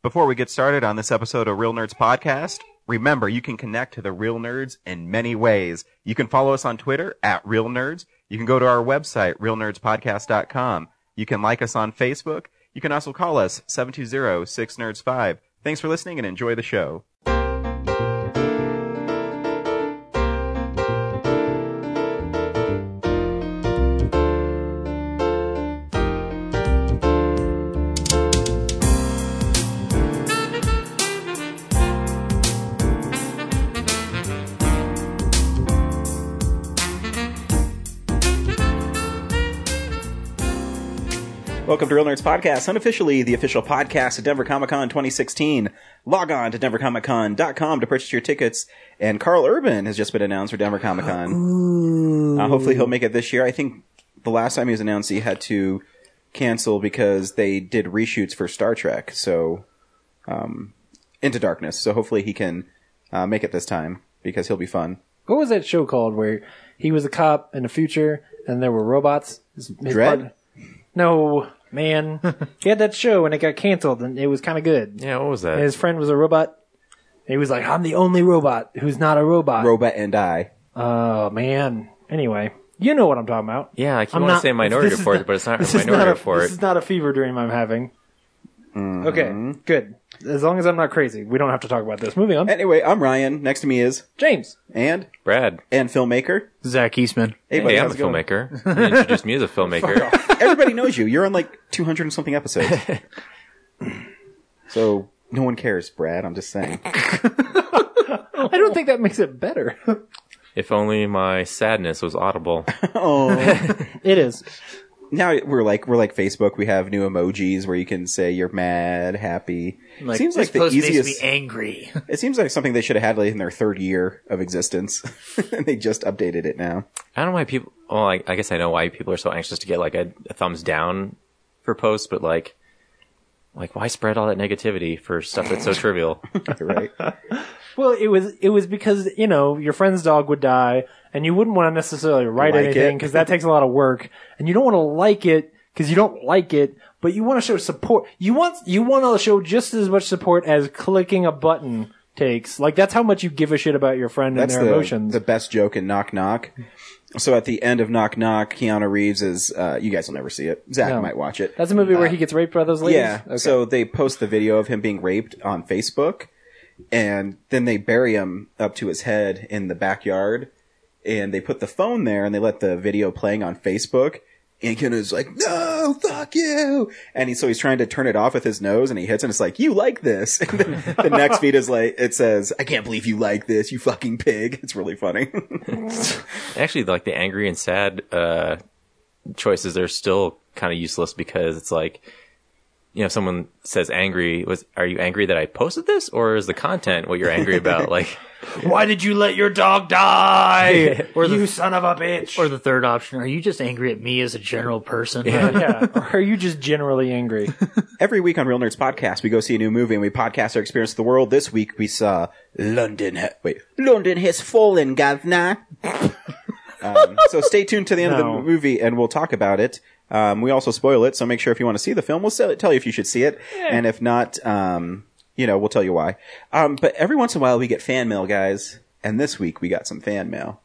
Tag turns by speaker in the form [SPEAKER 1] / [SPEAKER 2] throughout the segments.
[SPEAKER 1] Before we get started on this episode of Real Nerds Podcast, remember you can connect to the Real Nerds in many ways. You can follow us on Twitter at Real Nerds. You can go to our website, realnerdspodcast.com. You can like us on Facebook. You can also call us 720-6nerds5. Thanks for listening and enjoy the show. Welcome to Real Nerds Podcast, unofficially the official podcast of Denver Comic Con 2016. Log on to denvercomiccon.com to purchase your tickets. And Carl Urban has just been announced for Denver Comic Con. Uh, hopefully he'll make it this year. I think the last time he was announced, he had to cancel because they did reshoots for Star Trek. So, um, Into Darkness. So hopefully he can uh, make it this time because he'll be fun.
[SPEAKER 2] What was that show called where he was a cop in the future and there were robots? His, his
[SPEAKER 1] Dread?
[SPEAKER 2] partner- No, man. he had that show and it got canceled and it was kind of good.
[SPEAKER 3] Yeah, what was that?
[SPEAKER 2] And his friend was a robot. He was like, I'm the only robot who's not a robot.
[SPEAKER 1] Robot and I.
[SPEAKER 2] oh, man. Anyway, you know what I'm talking about.
[SPEAKER 3] yeah, I keep
[SPEAKER 2] I'm
[SPEAKER 3] want to
[SPEAKER 2] not-
[SPEAKER 3] say Minority
[SPEAKER 2] this is
[SPEAKER 3] Report,
[SPEAKER 2] not-
[SPEAKER 3] but it's not
[SPEAKER 2] this is
[SPEAKER 3] Minority
[SPEAKER 2] not a,
[SPEAKER 3] Report.
[SPEAKER 2] This is not a fever dream I'm having.
[SPEAKER 1] Mm-hmm.
[SPEAKER 3] Mm-hmm.
[SPEAKER 2] Okay, good. As long as I'm not crazy, we don't have to talk about this. Moving on.
[SPEAKER 1] Anyway, I'm Ryan. Next to me is
[SPEAKER 2] James.
[SPEAKER 1] and
[SPEAKER 3] Brad,
[SPEAKER 1] and filmmaker.
[SPEAKER 4] Zach Eastman.
[SPEAKER 1] Hey, buddy,
[SPEAKER 3] hey, I'm a
[SPEAKER 1] how's it going?
[SPEAKER 3] filmmaker. You introduced me as a filmmaker.
[SPEAKER 1] Everybody knows you. You're on like 200 and something episodes. so no one cares, Brad. I'm just saying.
[SPEAKER 2] I don't think that makes it better.
[SPEAKER 3] if only my sadness was audible.
[SPEAKER 1] Oh,
[SPEAKER 2] it is.
[SPEAKER 1] now we're like we're like Facebook. We have new emojis where you can say you're mad, happy.
[SPEAKER 4] Like,
[SPEAKER 1] seems
[SPEAKER 4] this
[SPEAKER 1] like the
[SPEAKER 4] post
[SPEAKER 1] easiest.
[SPEAKER 4] makes me angry.
[SPEAKER 1] It seems like something they should have had like in their third year of existence, and they just updated it now.
[SPEAKER 3] I don't know why people. Well, I, I guess I know why people are so anxious to get like a, a thumbs down for posts, but like, like why spread all that negativity for stuff that's so trivial?
[SPEAKER 1] You're right?
[SPEAKER 2] Well, it was it was because you know your friend's dog would die, and you wouldn't want to necessarily write
[SPEAKER 1] Like
[SPEAKER 2] anything
[SPEAKER 1] it.
[SPEAKER 2] because that takes a lot of work, and you don't want to like it because you don't like it, but you want to show support. You want you want to show just as much support as clicking a button takes. Like that's how much you give a shit about your friend
[SPEAKER 1] That's
[SPEAKER 2] and their
[SPEAKER 1] the,
[SPEAKER 2] emotions.
[SPEAKER 1] the best joke in Knock Knock. So at the end of Knock Knock, Keanu Reeves is. Uh, you guys will never see it. Zach
[SPEAKER 2] No.
[SPEAKER 1] might watch it.
[SPEAKER 2] that's a movie where he gets raped by those ladies.
[SPEAKER 1] Yeah. So they post the video of him being raped on Facebook, and then they bury him up to his head in the backyard, and they put the phone there, and they let the video playing on Facebook. And Keanu's like, no, fuck you. And he, so he's trying to turn it off with his nose and he hits and it's like, you like this. And then the next feed is like, it says, I can't believe you like this, you fucking pig. It's really funny.
[SPEAKER 3] Actually, like the angry and sad uh, choices are still kind of useless because it's like, you know, if someone says angry. Was are you angry that I posted this, or is the content what you're angry about? like.
[SPEAKER 4] Why did you let your dog die? or the, you son of a bitch. Or the third option, are you just angry at me as a general person?
[SPEAKER 2] yeah. Or are you just generally angry?
[SPEAKER 1] Every week on Real Nerds Podcast, we go see a new movie and we podcast our experience of the world. This week we saw London. Ha- wait, London has fallen, Gavna. um, so stay tuned to the end of
[SPEAKER 2] No.
[SPEAKER 1] the movie and we'll talk about it. Um, we also spoil it, so make sure if you want to see the film, we'll sell- tell you if you should see it, and if not, um, you know, we'll tell you why. Um, but every once in a while, we get fan mail, guys, and this week we got some fan mail.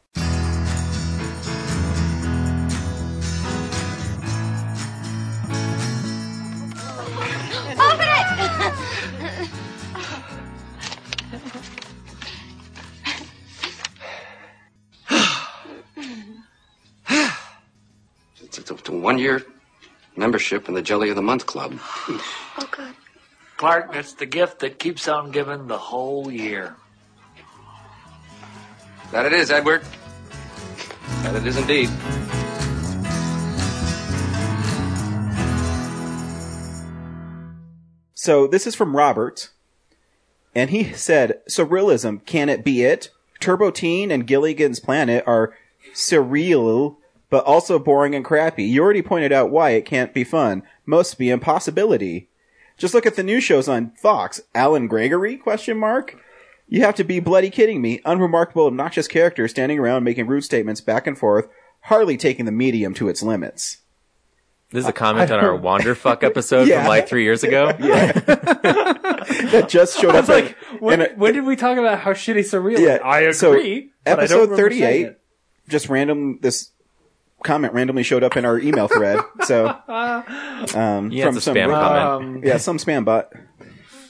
[SPEAKER 5] Open it!
[SPEAKER 6] It's it's a, one year membership in the Jelly of the Month Club.
[SPEAKER 5] Oh, God.
[SPEAKER 4] Clark, it's the gift that keeps on giving the whole year.
[SPEAKER 6] That it is, Edward. That it is indeed.
[SPEAKER 1] So this is from Robert, and he said, "Surrealism can it be it? Turbo Teen and Gilligan's Planet are surreal, but also boring and crappy. You already pointed out why it can't be fun. Must be impossibility. Just look at the new shows on Fox. Alan Gregory? Question mark. You have to be bloody kidding me. Unremarkable, obnoxious characters standing around making rude statements back and forth, hardly taking the medium to its limits."
[SPEAKER 3] This is a comment on our Wanderfuck episode
[SPEAKER 1] Yeah.
[SPEAKER 3] from like three years ago.
[SPEAKER 1] that just showed
[SPEAKER 2] I
[SPEAKER 1] up.
[SPEAKER 2] was like,
[SPEAKER 1] in-
[SPEAKER 2] when,
[SPEAKER 1] in a-
[SPEAKER 2] when did we talk about how shitty surreal?
[SPEAKER 1] Yeah,
[SPEAKER 2] is? I agree.
[SPEAKER 1] Uh, so
[SPEAKER 2] but I don't
[SPEAKER 1] episode
[SPEAKER 2] remember saying
[SPEAKER 1] 38
[SPEAKER 2] it.
[SPEAKER 1] just random this comment randomly showed up in our email thread. So um,
[SPEAKER 3] Yeah,
[SPEAKER 1] from
[SPEAKER 3] it's a
[SPEAKER 1] some
[SPEAKER 3] spam comment.
[SPEAKER 2] Um,
[SPEAKER 1] yeah some spam bot.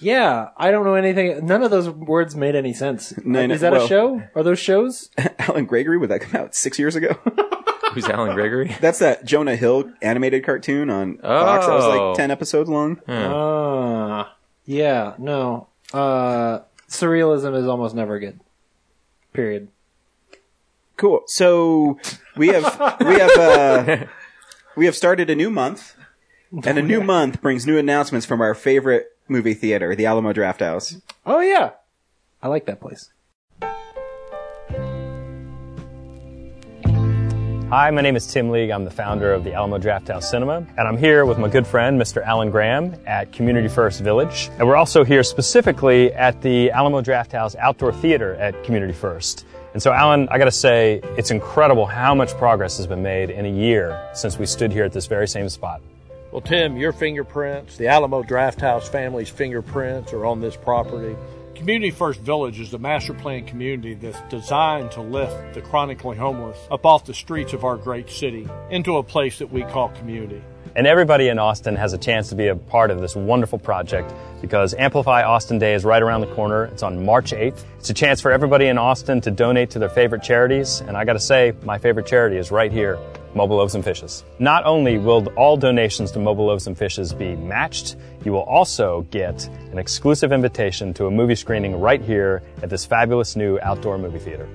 [SPEAKER 2] yeah, I don't know anything. None of those words made any sense.
[SPEAKER 1] No, no,
[SPEAKER 2] is that
[SPEAKER 1] well-
[SPEAKER 2] a show? Are those shows?
[SPEAKER 1] Alan Gregory would that come out six years ago?
[SPEAKER 3] Who's Alan Gregory?
[SPEAKER 1] That's that Jonah Hill animated cartoon on Fox. That was
[SPEAKER 3] Oh.
[SPEAKER 1] like ten episodes long.
[SPEAKER 4] Hmm.
[SPEAKER 2] Uh, yeah, no. Uh, surrealism is almost never good. Period.
[SPEAKER 1] Cool. So we have we have uh, we have started a new month, and a new month brings new announcements from our favorite movie theater, the Alamo Draft House.
[SPEAKER 2] Oh yeah, I like that place.
[SPEAKER 5] Hi, my name is Tim League. I'm the founder of the Alamo Drafthouse Cinema, and I'm here with my good friend, Mr. Alan Graham at Community First Village. And we're also here specifically at the Alamo Drafthouse Outdoor Theater at Community First. And so, Alan, I gotta say, it's incredible how much progress has been made in a year since we stood here at this very same spot.
[SPEAKER 7] Well, Tim, your fingerprints, the Alamo Draft House family's fingerprints are on this property. Community First Village is a master plan community that's designed to lift the chronically homeless up off the streets of our great city into a place that we call community.
[SPEAKER 5] And everybody in Austin has a chance to be a part of this wonderful project because Amplify Austin Day is right around the corner. It's on March 8th. It's a chance for everybody in Austin to donate to their favorite charities. And I got to say, my favorite charity is right here, Mobile Loaves and Fishes. Not only will all donations to Mobile Loaves and Fishes be matched, you will also get an exclusive invitation to a movie screening right here at this fabulous new outdoor movie theater.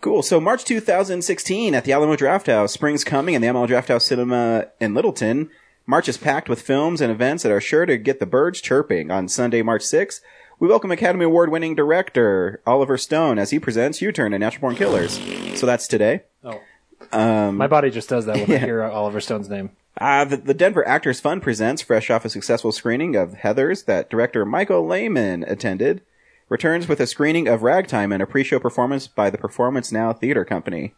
[SPEAKER 1] Cool. So March 2016 at the Alamo Draft House. Spring's coming and the Alamo Draft House Cinema in Littleton. March is packed with films and events that are sure to get the birds chirping. On Sunday, March 6th, we welcome Academy Award winning director Oliver Stone as he presents U-Turn and Natural Born Killers. So that's today. Um,
[SPEAKER 2] My body just does that when I hear Oliver Stone's name.
[SPEAKER 1] Uh, the, the Denver Actors Fund presents, fresh off a successful screening of Heathers that director Michael Lehman attended, returns with a screening of Ragtime and a pre-show performance by the Performance Now Theater Company.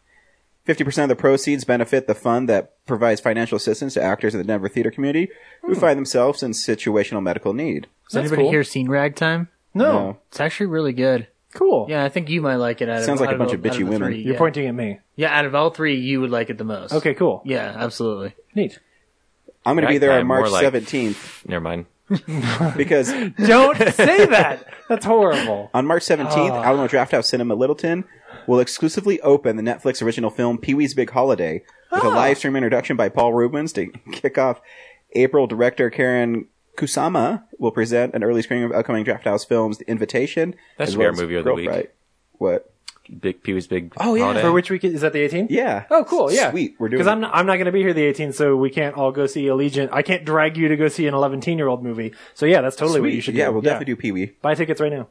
[SPEAKER 1] 50% of the proceeds benefit the fund that provides financial assistance to actors in the Denver theater community who find themselves in situational medical need.
[SPEAKER 4] Has anybody
[SPEAKER 2] cool.
[SPEAKER 4] here seen Ragtime?
[SPEAKER 2] No,
[SPEAKER 1] No.
[SPEAKER 4] It's actually really good.
[SPEAKER 2] cool.
[SPEAKER 4] Yeah, I think you might like it. Out
[SPEAKER 1] Sounds
[SPEAKER 4] of,
[SPEAKER 1] like a
[SPEAKER 4] out
[SPEAKER 1] bunch of
[SPEAKER 4] all- out
[SPEAKER 1] bitchy
[SPEAKER 4] the
[SPEAKER 1] women.
[SPEAKER 4] Three,
[SPEAKER 2] You're
[SPEAKER 4] yeah.
[SPEAKER 2] pointing at me.
[SPEAKER 4] Yeah, out of all three, you would like it the most.
[SPEAKER 2] Okay, cool.
[SPEAKER 4] Yeah, absolutely.
[SPEAKER 2] Neat.
[SPEAKER 1] I'm going to be there on
[SPEAKER 3] Ragtime, more
[SPEAKER 1] March
[SPEAKER 3] like-
[SPEAKER 1] 17th
[SPEAKER 3] Never mind.
[SPEAKER 1] because
[SPEAKER 2] Don't say that. That's horrible.
[SPEAKER 1] On March 17th,
[SPEAKER 2] Ah.
[SPEAKER 1] Alamo Drafthouse Cinema Littleton will exclusively open the Netflix original film Pee Wee's Big Holiday with
[SPEAKER 2] Ah.
[SPEAKER 1] a live stream introduction by Paul Rubens to kick off April. Director Karen Kusama will present an early screening of upcoming Drafthouse films The Invitation.
[SPEAKER 3] That
[SPEAKER 1] as
[SPEAKER 3] should be our
[SPEAKER 1] as
[SPEAKER 3] movie of the
[SPEAKER 1] Girl
[SPEAKER 3] week.
[SPEAKER 1] Fright. What?
[SPEAKER 3] Big Pee Wee's Big.
[SPEAKER 1] Oh, yeah,
[SPEAKER 3] Holiday.
[SPEAKER 2] For which week is that? The 18th.
[SPEAKER 1] Yeah.
[SPEAKER 2] Oh, cool. Yeah.
[SPEAKER 1] Sweet. We're doing
[SPEAKER 2] Because I'm
[SPEAKER 1] it.
[SPEAKER 2] not, I'm not going to be here the 18th, so we can't all go see Allegiant. I can't drag you to go see an 11 year old movie. So yeah, that's totally what
[SPEAKER 1] Sweet.
[SPEAKER 2] you should
[SPEAKER 1] yeah,
[SPEAKER 2] do.
[SPEAKER 1] we'll definitely do Pee Wee.
[SPEAKER 2] buy tickets right now.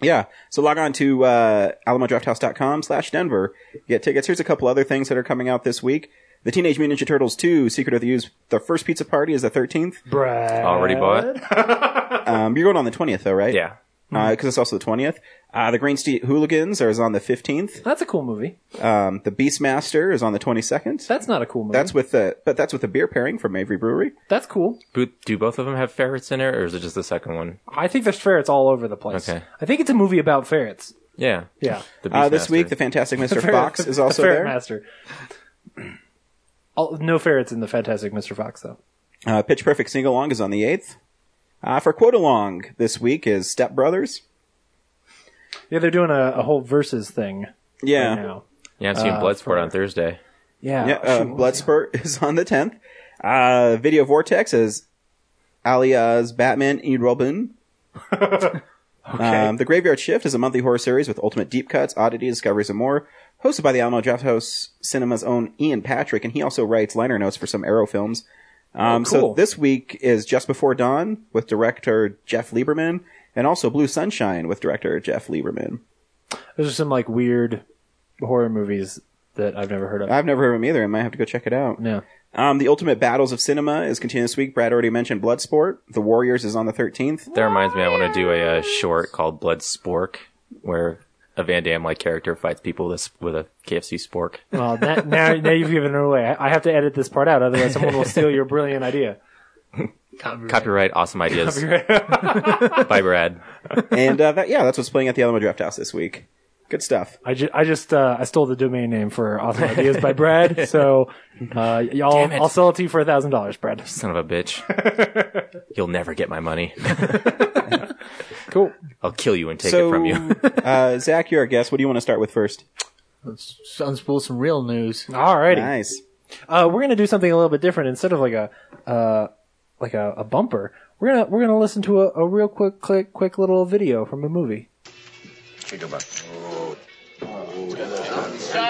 [SPEAKER 1] Yeah. So log on to uh, alamodrafthouse.com slash Denver. Get tickets. Here's a couple other things that are coming out this week. The Teenage Mutant Ninja Turtles 2, Secret of the Ooze, the first pizza party is the 13th.
[SPEAKER 2] Brad.
[SPEAKER 3] Already bought.
[SPEAKER 1] Um, you're going on the 20th, though, right? Uh,
[SPEAKER 3] Yeah.
[SPEAKER 2] Mm-hmm.
[SPEAKER 1] Because it's also the 20th. Uh, the Green Street Hooligans is on the 15th.
[SPEAKER 2] That's a cool movie.
[SPEAKER 1] Um, the Beastmaster is on the 22nd.
[SPEAKER 2] That's not a cool movie.
[SPEAKER 1] That's with the, but that's with the beer pairing from Avery Brewery.
[SPEAKER 2] that's cool.
[SPEAKER 3] Bo- Do both of them have ferrets in it, or is it just the second one?
[SPEAKER 2] I think there's ferrets all over the place.
[SPEAKER 3] Okay.
[SPEAKER 2] I think it's a movie about ferrets.
[SPEAKER 3] Yeah.
[SPEAKER 2] Yeah.
[SPEAKER 3] The
[SPEAKER 1] Uh, this
[SPEAKER 3] Beastmaster.
[SPEAKER 1] week, the Fantastic Mr.
[SPEAKER 2] Ferret-
[SPEAKER 1] Fox is
[SPEAKER 2] the
[SPEAKER 1] also
[SPEAKER 2] ferret
[SPEAKER 1] there.
[SPEAKER 2] Master. All, no ferrets in the Fantastic Mr. Fox though.
[SPEAKER 1] Uh, Pitch Perfect Sing Along is on the 8th. Uh, for Quote Along this week is Step Brothers.
[SPEAKER 2] Yeah, they're doing a, a whole versus thing
[SPEAKER 1] Yeah.
[SPEAKER 2] right now. Uh,
[SPEAKER 3] Yeah, I'm seeing Bloodsport on Thursday.
[SPEAKER 2] Yeah.
[SPEAKER 1] Yeah, uh,
[SPEAKER 2] Shoot, what was
[SPEAKER 1] Bloodsport is on the 10th. Uh, Video Vortex is Alia's Batman and Robin. um, the Graveyard Shift is a monthly horror series with ultimate deep cuts, oddities, discoveries, and more, hosted by the Alamo Drafthouse Cinema's own Ian Patrick, and he also writes liner notes for some Arrow films.
[SPEAKER 3] Oh,
[SPEAKER 1] Um, So
[SPEAKER 2] cool.
[SPEAKER 1] this week is Just Before Dawn with director Jeff Lieberman, and also Blue Sunshine with director Jeff Lieberman.
[SPEAKER 2] it? Those are some like weird horror movies that I've never heard of.
[SPEAKER 1] I've never heard of him either. I might have to go check it out.
[SPEAKER 2] Yeah.
[SPEAKER 1] Um, the Ultimate Battles of Cinema is continuing this week. Brad already mentioned Bloodsport. The Warriors is on the 13th.
[SPEAKER 3] That reminds me, I want to do a, uh short called Blood Spork, where a Van Damme like character fights people this with a KFC spork.
[SPEAKER 2] Well, that, now now you've given it away. I I have to edit this part out, otherwise someone will steal your brilliant idea.
[SPEAKER 3] Copyright awesome ideas by Brad.
[SPEAKER 1] and uh, that, yeah, that's what's playing at the Alamo Draft House this week. Good stuff.
[SPEAKER 2] I, ju- I just uh, I stole the domain name for Awesome Ideas by Brad, so uh, y'all
[SPEAKER 3] Damn it.
[SPEAKER 2] I'll sell it to you for a thousand dollars, Brad.
[SPEAKER 3] Son of a bitch. You'll never get my money.
[SPEAKER 2] Cool.
[SPEAKER 3] I'll kill you and take
[SPEAKER 1] so,
[SPEAKER 3] it from you.
[SPEAKER 1] uh, Zach, you're our guest. What do you want to start with first?
[SPEAKER 4] Let's unspool some real news.
[SPEAKER 2] Alrighty.
[SPEAKER 1] Nice.
[SPEAKER 2] Uh, we're gonna do something a little bit different instead of like a uh, like a, a bumper. We're gonna we're gonna listen to a, a real quick quick quick little video from a movie.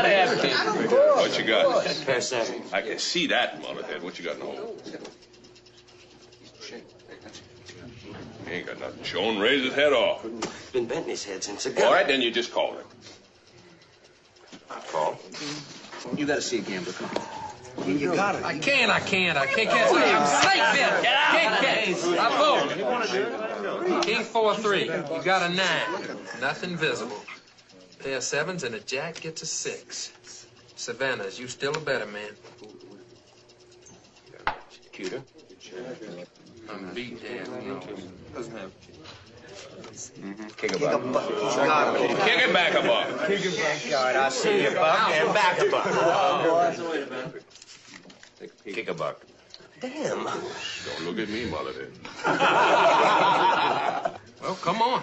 [SPEAKER 8] What you got? I can see that, Mullerhead. What you got in the hole? He ain't got nothing. Joan raised his head off.
[SPEAKER 6] Been bent in his head since a
[SPEAKER 8] All right, then you just call him.
[SPEAKER 6] Call. You gotta see a gambler. Come on. You, got it.
[SPEAKER 9] I can't, I can't, I can't catch it. I'm safe, Ben. Can't catch. it. I vote. King four three. You got a nine. Nothing visible. Pair of sevens and a jack gets a six. Savannah's, you still a better man.
[SPEAKER 6] Cuter.
[SPEAKER 9] I'm beat there. You know. Mm-hmm.
[SPEAKER 6] Doesn't have.
[SPEAKER 8] Kick it back a buck.
[SPEAKER 6] I see your buck and back a buck. Kick a buck. Damn.
[SPEAKER 8] Don't look at me, Mullerhead.
[SPEAKER 9] Well, come on.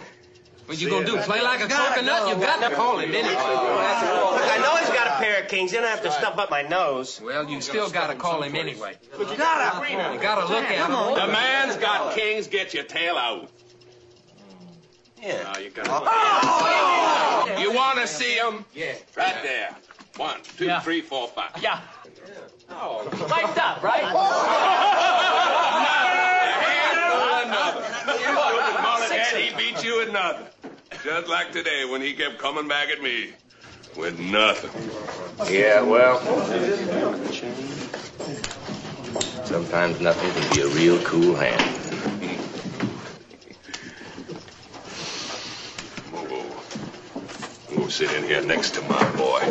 [SPEAKER 9] What you gonna do? Play like a coconut? You got to call him, anyway.
[SPEAKER 6] Look, I know he's got a pair of kings. Then I have to stuff up my nose.
[SPEAKER 9] Well, you still gotta call him anyway.
[SPEAKER 6] But you gotta.
[SPEAKER 9] You gotta look at him.
[SPEAKER 8] The man's got kings. Get your tail out.
[SPEAKER 6] Yeah. Oh!
[SPEAKER 8] you got You want to see him? Yeah. Right there. One, two, three, four, five.
[SPEAKER 9] Yeah. Wiped up, right?
[SPEAKER 8] And he beat you at nothing. Just like today when he kept coming back at me with nothing.
[SPEAKER 6] Yeah, well. Sometimes nothing can be a real cool hand.
[SPEAKER 8] I'm gonna go- I'm gonna sit in here next to my boy.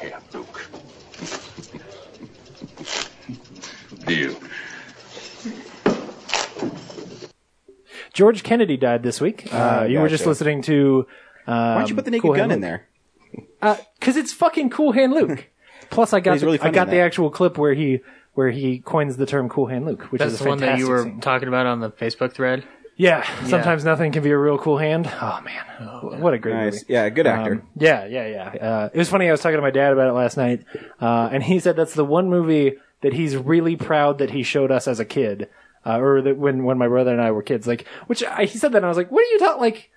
[SPEAKER 8] Here, Duke. Deal.
[SPEAKER 2] George Kennedy died this week. Uh, you were just
[SPEAKER 1] Ah, gotcha.
[SPEAKER 2] listening to. Um,
[SPEAKER 1] Why don't you put the naked
[SPEAKER 2] Cool
[SPEAKER 1] gun
[SPEAKER 2] Hand
[SPEAKER 1] in
[SPEAKER 2] Luke.
[SPEAKER 1] there?
[SPEAKER 2] because it's fucking Cool Hand Luke. Plus, I got
[SPEAKER 1] He's
[SPEAKER 2] the,
[SPEAKER 1] really
[SPEAKER 2] I
[SPEAKER 1] funny
[SPEAKER 2] got
[SPEAKER 1] in
[SPEAKER 2] the
[SPEAKER 1] that.
[SPEAKER 2] actual clip where he where he coins the term Cool Hand Luke, which
[SPEAKER 4] That's
[SPEAKER 2] is a
[SPEAKER 4] the one that you
[SPEAKER 2] fantastic
[SPEAKER 4] were
[SPEAKER 2] scene.
[SPEAKER 4] talking about on the Facebook thread.
[SPEAKER 2] yeah, sometimes nothing can be a real cool hand. Oh man, what a great
[SPEAKER 1] Nice.
[SPEAKER 2] movie. Um,
[SPEAKER 1] Yeah, good actor.
[SPEAKER 2] Yeah, yeah, yeah. Uh, it was funny. I was talking to my dad about it last night, uh, and he said that's the one movie that he's really proud that he showed us as a kid, uh, or that when when my brother and I were kids. Like, which I, he said that, and I was like, "What are you talking? Like,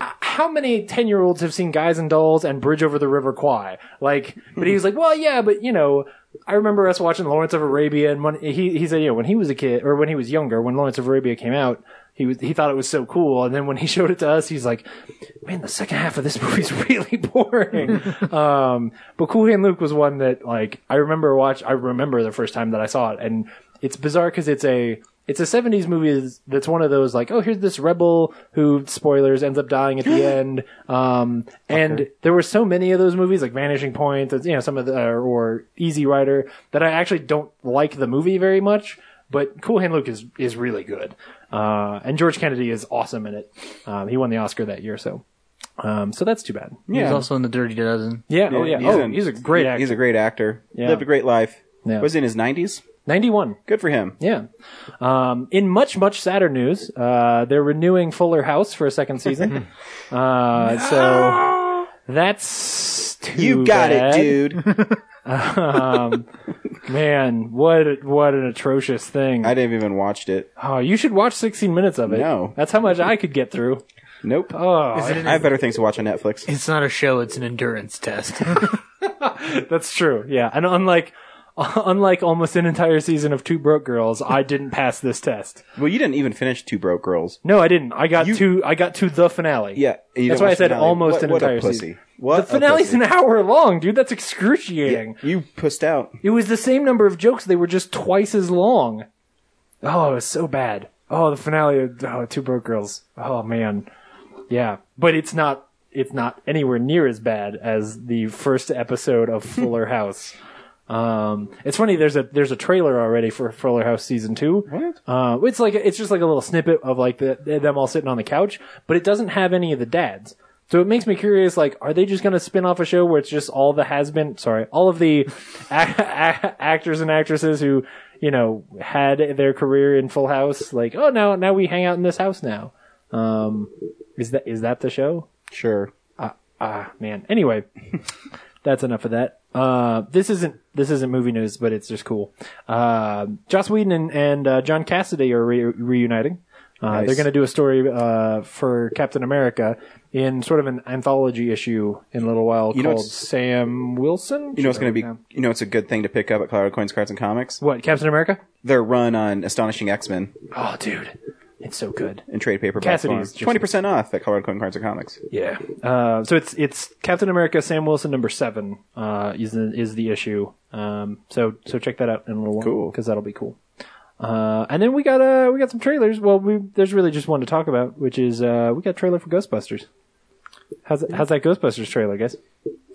[SPEAKER 2] uh, how many ten year olds have seen Guys and Dolls and Bridge Over the River Kwai? Like, but he was like, "Well, yeah, but you know." I remember us watching Lawrence of Arabia, and when he he said, you know, when he was a kid or when he was younger, when Lawrence of Arabia came out, he was he thought it was so cool, and then when he showed it to us, he's like, "Man, the second half of this movie's really boring." um, but Cool Hand Luke was one that like I remember watch. I remember the first time that I saw it, and it's bizarre because it's a it's a '70s movie that's- that's one of those like, oh, here's this rebel who spoilers ends up dying at the end. Um, and there were so many of those movies like Vanishing Point, that's, you know, some of the or, or Easy Rider that I actually don't like the movie very much. But Cool Hand Luke is is really good, uh, and George Kennedy is awesome in it. Um, he won the Oscar that year, so um, so that's too bad.
[SPEAKER 4] Yeah. He's also in the Dirty Dozen.
[SPEAKER 2] Yeah, oh yeah, oh,
[SPEAKER 1] an-
[SPEAKER 2] he's a great actor.
[SPEAKER 1] He's a great actor.
[SPEAKER 2] Yeah.
[SPEAKER 1] Lived a great life.
[SPEAKER 2] Yeah.
[SPEAKER 1] Was in his 90s.
[SPEAKER 2] 91.
[SPEAKER 1] Good for him.
[SPEAKER 2] Yeah. Um, in much, much sadder news, uh, they're renewing Fuller House for a second season. uh, so that's too
[SPEAKER 1] You got
[SPEAKER 2] bad. Um,
[SPEAKER 1] it, dude.
[SPEAKER 2] Man, what, what an atrocious thing.
[SPEAKER 1] I didn't even watched it.
[SPEAKER 2] oh, you should watch 16 minutes of it.
[SPEAKER 1] No.
[SPEAKER 2] That's how much I could get through.
[SPEAKER 1] Nope.
[SPEAKER 2] Oh,
[SPEAKER 1] I have better things to watch on Netflix.
[SPEAKER 4] It's not a show, it's an endurance test.
[SPEAKER 2] that's true. Yeah. And unlike, unlike almost an entire season of Two Broke Girls, I didn't pass this test.
[SPEAKER 1] Well, you didn't even finish Two Broke Girls.
[SPEAKER 2] No, I didn't. I got to, I got to the finale.
[SPEAKER 1] Yeah, you didn't
[SPEAKER 2] That's why I
[SPEAKER 1] watch
[SPEAKER 2] said
[SPEAKER 1] the finale.
[SPEAKER 2] almost
[SPEAKER 1] What-
[SPEAKER 2] an
[SPEAKER 1] what a
[SPEAKER 2] entire
[SPEAKER 1] pussy.
[SPEAKER 2] season.
[SPEAKER 1] What
[SPEAKER 2] The
[SPEAKER 1] a
[SPEAKER 2] finale's
[SPEAKER 1] pussy.
[SPEAKER 2] an hour long, dude. That's excruciating.
[SPEAKER 1] You pussed out.
[SPEAKER 2] It was the same number of jokes. They were just twice as long. Oh, it was so bad. Oh, the finale. of- Oh, Two Broke Girls. Oh man. Yeah, but it's not it's not anywhere near as bad as the first episode of Fuller House. Um, it's funny. There's a there's a trailer already for Fuller House season two. What? Uh, it's like it's just like a little snippet of like the, them all sitting on the couch, but it doesn't have any of the dads. So it makes me curious. Like, are they just going to spin off a show where it's just all the has been? Sorry, all of the a- a- actors and actresses who you know had their career in Full House. Like, oh no, now we hang out in this house now. Um, is that is that the show?
[SPEAKER 1] Sure.
[SPEAKER 2] Ah, man. Anyway, that's enough of that. Uh, this isn't this isn't movie news, but it's just cool. Uh, Joss Whedon and, and uh, John Cassidy are re- reuniting. Uh,
[SPEAKER 1] Nice.
[SPEAKER 2] They're going to do a story uh, for Captain America in sort of an anthology issue in a little while
[SPEAKER 1] You know,
[SPEAKER 2] called
[SPEAKER 1] it's-
[SPEAKER 2] Sam Wilson.
[SPEAKER 1] You know it's going to be.
[SPEAKER 2] No.
[SPEAKER 1] You know it's a good thing to pick up at Cloud Coins, Cards, and Comics.
[SPEAKER 2] what Captain America?
[SPEAKER 1] Their run on Astonishing X Men
[SPEAKER 2] Oh, dude, it's so good.
[SPEAKER 1] in trade paperback
[SPEAKER 2] Cassidy's
[SPEAKER 1] form.
[SPEAKER 2] just-
[SPEAKER 1] Twenty percent off at Cloud Coins, Cards, and Comics.
[SPEAKER 2] Yeah. Uh, so it's it's Captain America, Sam Wilson, number seven uh, is the, is the issue. Um, so so check that out in a little while
[SPEAKER 1] Cool.
[SPEAKER 2] because that'll be cool. Uh, and then we got uh we got some trailers. Well, we there's really just one to talk about, which is uh we got a trailer for Ghostbusters. How's how's that Ghostbusters trailer, guys?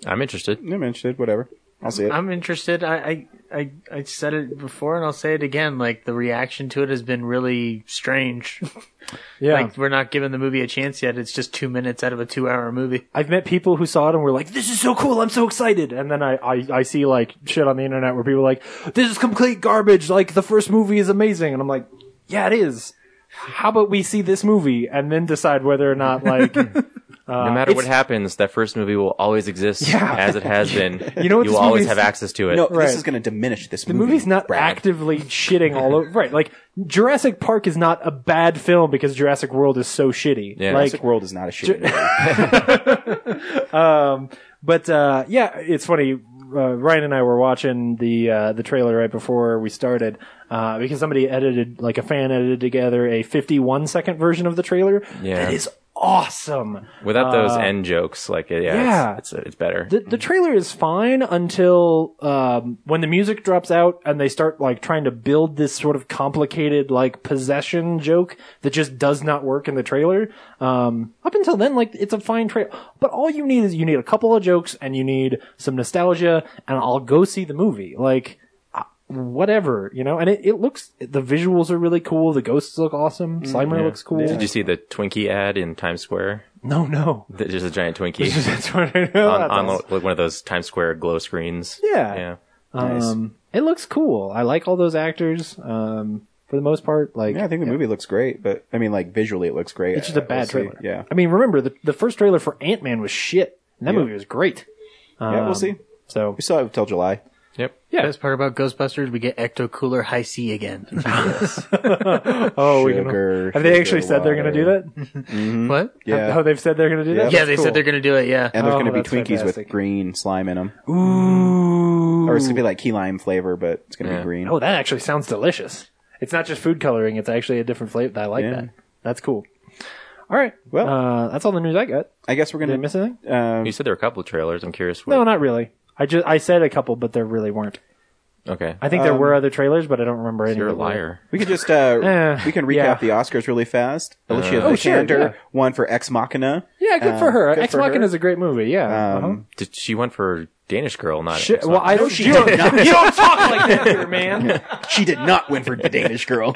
[SPEAKER 3] I'm interested.
[SPEAKER 1] I'm interested. Whatever. I'll see it.
[SPEAKER 4] I'm interested. I, I I I said it before, and I'll say it again. Like the reaction to it has been really strange.
[SPEAKER 2] Yeah,
[SPEAKER 4] Like we're not giving the movie a chance yet. It's just two minutes out of a two-hour movie.
[SPEAKER 2] I've met people who saw it and were like, "This is so cool! I'm so excited!" And then I, I, I see like shit on the internet where people are like, "This is complete garbage! Like the first movie is amazing," and I'm like, "Yeah, it is. How about we see this movie and then decide whether or not like uh,
[SPEAKER 3] no matter what
[SPEAKER 2] it's-
[SPEAKER 3] happens, that first movie will always exist
[SPEAKER 2] Yeah.
[SPEAKER 3] as it has been.
[SPEAKER 2] You know what
[SPEAKER 3] You
[SPEAKER 2] this
[SPEAKER 3] will always
[SPEAKER 2] movie's-
[SPEAKER 3] have access to it.
[SPEAKER 1] no,
[SPEAKER 2] right.
[SPEAKER 1] this is going to diminish this
[SPEAKER 2] the movie's not
[SPEAKER 1] Brad.
[SPEAKER 2] actively shitting all over." Right? Like Jurassic Park is not a bad film because Jurassic World is so shitty.
[SPEAKER 3] Yeah.
[SPEAKER 2] like
[SPEAKER 1] Jurassic World is not a shit. movie.
[SPEAKER 2] Um, But uh, yeah, it's funny. Uh, Ryan and I were watching the uh, the trailer right before we started uh, because somebody edited, like a fan edited together a 51 second version of the trailer.
[SPEAKER 3] Yeah.
[SPEAKER 2] that is awesome.
[SPEAKER 3] Without those end jokes, like yeah,
[SPEAKER 2] Uh, yeah.
[SPEAKER 3] it's, it's it's better.
[SPEAKER 2] The, the trailer is fine until um, when the music drops out and they start like trying to build this sort of complicated like possession joke that just does not work in the trailer. Um, up until then, like it's a fine trailer, but all you need is you need a couple of jokes and you need some nostalgia, and I'll go see the movie. Like uh, whatever you know and it, it looks the visuals are really cool the ghosts look awesome
[SPEAKER 3] Mm,
[SPEAKER 2] slimer looks cool
[SPEAKER 3] Did you see the Twinkie ad in Times Square?
[SPEAKER 2] no no
[SPEAKER 3] Th- Just a giant Twinkie
[SPEAKER 2] that's what I know.
[SPEAKER 3] on, on
[SPEAKER 2] That's awesome.
[SPEAKER 3] lo- like one of those Times Square glow screens.
[SPEAKER 2] Yeah.
[SPEAKER 3] yeah.
[SPEAKER 2] Um, it looks cool. I like all those actors. Um, for the most part, like
[SPEAKER 1] yeah, I think the movie looks great, but I mean, like visually, it looks great.
[SPEAKER 2] it's just a
[SPEAKER 1] I-
[SPEAKER 2] bad
[SPEAKER 1] we'll see.
[SPEAKER 2] trailer.
[SPEAKER 1] Yeah,
[SPEAKER 2] I mean, remember the the first trailer for Ant Man was shit, and that
[SPEAKER 1] Yeah.
[SPEAKER 2] movie was great.
[SPEAKER 1] yeah,
[SPEAKER 2] Um,
[SPEAKER 1] we'll see.
[SPEAKER 2] So
[SPEAKER 1] We still have till July.
[SPEAKER 3] Yep.
[SPEAKER 2] Yeah.
[SPEAKER 4] Best part about Ghostbusters, we get Ecto Cooler High C again.
[SPEAKER 2] oh,
[SPEAKER 1] we can- Sugar,
[SPEAKER 2] have they actually said they're going to do
[SPEAKER 1] water. Mm-hmm.
[SPEAKER 2] that?
[SPEAKER 4] what?
[SPEAKER 1] Yeah,
[SPEAKER 2] Oh, they've said they're going to do that.
[SPEAKER 4] Yeah,
[SPEAKER 2] That's
[SPEAKER 4] they
[SPEAKER 2] cool.
[SPEAKER 4] said they're gonna do it. Yeah.
[SPEAKER 1] and there's
[SPEAKER 2] Oh,
[SPEAKER 1] going to be
[SPEAKER 2] that's
[SPEAKER 1] Twinkies
[SPEAKER 2] fantastic.
[SPEAKER 1] with green slime in them,
[SPEAKER 2] Ooh.
[SPEAKER 1] or it's going to be like key lime flavor, but it's going to
[SPEAKER 3] Yeah.
[SPEAKER 1] be green.
[SPEAKER 2] Oh, that actually sounds delicious. It's not just food coloring; it's actually a different flavor. I like
[SPEAKER 1] Yeah.
[SPEAKER 2] that. That's cool. All right.
[SPEAKER 1] Well-
[SPEAKER 2] uh, that's all the news I got.
[SPEAKER 1] I guess we're
[SPEAKER 2] Did I
[SPEAKER 1] going
[SPEAKER 2] miss anything?
[SPEAKER 1] to. Um,
[SPEAKER 3] You said there were a couple of trailers. I'm curious. What,
[SPEAKER 2] No, not really. I just I said a couple, but there really weren't.
[SPEAKER 3] Okay.
[SPEAKER 2] I
[SPEAKER 1] Um,
[SPEAKER 2] think there were other trailers, but I don't remember any.
[SPEAKER 3] You're a
[SPEAKER 2] that were-
[SPEAKER 3] liar.
[SPEAKER 1] we could just uh,
[SPEAKER 2] Eh,
[SPEAKER 1] we can recap
[SPEAKER 2] yeah.
[SPEAKER 1] the Oscars really fast. Alicia
[SPEAKER 2] Oh, sure,
[SPEAKER 1] Vikander
[SPEAKER 2] yeah.
[SPEAKER 1] won for Ex Machina.
[SPEAKER 2] Yeah, good
[SPEAKER 1] Uh,
[SPEAKER 2] for her.
[SPEAKER 1] good
[SPEAKER 2] Ex
[SPEAKER 1] for her.
[SPEAKER 2] Machina is a great movie. Yeah. uh-huh.
[SPEAKER 1] Um,
[SPEAKER 3] Did she went for Danish Girl? Not.
[SPEAKER 2] Shit,
[SPEAKER 3] it's
[SPEAKER 2] well,
[SPEAKER 3] not-
[SPEAKER 2] I don't. You don't, you don't talk like that, here, man.
[SPEAKER 1] She did not win for the Danish Girl.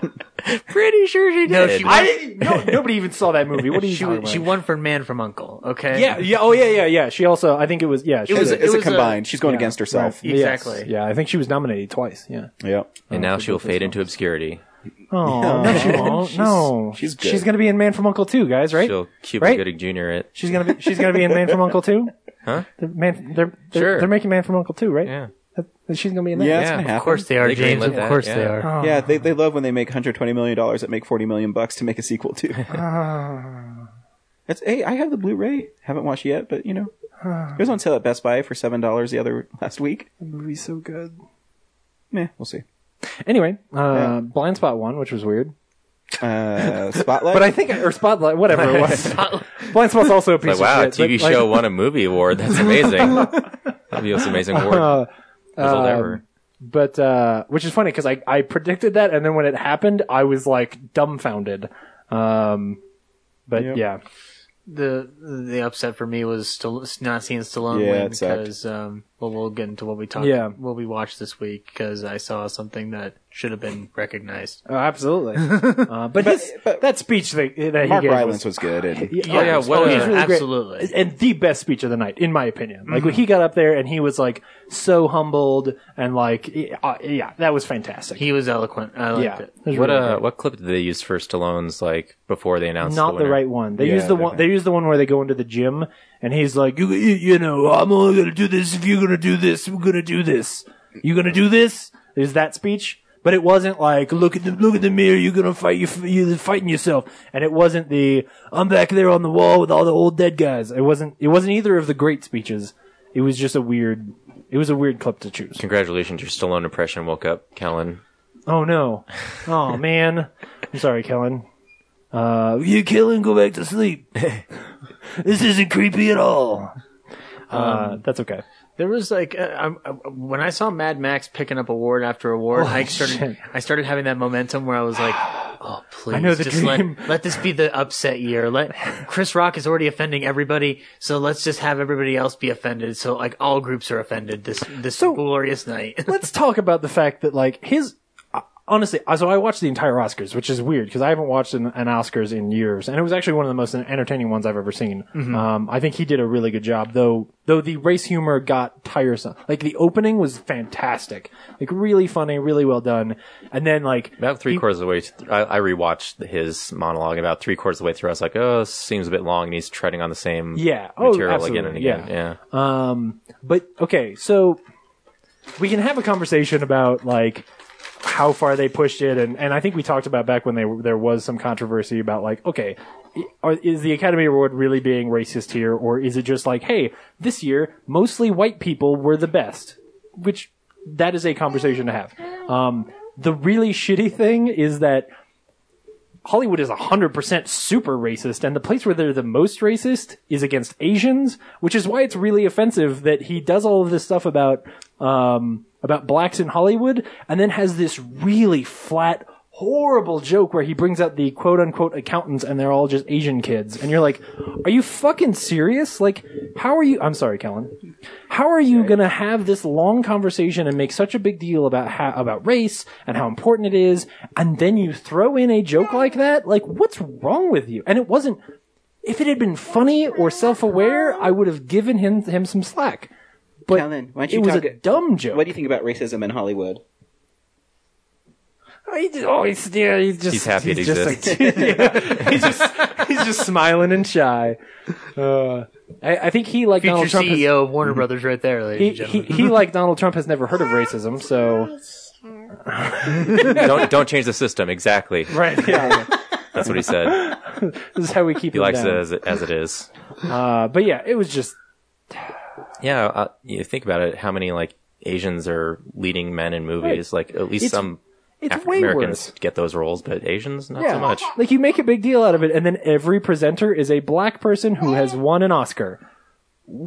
[SPEAKER 4] Pretty sure she did. No, she
[SPEAKER 2] I
[SPEAKER 4] won,
[SPEAKER 2] didn't. No, nobody even saw that movie. What are you
[SPEAKER 4] she,
[SPEAKER 2] talking
[SPEAKER 4] she
[SPEAKER 2] about?
[SPEAKER 4] won for Man from Uncle. Okay.
[SPEAKER 2] yeah, yeah. Oh, yeah, yeah, yeah. She also, I think it was. Yeah, she
[SPEAKER 1] it's
[SPEAKER 4] was-
[SPEAKER 1] a,
[SPEAKER 4] it
[SPEAKER 1] it's a
[SPEAKER 4] was a-
[SPEAKER 1] combined. She's going
[SPEAKER 2] yeah,
[SPEAKER 1] against herself.
[SPEAKER 4] right.
[SPEAKER 2] Yes.
[SPEAKER 4] Exactly.
[SPEAKER 2] Yeah, I think she was nominated twice. Yeah.
[SPEAKER 1] Yep.
[SPEAKER 3] and now she'll fade into obscurity.
[SPEAKER 2] Oh no, she won't. no,
[SPEAKER 1] she's good.
[SPEAKER 2] she's gonna be in Man from Uncle Two, guys. Right?
[SPEAKER 3] She'll Cuba
[SPEAKER 2] Right?
[SPEAKER 3] Gooding Jr. It.
[SPEAKER 2] She's gonna be. She's gonna be in Man from Uncle Two.
[SPEAKER 3] Huh?
[SPEAKER 2] They're man, they're they're,
[SPEAKER 3] Sure.
[SPEAKER 2] they're making Man from Uncle Two, right?
[SPEAKER 3] Yeah.
[SPEAKER 2] That- She's gonna be in that.
[SPEAKER 1] Yeah, that's
[SPEAKER 3] Yeah,
[SPEAKER 1] gonna
[SPEAKER 3] of
[SPEAKER 1] happen.
[SPEAKER 4] Of course they are,
[SPEAKER 3] They
[SPEAKER 4] James.
[SPEAKER 3] greenlit
[SPEAKER 4] Of
[SPEAKER 3] that,
[SPEAKER 4] course
[SPEAKER 3] yeah.
[SPEAKER 4] they are.
[SPEAKER 2] Oh.
[SPEAKER 1] Yeah, they, they love when they make 120 million dollars that make 40 million bucks to make a sequel too. It's hey, I have the Blu-ray. Haven't watched yet, but you know, it was on sale at Best Buy for seven dollars the other last week.
[SPEAKER 2] movie's so good.
[SPEAKER 1] Meh, we'll see.
[SPEAKER 2] Anyway, uh,
[SPEAKER 1] Yeah.
[SPEAKER 2] Blind Spot one, which was weird,
[SPEAKER 1] Uh, Spotlight.
[SPEAKER 2] but I think or Spotlight, whatever it was. Blind Spot's also a piece
[SPEAKER 3] Like, wow,
[SPEAKER 2] of shit.
[SPEAKER 3] TV
[SPEAKER 2] but, like,
[SPEAKER 3] show won a movie award. That's amazing. That'd be the most amazing award
[SPEAKER 2] Uh,
[SPEAKER 3] result
[SPEAKER 2] um,
[SPEAKER 3] ever.
[SPEAKER 2] but uh, which is funny because I I predicted that, and then when it happened, I was like dumbfounded. Um, but
[SPEAKER 1] Yep.
[SPEAKER 2] yeah,
[SPEAKER 4] the the upset for me was still not seeing Stallone
[SPEAKER 1] Yeah,
[SPEAKER 4] win
[SPEAKER 1] it sucked.
[SPEAKER 4] because um well we'll get into what we talked
[SPEAKER 2] Yeah.
[SPEAKER 4] what we watched this week because I saw something that should have been recognized.
[SPEAKER 2] Oh, absolutely. uh, but, his,
[SPEAKER 1] but-
[SPEAKER 2] that speech that, that
[SPEAKER 1] Mark
[SPEAKER 2] he gave was
[SPEAKER 1] Rylance was good. And,
[SPEAKER 2] Yeah,
[SPEAKER 3] Oh, yeah, what
[SPEAKER 2] he's
[SPEAKER 3] a-
[SPEAKER 2] great.
[SPEAKER 4] absolutely.
[SPEAKER 2] And the best speech of the night, in my opinion. Like, when he got up there and he was, like, so humbled and, like, yeah, uh, yeah, that was fantastic.
[SPEAKER 4] He was eloquent. I liked
[SPEAKER 2] yeah.
[SPEAKER 4] it.
[SPEAKER 2] It was
[SPEAKER 3] What
[SPEAKER 2] really
[SPEAKER 3] uh, what clip did they use for Stallone's like before they announced
[SPEAKER 2] not
[SPEAKER 3] the,
[SPEAKER 2] the,
[SPEAKER 3] winner?
[SPEAKER 2] right one. They
[SPEAKER 1] Yeah,
[SPEAKER 2] use the one.
[SPEAKER 1] different.
[SPEAKER 2] They use the one where they go into the gym and he's like, you, you, you know, I'm only gonna do this if you're gonna do this. We're gonna do this. You gonna do this? There's that speech, but it wasn't like, look at the look at the mirror. You're gonna fight. You you're fighting yourself. And it wasn't the I'm back there on the wall with all the old dead guys. It wasn't. It wasn't either of the great speeches. It was just a weird. It was a weird clip to choose.
[SPEAKER 3] Congratulations, your Stallone impression woke up, Kellen.
[SPEAKER 2] Oh no. Oh man. I'm sorry, Kellen. Uh, you Kellen, go back to sleep. this isn't creepy at all. Uh, that's okay.
[SPEAKER 4] There was like uh, I'm, uh, when I saw Mad Max picking up award after award, I started
[SPEAKER 2] Oh, shit.
[SPEAKER 4] I started having that momentum where I was like, "Oh please,
[SPEAKER 2] know the
[SPEAKER 4] just
[SPEAKER 2] dream."
[SPEAKER 4] let let this be the upset year. Let Chris Rock is already offending everybody, so let's just have everybody else be offended. So like all groups are offended this this
[SPEAKER 2] So-
[SPEAKER 4] glorious night.
[SPEAKER 2] Let's talk about the fact that like his uh, honestly, uh, so I watched the entire Oscars, which is weird because I haven't watched an, an Oscars in years, and it was actually one of the most entertaining ones I've ever seen. Um, I think he did a really good job, though. Though the race humor got tiresome. Like the opening was fantastic, like really funny, really well done, and then like
[SPEAKER 3] About three
[SPEAKER 2] he-
[SPEAKER 3] quarters of the way, th- I, I rewatched his monologue. About three quarters of the way through, I was like, "Oh, this seems a bit long," and he's treading on the same
[SPEAKER 2] Yeah. Oh,
[SPEAKER 3] material again and
[SPEAKER 2] absolutely.
[SPEAKER 3] again. Yeah,
[SPEAKER 2] Um, but okay, so we can have a conversation about like how far they pushed it, and, and I think we talked about back when they there was some controversy about like okay, i- are, is the Academy Award really being racist here, or is it just like hey, this year mostly white people were the best, which that is a conversation to have. Um, the really shitty thing is that Hollywood is 100% super racist, and the place where they're the most racist is against Asians, which is why it's really offensive that he does all of this stuff about, um, about blacks in Hollywood, and then has this really flat, horrible joke where he brings out the quote unquote accountants and they're all just Asian kids. And you're like, are you fucking serious? Like, how are you? I'm sorry, Kellen. How are you gonna have this long conversation and make such a big deal about how, about race and how important it is, and then you throw in a joke like that? Like, what's wrong with you? And it wasn't. If it had been funny or self-aware, I would have given him him some slack. But
[SPEAKER 1] Kellen, why don't you
[SPEAKER 2] it was
[SPEAKER 1] talk
[SPEAKER 2] a
[SPEAKER 1] it-
[SPEAKER 2] dumb joke.
[SPEAKER 1] what do you think about racism in Hollywood?
[SPEAKER 2] Oh, he just- oh, he's, yeah, he's just
[SPEAKER 3] He's happy it
[SPEAKER 2] just
[SPEAKER 3] exists.
[SPEAKER 2] like- yeah, he's just he's just smiling and shy. Uh, I, I think he like
[SPEAKER 4] Future
[SPEAKER 2] Donald Trump. has- Mm-hmm.
[SPEAKER 4] CEO of Warner Brothers, right there, ladies
[SPEAKER 2] he,
[SPEAKER 4] and
[SPEAKER 2] he,
[SPEAKER 4] gentlemen.
[SPEAKER 2] he like Donald Trump has never heard of racism, so
[SPEAKER 3] don't don't change the system. Exactly,
[SPEAKER 2] right, yeah,
[SPEAKER 3] that's what he said.
[SPEAKER 2] this is how we keep
[SPEAKER 3] He
[SPEAKER 2] him
[SPEAKER 3] likes it
[SPEAKER 2] down.
[SPEAKER 3] as, it as it is.
[SPEAKER 2] Uh, but yeah, it was just
[SPEAKER 3] Yeah, uh, you think about it. How many like Asians are leading men in movies? Like at least
[SPEAKER 2] It's-
[SPEAKER 3] some
[SPEAKER 2] it's
[SPEAKER 3] African
[SPEAKER 2] way
[SPEAKER 3] Americans
[SPEAKER 2] worse.
[SPEAKER 3] get those roles, but Asians not
[SPEAKER 2] Yeah,
[SPEAKER 3] so much.
[SPEAKER 2] like you make a big deal out of it, and then every presenter is a black person who has won an Oscar.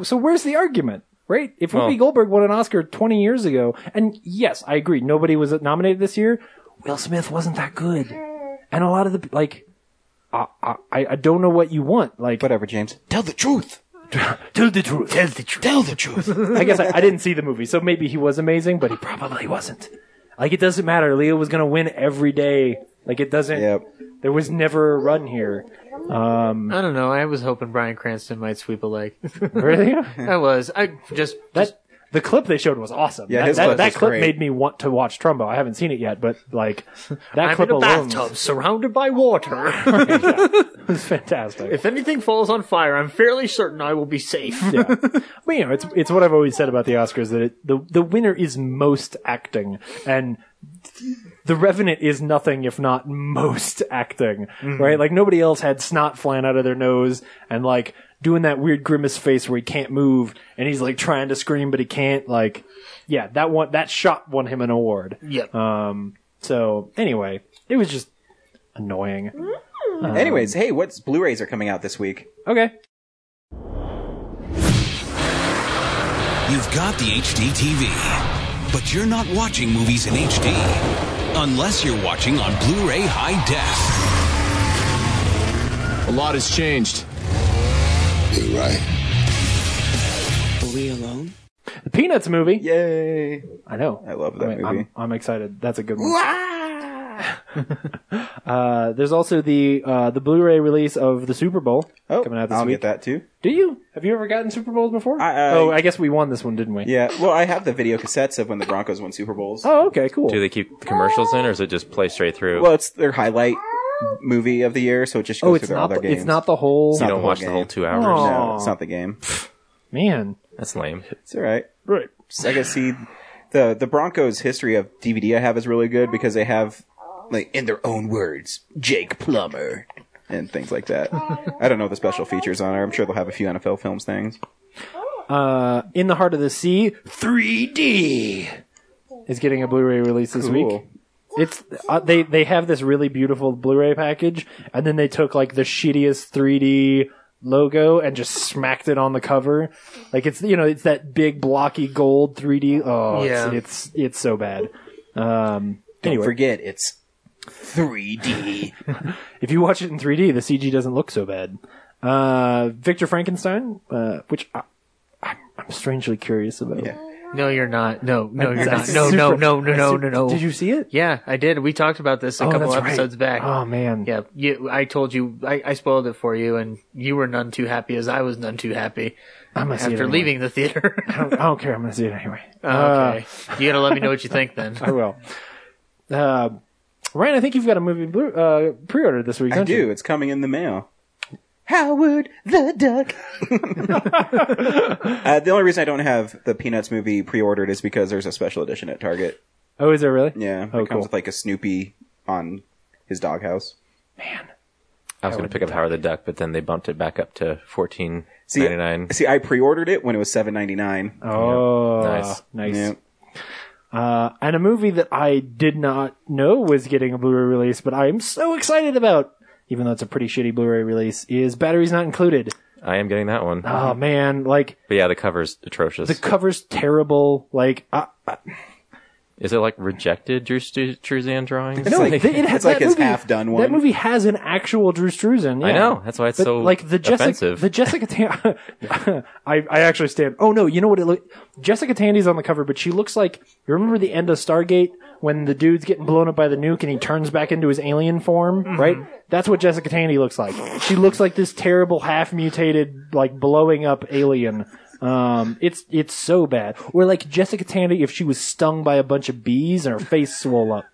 [SPEAKER 2] So where's the argument? Right? If
[SPEAKER 3] Well-
[SPEAKER 2] Whoopi Goldberg won an Oscar 20 years ago, and yes, I agree, nobody was nominated this year. Will Smith wasn't that good, and a lot of the like, I I, I don't know what you want. Like,
[SPEAKER 1] Whatever, James. Tell the truth.
[SPEAKER 2] tell the truth.
[SPEAKER 4] Tell the truth.
[SPEAKER 1] Tell the truth.
[SPEAKER 2] I guess I, I didn't see the movie, so maybe he was amazing, but he probably wasn't. Like it doesn't matter. Leo was gonna win every day. Like it doesn't.
[SPEAKER 1] Yep.
[SPEAKER 2] There was never a run here. Um,
[SPEAKER 4] I don't know. I was hoping Brian Cranston might sweep a leg.
[SPEAKER 2] Really?
[SPEAKER 4] I was. I just just
[SPEAKER 2] that the clip they showed was awesome.
[SPEAKER 1] Yeah,
[SPEAKER 2] that,
[SPEAKER 1] his
[SPEAKER 2] that,
[SPEAKER 1] clip
[SPEAKER 2] that
[SPEAKER 1] was
[SPEAKER 2] clip
[SPEAKER 1] great.
[SPEAKER 2] made me want to watch Trumbo. I haven't seen it yet, but like that
[SPEAKER 4] I'm
[SPEAKER 2] clip
[SPEAKER 4] in a
[SPEAKER 2] alone
[SPEAKER 4] bathtub surrounded by water.
[SPEAKER 2] was fantastic.
[SPEAKER 4] If anything falls on fire, I'm fairly certain I will be safe.
[SPEAKER 2] yeah. But you know, it's it's what I've always said about the Oscars that it, the the winner is most acting and the Revenant is nothing if not most acting, right? Like nobody else had snot flying out of their nose and like doing that weird grimace face where he can't move and he's like trying to scream but he can't. Like, yeah, that one that shot won him an award. Um,
[SPEAKER 4] Yep.
[SPEAKER 2] So anyway, it was just annoying. Hmm.
[SPEAKER 1] Anyways, hey, what's Blu-rays are coming out this week?
[SPEAKER 2] Okay,
[SPEAKER 10] You've got the HD TV, but you're not watching movies in HD unless you're watching on Blu ray high def.
[SPEAKER 11] A lot has changed. something right.
[SPEAKER 2] Are we alone? The Peanuts movie.
[SPEAKER 1] Yay!
[SPEAKER 2] I know.
[SPEAKER 1] I love that
[SPEAKER 2] I'm,
[SPEAKER 1] movie.
[SPEAKER 2] I'm excited. That's a good one. uh, there's also the uh, the Blu-ray release of the Super Bowl
[SPEAKER 1] oh,
[SPEAKER 2] coming out this
[SPEAKER 1] I'll
[SPEAKER 2] week.
[SPEAKER 1] get that too.
[SPEAKER 2] Do you? Have you ever gotten Super Bowls before?
[SPEAKER 1] I- uh,
[SPEAKER 2] oh, I guess we won this one, didn't we?
[SPEAKER 1] Yeah, well, I have the video cassettes of when the Broncos won Super Bowls.
[SPEAKER 2] Oh, okay, cool.
[SPEAKER 3] Do they keep the commercials in, or is it just play straight through?
[SPEAKER 1] Well, it's their highlight movie of the year, so it just goes
[SPEAKER 2] Oh, it's
[SPEAKER 1] through all
[SPEAKER 2] not.
[SPEAKER 1] their
[SPEAKER 2] The,
[SPEAKER 1] games.
[SPEAKER 2] it's not the whole.
[SPEAKER 1] It's not
[SPEAKER 3] You don't watch the
[SPEAKER 1] game.
[SPEAKER 3] whole two hours?
[SPEAKER 1] No,
[SPEAKER 2] Aw.
[SPEAKER 1] it's not the game.
[SPEAKER 2] Man,
[SPEAKER 3] That's lame.
[SPEAKER 1] It's all right.
[SPEAKER 2] right.
[SPEAKER 1] Just, I guess see the the Broncos history of DVD I have is really good because they have like in their own words Jake Plummer and things like that. I don't know the special features on it. I'm sure they'll have a few NFL films things.
[SPEAKER 2] Uh, In the Heart of the Sea 3D is getting a Blu-ray release this week.
[SPEAKER 1] Cool.
[SPEAKER 2] It's uh, they they have this really beautiful Blu-ray package, and then they took like the shittiest 3D logo and just smacked it on the cover. Like it's you know it's that big blocky gold 3D. Oh,
[SPEAKER 4] Yeah.
[SPEAKER 2] it's, it's it's so bad. Um,
[SPEAKER 1] Don't
[SPEAKER 2] anyway,
[SPEAKER 1] forget it's 3D.
[SPEAKER 2] if you watch it in 3D, the CG doesn't look so bad. Uh, Victor Frankenstein, uh, which I, I'm, I'm strangely curious about.
[SPEAKER 1] Yeah.
[SPEAKER 4] No, you're not. No, no, you're
[SPEAKER 2] That's
[SPEAKER 4] not. No,
[SPEAKER 2] super-
[SPEAKER 4] no, no, no,
[SPEAKER 2] that's
[SPEAKER 4] no,
[SPEAKER 2] super-
[SPEAKER 4] no, no.
[SPEAKER 2] Did you see it?
[SPEAKER 4] Yeah, I did. We talked about this a
[SPEAKER 2] Oh,
[SPEAKER 4] couple
[SPEAKER 2] that's right.
[SPEAKER 4] episodes back.
[SPEAKER 2] Oh man.
[SPEAKER 4] Yeah, you, I told you, I, I spoiled it for you, and you were none too happy as I was none too happy
[SPEAKER 2] I'm gonna see it
[SPEAKER 4] after
[SPEAKER 2] anyway.
[SPEAKER 4] leaving the theater.
[SPEAKER 2] I don't, I don't care. I'm gonna see it anyway.
[SPEAKER 4] Oh, okay, you gotta let me know what you think then.
[SPEAKER 2] Uh, I will. Uh, Ryan, I think you've got a movie blue, uh, pre-order this week.
[SPEAKER 1] I
[SPEAKER 2] Don't
[SPEAKER 1] do.
[SPEAKER 2] You?
[SPEAKER 1] It's coming in the mail. Howard the Duck. uh, the only reason I don't have the Peanuts movie pre-ordered is because there's a special edition at Target.
[SPEAKER 2] Oh, is it really?
[SPEAKER 1] Yeah, it
[SPEAKER 2] Oh,
[SPEAKER 1] comes
[SPEAKER 2] cool.
[SPEAKER 1] with like a Snoopy on his doghouse.
[SPEAKER 3] I was going to pick up Howard the Duck, but then they bumped it back up to fourteen
[SPEAKER 1] See,
[SPEAKER 3] ninety nine.
[SPEAKER 1] See, I pre-ordered it when it was seven ninety nine.
[SPEAKER 2] Oh,
[SPEAKER 3] Nice.
[SPEAKER 2] nice.
[SPEAKER 1] Yeah.
[SPEAKER 2] Uh, and a movie that I did not know was getting a Blu-ray release, but I am so excited about, even though it's a pretty shitty Blu-ray release, is Batteries Not Included.
[SPEAKER 3] I am getting that one.
[SPEAKER 2] Oh man, like
[SPEAKER 3] But yeah, the cover's atrocious.
[SPEAKER 2] the cover's terrible. Like, I,
[SPEAKER 3] Is it like rejected Drew St- Struzan drawings?
[SPEAKER 2] no,
[SPEAKER 3] Like-
[SPEAKER 2] it, it has
[SPEAKER 1] it's like
[SPEAKER 2] that
[SPEAKER 1] his
[SPEAKER 2] movie-
[SPEAKER 1] half-done
[SPEAKER 2] That
[SPEAKER 1] one.
[SPEAKER 2] movie has an actual Drew Struzan.
[SPEAKER 3] I
[SPEAKER 2] yeah.
[SPEAKER 3] know. That's why it's
[SPEAKER 2] But,
[SPEAKER 3] so
[SPEAKER 2] like the Jessica,
[SPEAKER 3] offensive.
[SPEAKER 2] the Jessica. Tan- I I actually stand. Oh no, you know what? It look Jessica Tandy's on the cover, but she looks like. You remember the end of Stargate when the dude's getting blown up by the nuke and he turns back into his alien form, right? That's what Jessica Tandy looks like. She looks like this terrible half mutated, like blowing up alien. Um, it's it's so bad. Or like Jessica Tandy if she was stung by a bunch of bees and her face swole up.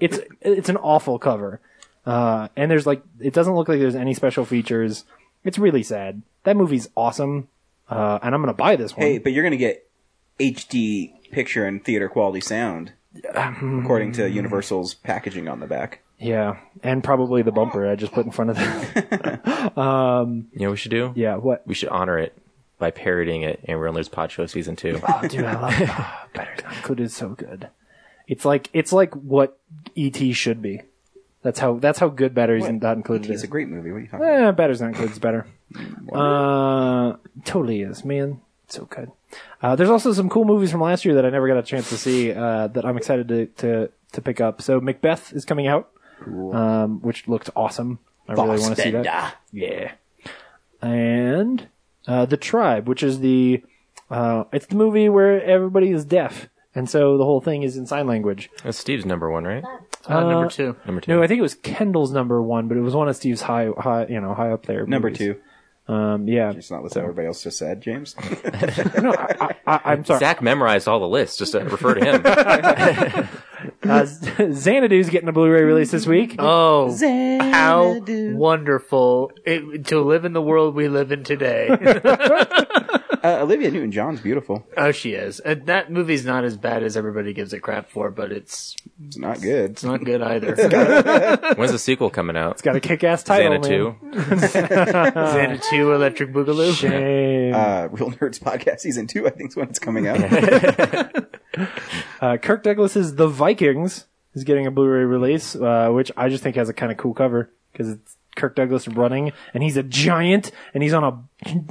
[SPEAKER 2] It's it's an awful cover. Uh, and there's like, it doesn't look like there's any special features. It's really sad. That movie's awesome. Uh, and I'm gonna buy this one.
[SPEAKER 1] Hey, but you're gonna get HD picture and theater quality sound, according to Universal's packaging on the back.
[SPEAKER 2] Yeah, and probably the bumper I just put in front of the.
[SPEAKER 3] you know what we should do?
[SPEAKER 2] um, yeah, what?
[SPEAKER 3] We should honor it by parodying it in Randler's Pod Show Season 2.
[SPEAKER 2] Oh, dude, I love it. Oh, better not included is so good. It's like it's like what ET should be. That's how that's how good batteries and not included
[SPEAKER 1] It's
[SPEAKER 2] is.
[SPEAKER 1] E a great movie. What are you talking about?
[SPEAKER 2] Eh, batteries not included is better.
[SPEAKER 1] Mm,
[SPEAKER 2] Uh, totally is, man. It's so good. Uh, there's also some cool movies from last year that I never got a chance to see uh, that I'm excited to, to to pick up. So Macbeth is coming out, um, which looks awesome. I really want to see that.
[SPEAKER 1] Fassbender.
[SPEAKER 2] Yeah. And uh, The Tribe, which is the uh, it's the movie where everybody is deaf, and so the whole thing is in sign language.
[SPEAKER 3] That's Steve's number one, right?
[SPEAKER 4] Uh, number two.
[SPEAKER 3] Number two.
[SPEAKER 2] No, I think it was Kendall's number one, but it was one of Steve's high, high you know, high up there.
[SPEAKER 1] Number
[SPEAKER 2] movies.
[SPEAKER 1] two.
[SPEAKER 2] Um, yeah.
[SPEAKER 1] It's not what everybody else just said, James.
[SPEAKER 2] I, I'm sorry.
[SPEAKER 3] Zach memorized all the lists. Just to refer to him.
[SPEAKER 2] Uh, Z- Xanadu's getting a Blu-ray release this week.
[SPEAKER 4] Oh, how wonderful it, to live in the world we live in today.
[SPEAKER 1] uh, Olivia Newton-John's beautiful.
[SPEAKER 4] oh, she is. And that movie's not as bad as everybody gives it crap for, but it's
[SPEAKER 1] It's not good.
[SPEAKER 4] it's not good either.
[SPEAKER 3] When's the sequel coming out?
[SPEAKER 2] It's got a kick-ass title.
[SPEAKER 3] Xana 2?
[SPEAKER 4] Xana 2 Electric Boogaloo.
[SPEAKER 2] Shame.
[SPEAKER 1] Uh, Real Nerds Podcast Season 2, I think, is when it's coming out.
[SPEAKER 2] Uh, Kirk Douglas's The Vikings is getting a Blu-ray release, uh, which I just think has a kind of cool cover because it's Kirk Douglas running and he's a giant and he's on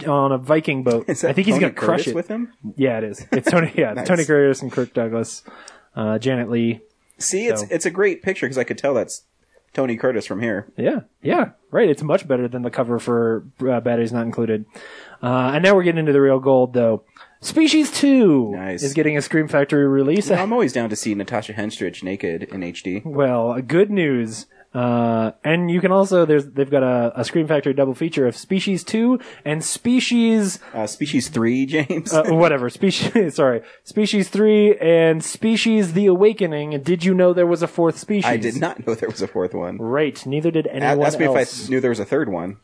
[SPEAKER 2] a on a Viking boat. I
[SPEAKER 1] Is that
[SPEAKER 2] think he's
[SPEAKER 1] Tony
[SPEAKER 2] gonna crush
[SPEAKER 1] Curtis
[SPEAKER 2] it.
[SPEAKER 1] with him.
[SPEAKER 2] Yeah, it is. It's Tony. Yeah, it's
[SPEAKER 1] Nice.
[SPEAKER 2] Tony Curtis and Kirk Douglas, uh, Janet Lee.
[SPEAKER 1] See, it's
[SPEAKER 2] So-
[SPEAKER 1] it's a great picture because I could tell that's Tony Curtis from here.
[SPEAKER 2] Yeah, yeah, right. It's much better than the cover for uh, Batteries Not Included. Uh, and now we're getting into the real gold, though. Species 2
[SPEAKER 1] Nice.
[SPEAKER 2] is getting a Scream Factory release.
[SPEAKER 1] No, I'm always down to see Natasha Henstridge naked in HD.
[SPEAKER 2] Well, good news. Uh, and you can also there's they've got a, a Scream Factory double feature of Species Two and Species
[SPEAKER 1] Uh, species three, James.
[SPEAKER 2] uh, whatever Species sorry Species Three and Species The Awakening. Did you know there was a fourth species?
[SPEAKER 1] I did not know there was a fourth one.
[SPEAKER 2] Right, neither did anyone
[SPEAKER 1] Ask me
[SPEAKER 2] else.
[SPEAKER 1] if I knew there was a third one.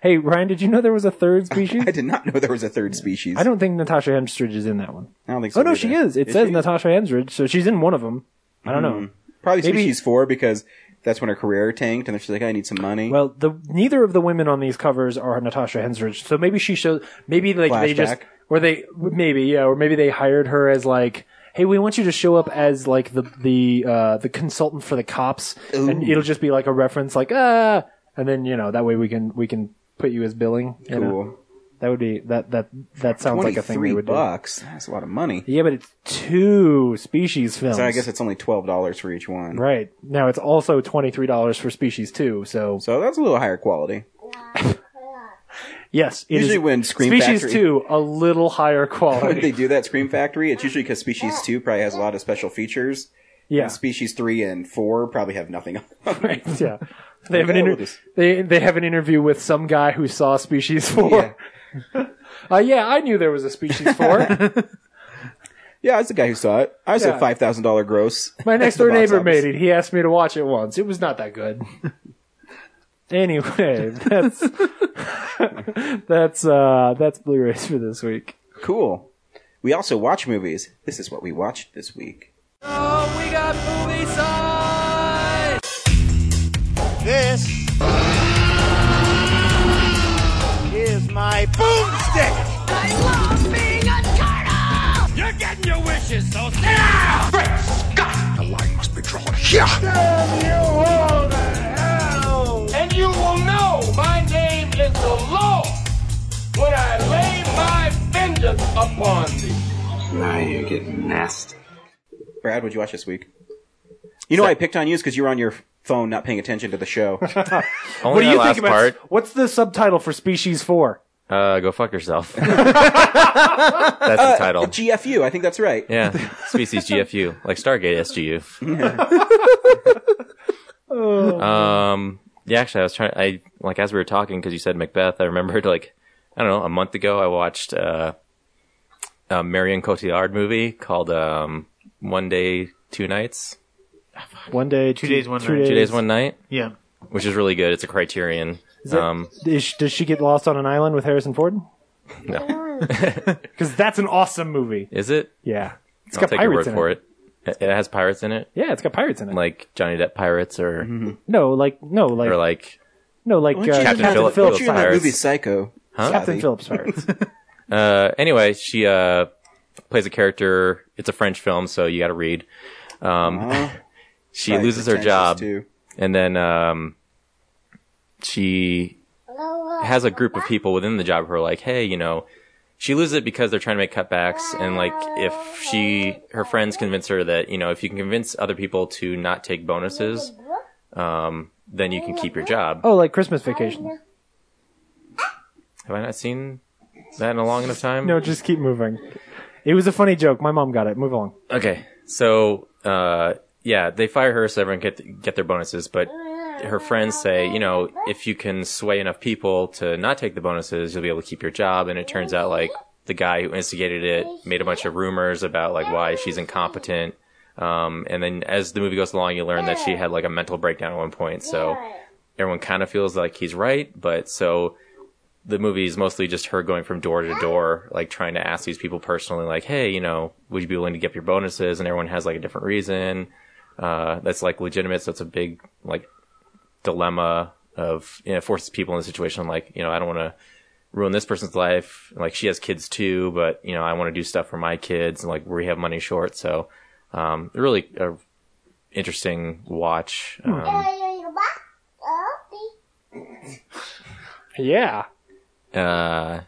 [SPEAKER 2] Hey Ryan, did you know there was a third species?
[SPEAKER 1] I did not know there was a third species.
[SPEAKER 2] I don't think Natasha Henstridge is in that one.
[SPEAKER 1] I don't think so.
[SPEAKER 2] Oh no,
[SPEAKER 1] either.
[SPEAKER 2] she is. It says Natasha Henstridge, so she's in one of them. I don't know.
[SPEAKER 1] Hmm. Probably
[SPEAKER 2] Maybe-
[SPEAKER 1] species four because that's when her career tanked, and then she's like, "I need some money."
[SPEAKER 2] Well, the neither of the women on these covers are Natasha Henstridge, so maybe she shows. Maybe like they just
[SPEAKER 1] Flashback.
[SPEAKER 2] or they maybe yeah, or maybe they hired her as like, hey, we want you to show up as like the the uh, the consultant for the cops, and it'll just be like a reference like ah, and then you know that way we can we can put you as billing. you know?
[SPEAKER 1] cool.
[SPEAKER 2] That would be that that that sounds like a thing
[SPEAKER 1] Twenty-three
[SPEAKER 2] they would
[SPEAKER 1] bucks. That's a lot of money.
[SPEAKER 2] do. Yeah, but it's two species films.
[SPEAKER 1] So I guess it's only twelve dollars for each one.
[SPEAKER 2] right now it's also twenty three dollars for species two. So
[SPEAKER 1] So that's a little higher quality.
[SPEAKER 2] Yes, it is
[SPEAKER 1] Usually when Scream
[SPEAKER 2] Species
[SPEAKER 1] Factory-
[SPEAKER 2] Two a little higher
[SPEAKER 1] When
[SPEAKER 2] quality.
[SPEAKER 1] they do that Scream Factory, it's usually because Species Two probably has a lot of special features.
[SPEAKER 2] yeah,
[SPEAKER 1] And Species Three and Four probably have nothing.
[SPEAKER 2] yeah. They have an
[SPEAKER 1] Yeah,
[SPEAKER 2] inter-
[SPEAKER 1] we'll just-
[SPEAKER 2] they they have an interview with some guy who saw Species Four. uh, yeah I knew there was a Species Four.
[SPEAKER 1] yeah, it's the guy who saw it. I said
[SPEAKER 2] Yeah.
[SPEAKER 1] five thousand dollar gross.
[SPEAKER 2] My
[SPEAKER 1] at
[SPEAKER 2] next
[SPEAKER 1] the
[SPEAKER 2] door
[SPEAKER 1] box
[SPEAKER 2] neighbor
[SPEAKER 1] office.
[SPEAKER 2] made it. He asked me to watch it once. It was not that good. anyway, that's that's uh that's Blu-rays for this week.
[SPEAKER 1] Cool. We also watch movies. This is what we watched this week.
[SPEAKER 11] I love being a turtle! You're getting your wishes, so sit down! Great Scott! The line must be drawn here!
[SPEAKER 9] And you will know my name is the law when I lay my vengeance upon thee.
[SPEAKER 6] Now you're getting nasty.
[SPEAKER 1] Brad, what'd you watch this week? You know, I picked on you because you were on your phone, not paying attention to the show.
[SPEAKER 3] Only
[SPEAKER 2] What do
[SPEAKER 3] that
[SPEAKER 2] you
[SPEAKER 3] last
[SPEAKER 2] think about?
[SPEAKER 3] part.
[SPEAKER 2] What's the subtitle for Species Four?
[SPEAKER 3] Uh, go fuck yourself. That's
[SPEAKER 1] Uh,
[SPEAKER 3] the title.
[SPEAKER 1] GFU, I think that's right.
[SPEAKER 3] Yeah, species GFU, like Stargate SGU. um, yeah, actually, I was trying. I like as we were talking because you said Macbeth. I remembered like I don't know a month ago I watched uh, a Marion Cotillard movie called um, One Day Two Nights,
[SPEAKER 2] One day, two,
[SPEAKER 4] days, one
[SPEAKER 2] two
[SPEAKER 4] night.
[SPEAKER 3] Two Days One Night,
[SPEAKER 4] Yeah.
[SPEAKER 3] which is really good. It's a Criterion.
[SPEAKER 2] that-
[SPEAKER 3] um,
[SPEAKER 2] Is, she- does she get lost on an island with Harrison Ford?
[SPEAKER 3] no,
[SPEAKER 2] Because that's an awesome movie.
[SPEAKER 3] is it?
[SPEAKER 2] Yeah, it's
[SPEAKER 3] I'll
[SPEAKER 2] got
[SPEAKER 3] take your
[SPEAKER 2] pirates
[SPEAKER 3] word
[SPEAKER 2] in
[SPEAKER 3] for
[SPEAKER 2] it.
[SPEAKER 3] it. It it has pirates in it,
[SPEAKER 2] Yeah, it's got pirates in it.
[SPEAKER 3] like Johnny Depp pirates, or
[SPEAKER 2] no, like no, like,
[SPEAKER 3] or like
[SPEAKER 2] no, like uh,
[SPEAKER 1] Weren't you in
[SPEAKER 2] Captain,
[SPEAKER 1] that-
[SPEAKER 3] Phillips
[SPEAKER 2] Phillips.
[SPEAKER 1] weren't you in that
[SPEAKER 3] Pirates.
[SPEAKER 1] movie Psycho?
[SPEAKER 2] Captain
[SPEAKER 1] Savvy?
[SPEAKER 2] Phillips pirates.
[SPEAKER 3] uh, anyway, she uh, plays a character. It's a French film, so you got to read. Um, she
[SPEAKER 1] Right,
[SPEAKER 3] loses her
[SPEAKER 1] pretentious
[SPEAKER 3] job,
[SPEAKER 1] Uh-huh. too.
[SPEAKER 3] and then um, she has a group of people within the job who are like, "Hey, you know." She loses it because they're trying to make cutbacks, and like if she, her friends convince her that you know if you can convince other people to not take bonuses, um, then you can keep your job.
[SPEAKER 2] oh, like Christmas Vacation.
[SPEAKER 3] Have I not seen that in a long enough time?
[SPEAKER 2] No, just keep moving. It was a funny joke. My mom got it. Move along.
[SPEAKER 3] Okay. So, uh, yeah, they fire her so everyone get get their bonuses, but her friends say, you know, if you can sway enough people to not take the bonuses, you'll be able to keep your job. And it turns out like the guy who instigated it made a bunch of rumors about like why she's incompetent. Um, and then as the movie goes along, you learn that she had like a mental breakdown at one point. So everyone kind of feels like he's right, but so the movie is mostly just her going from door to door, like trying to ask these people personally, like, hey, you know, would you be willing to give your bonuses? And everyone has like a different reason uh, that's like legitimate. So it's a big like dilemma of you know, it forces people in a situation like you know I don't want to ruin this person's life. Like she has kids too, but you know I want to do stuff for my kids, and like we have money short. So um, really a interesting watch. Um,
[SPEAKER 2] Yeah.
[SPEAKER 3] uh,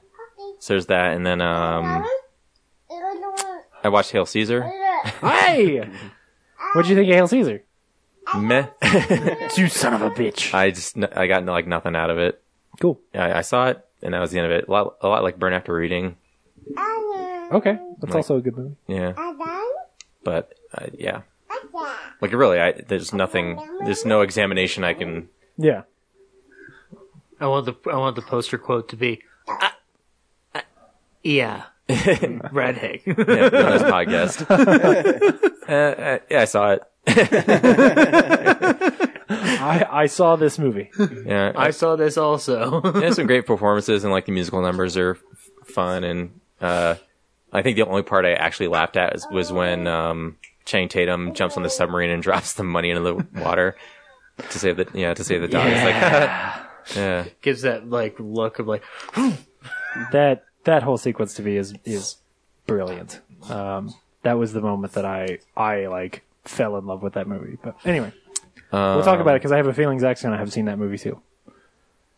[SPEAKER 3] so there's that, and then um, I watched Hail Caesar.
[SPEAKER 2] Hey, what do you think of Hail Caesar?
[SPEAKER 3] Meh.
[SPEAKER 2] You son of a bitch.
[SPEAKER 3] I just I got like nothing out of it.
[SPEAKER 2] Cool.
[SPEAKER 3] I, I saw it. and that was the end of it. A lot, a lot like Burn After Reading.
[SPEAKER 2] Okay, that's
[SPEAKER 3] Like-
[SPEAKER 2] also a good movie.
[SPEAKER 3] Yeah. But uh, yeah, like really, I there's nothing, there's no examination I can.
[SPEAKER 2] Yeah.
[SPEAKER 4] I want the I want the poster quote to be, "Ah, ah, yeah, Brad Haig.
[SPEAKER 3] Yeah, no, that's podcast. uh, uh, yeah, I saw it.
[SPEAKER 2] I, I saw this movie.
[SPEAKER 3] Yeah,
[SPEAKER 4] I saw this also.
[SPEAKER 3] there's some great performances and like the musical numbers are f- fun and uh I think the only part I actually laughed at is, was when um Chang Tatum jumps on the submarine and drops the money into the water to save the yeah to save the dog. It's like yeah.
[SPEAKER 4] Gives that like look of like,
[SPEAKER 2] that that whole sequence to me is is brilliant. Um, that was the moment that I I like fell in love with that movie. But anyway, we'll talk
[SPEAKER 4] Um,
[SPEAKER 2] about it because I have a feeling Zach's gonna have seen that movie too.
[SPEAKER 3] um,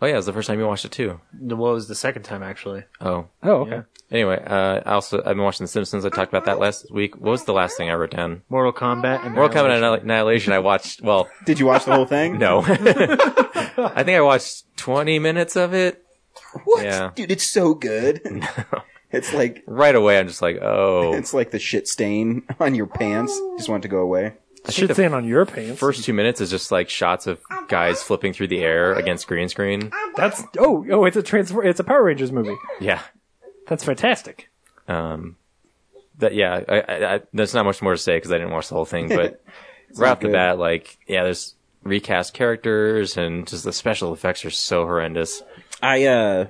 [SPEAKER 3] Oh yeah, it was the first time you watched it too.
[SPEAKER 4] what was the second time actually?
[SPEAKER 3] Oh.
[SPEAKER 2] Oh, okay.
[SPEAKER 3] Anyway, uh, I also I've been watching The Simpsons. I talked about that last week. What was the last thing I wrote down?
[SPEAKER 4] Mortal Kombat and
[SPEAKER 3] Mortal Kombat Annihil- Annihilation. I watched. Well,
[SPEAKER 1] Did you watch the whole thing?
[SPEAKER 3] no, I think I watched 20 minutes of it.
[SPEAKER 1] What?
[SPEAKER 3] Yeah.
[SPEAKER 1] Dude, it's so good. It's like
[SPEAKER 3] Right away, I'm just like, oh.
[SPEAKER 1] it's like the shit stain on your pants. Just want it to go away.
[SPEAKER 3] I think
[SPEAKER 2] Shit
[SPEAKER 3] the
[SPEAKER 2] stand on your pants.
[SPEAKER 3] first two minutes is just like shots of guys flipping through the air against green screen.
[SPEAKER 2] That's oh oh it's a transfer it's a Power Rangers movie.
[SPEAKER 3] Yeah.
[SPEAKER 2] That's fantastic.
[SPEAKER 3] Um, that yeah, I, I, I, there's not much more to say because I didn't watch the whole thing, but right
[SPEAKER 1] not
[SPEAKER 3] off the
[SPEAKER 1] good.
[SPEAKER 3] bat, like yeah, there's recast characters and just the special effects are so horrendous.
[SPEAKER 1] I uh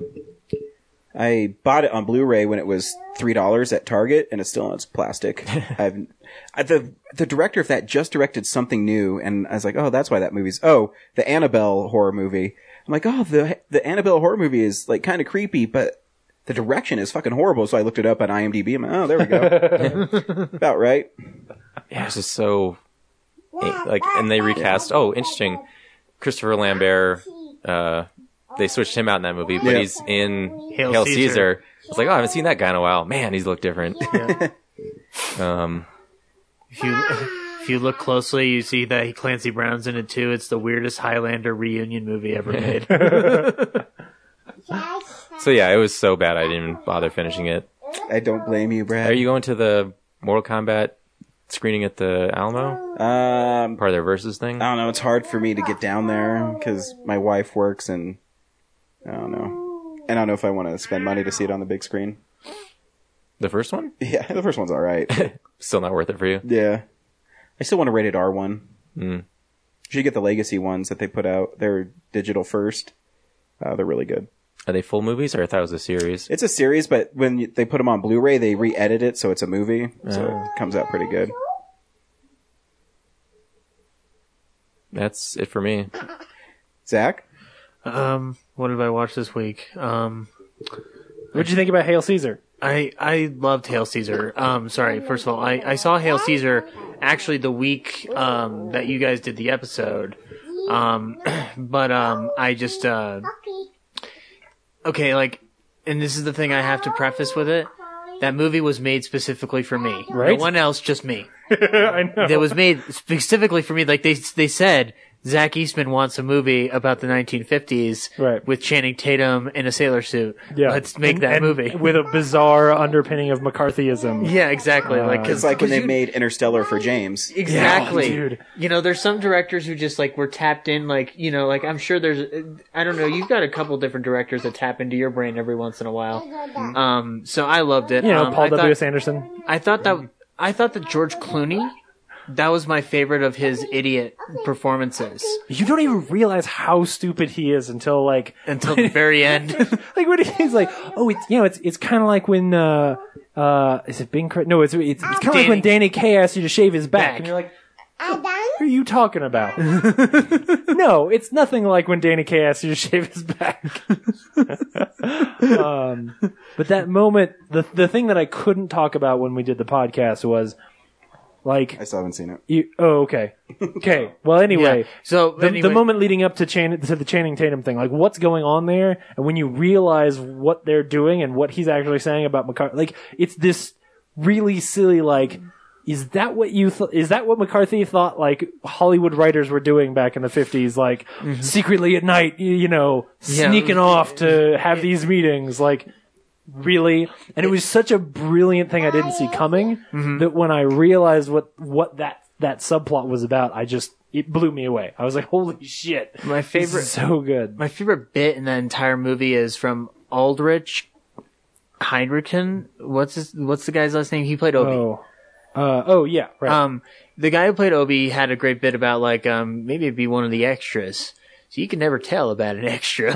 [SPEAKER 1] I bought it on Blu-ray when it was three dollars at Target, and it's still on its plastic. I've I, the the director of that just directed something new, and I was like, oh, that's why that movie's oh the Annabelle horror movie. I'm like, oh, the the Annabelle horror movie is like kind of creepy, but the direction is fucking horrible. So I looked it up on IMDb. I'm like, oh, there we go, about right.
[SPEAKER 3] Yeah, it's just so eh, like, and they recast. Oh, interesting. Christopher Lambert. Uh, they switched him out in that movie, but
[SPEAKER 1] Yeah.
[SPEAKER 3] he's in
[SPEAKER 4] Hail
[SPEAKER 3] Hail,
[SPEAKER 4] Caesar.
[SPEAKER 3] Caesar. It's like, oh, I haven't seen that guy in a while. Man, he's looked different. um,
[SPEAKER 4] If you if you look closely, you see that Clancy Brown's in it too. It's the weirdest Highlander reunion movie ever made.
[SPEAKER 3] So yeah, it was so bad I didn't even bother finishing it.
[SPEAKER 1] I don't blame you, Brad.
[SPEAKER 3] Are you going to the Mortal Kombat screening at the Alamo?
[SPEAKER 1] Um,
[SPEAKER 3] Part of their versus thing?
[SPEAKER 1] I don't know. It's hard for me to get down there because my wife works, and I don't know. And I don't know if I want to spend money to see it on the big screen.
[SPEAKER 3] The first one?
[SPEAKER 1] Yeah, the first one's all right.
[SPEAKER 3] Still not worth it for you.
[SPEAKER 1] yeah, I still want a rated R one.
[SPEAKER 3] Mm.
[SPEAKER 1] You should get the legacy ones that they put out. They're digital first. Uh, they're really good.
[SPEAKER 3] Are they full movies or I thought it was a series?
[SPEAKER 1] It's a series, but when you- they put them on Blu-ray, they re-edit it so it's a movie, so
[SPEAKER 3] Ah.
[SPEAKER 1] it comes out pretty good.
[SPEAKER 3] That's it for me.
[SPEAKER 1] Zach,
[SPEAKER 4] um, what did I watch this week? Um,
[SPEAKER 2] What'd you think about Hail Caesar?
[SPEAKER 4] I I loved Hail Caesar. Um, sorry, first of all, I, I saw Hail Caesar actually the week um that you guys did the episode. Um, but um, I just uh, okay, like, and this is the thing I have to preface with it. That movie was made specifically for me.
[SPEAKER 2] Right.
[SPEAKER 4] No one else, just me.
[SPEAKER 2] I know.
[SPEAKER 4] that was made specifically for me. Like they they said, Zach Eastman wants a movie about the 1950s
[SPEAKER 2] Right.
[SPEAKER 4] with Channing Tatum in a sailor suit.
[SPEAKER 2] yeah.
[SPEAKER 4] let's make
[SPEAKER 2] And-
[SPEAKER 4] that
[SPEAKER 2] and
[SPEAKER 4] movie.
[SPEAKER 2] with a bizarre underpinning of McCarthyism.
[SPEAKER 4] yeah, exactly. like
[SPEAKER 2] Uh,
[SPEAKER 1] it's like when they
[SPEAKER 4] you-
[SPEAKER 1] made Interstellar for James.
[SPEAKER 4] Exactly.
[SPEAKER 2] Yeah, dude.
[SPEAKER 4] You know, there's some directors who just like were tapped in, like you know, like I'm sure there's, I don't know, you've got a couple different directors that tap into your brain every once in a while. Um, so I loved it.
[SPEAKER 2] You know,
[SPEAKER 4] um,
[SPEAKER 2] Paul
[SPEAKER 4] I
[SPEAKER 2] W.
[SPEAKER 4] thought,
[SPEAKER 2] Sanderson.
[SPEAKER 4] I thought that I thought that George Clooney, that was my favorite of his idiot performances
[SPEAKER 2] You don't even realize how stupid he is until like
[SPEAKER 4] until the very end.
[SPEAKER 2] like what he's like, oh, it's you know, it's it's kind of like when uh uh is it Bing? Cra- No, it's it's, it's kind of like when Danny Kaye asked you to shave his back,
[SPEAKER 4] Back.
[SPEAKER 2] and you're like, what are you talking about? no, it's nothing like when Danny Kaye asked you to shave his back. um, but that moment, the the thing that I couldn't talk about when we did the podcast was like
[SPEAKER 1] I still haven't seen it.
[SPEAKER 2] you. Oh, okay, okay. Well, anyway.
[SPEAKER 4] Yeah. So
[SPEAKER 2] The,
[SPEAKER 4] anyway-
[SPEAKER 2] the moment leading up to, Chan- to the Channing Tatum thing, like what's going on there, and when you realize what they're doing and what he's actually saying about McCarthy, like it's this really silly, like is that what you th- is that what McCarthy thought like Hollywood writers were doing back in the 50s like secretly at night y- you know
[SPEAKER 4] Yeah.
[SPEAKER 2] sneaking off to have these meetings like really and it was such a brilliant thing I didn't see coming that when I realized what what that that subplot was about I just it blew me away I was like holy shit
[SPEAKER 4] My
[SPEAKER 2] this is
[SPEAKER 4] favorite-
[SPEAKER 2] so good
[SPEAKER 4] My favorite bit in that entire movie is from Aldrich Heinrichen. What's his, what's the guy's last name? He played Obi.
[SPEAKER 2] oh uh, oh yeah right
[SPEAKER 4] Um, the guy who played Obi had a great bit about like um maybe it'd be one of the extras. So you can never tell about an extra.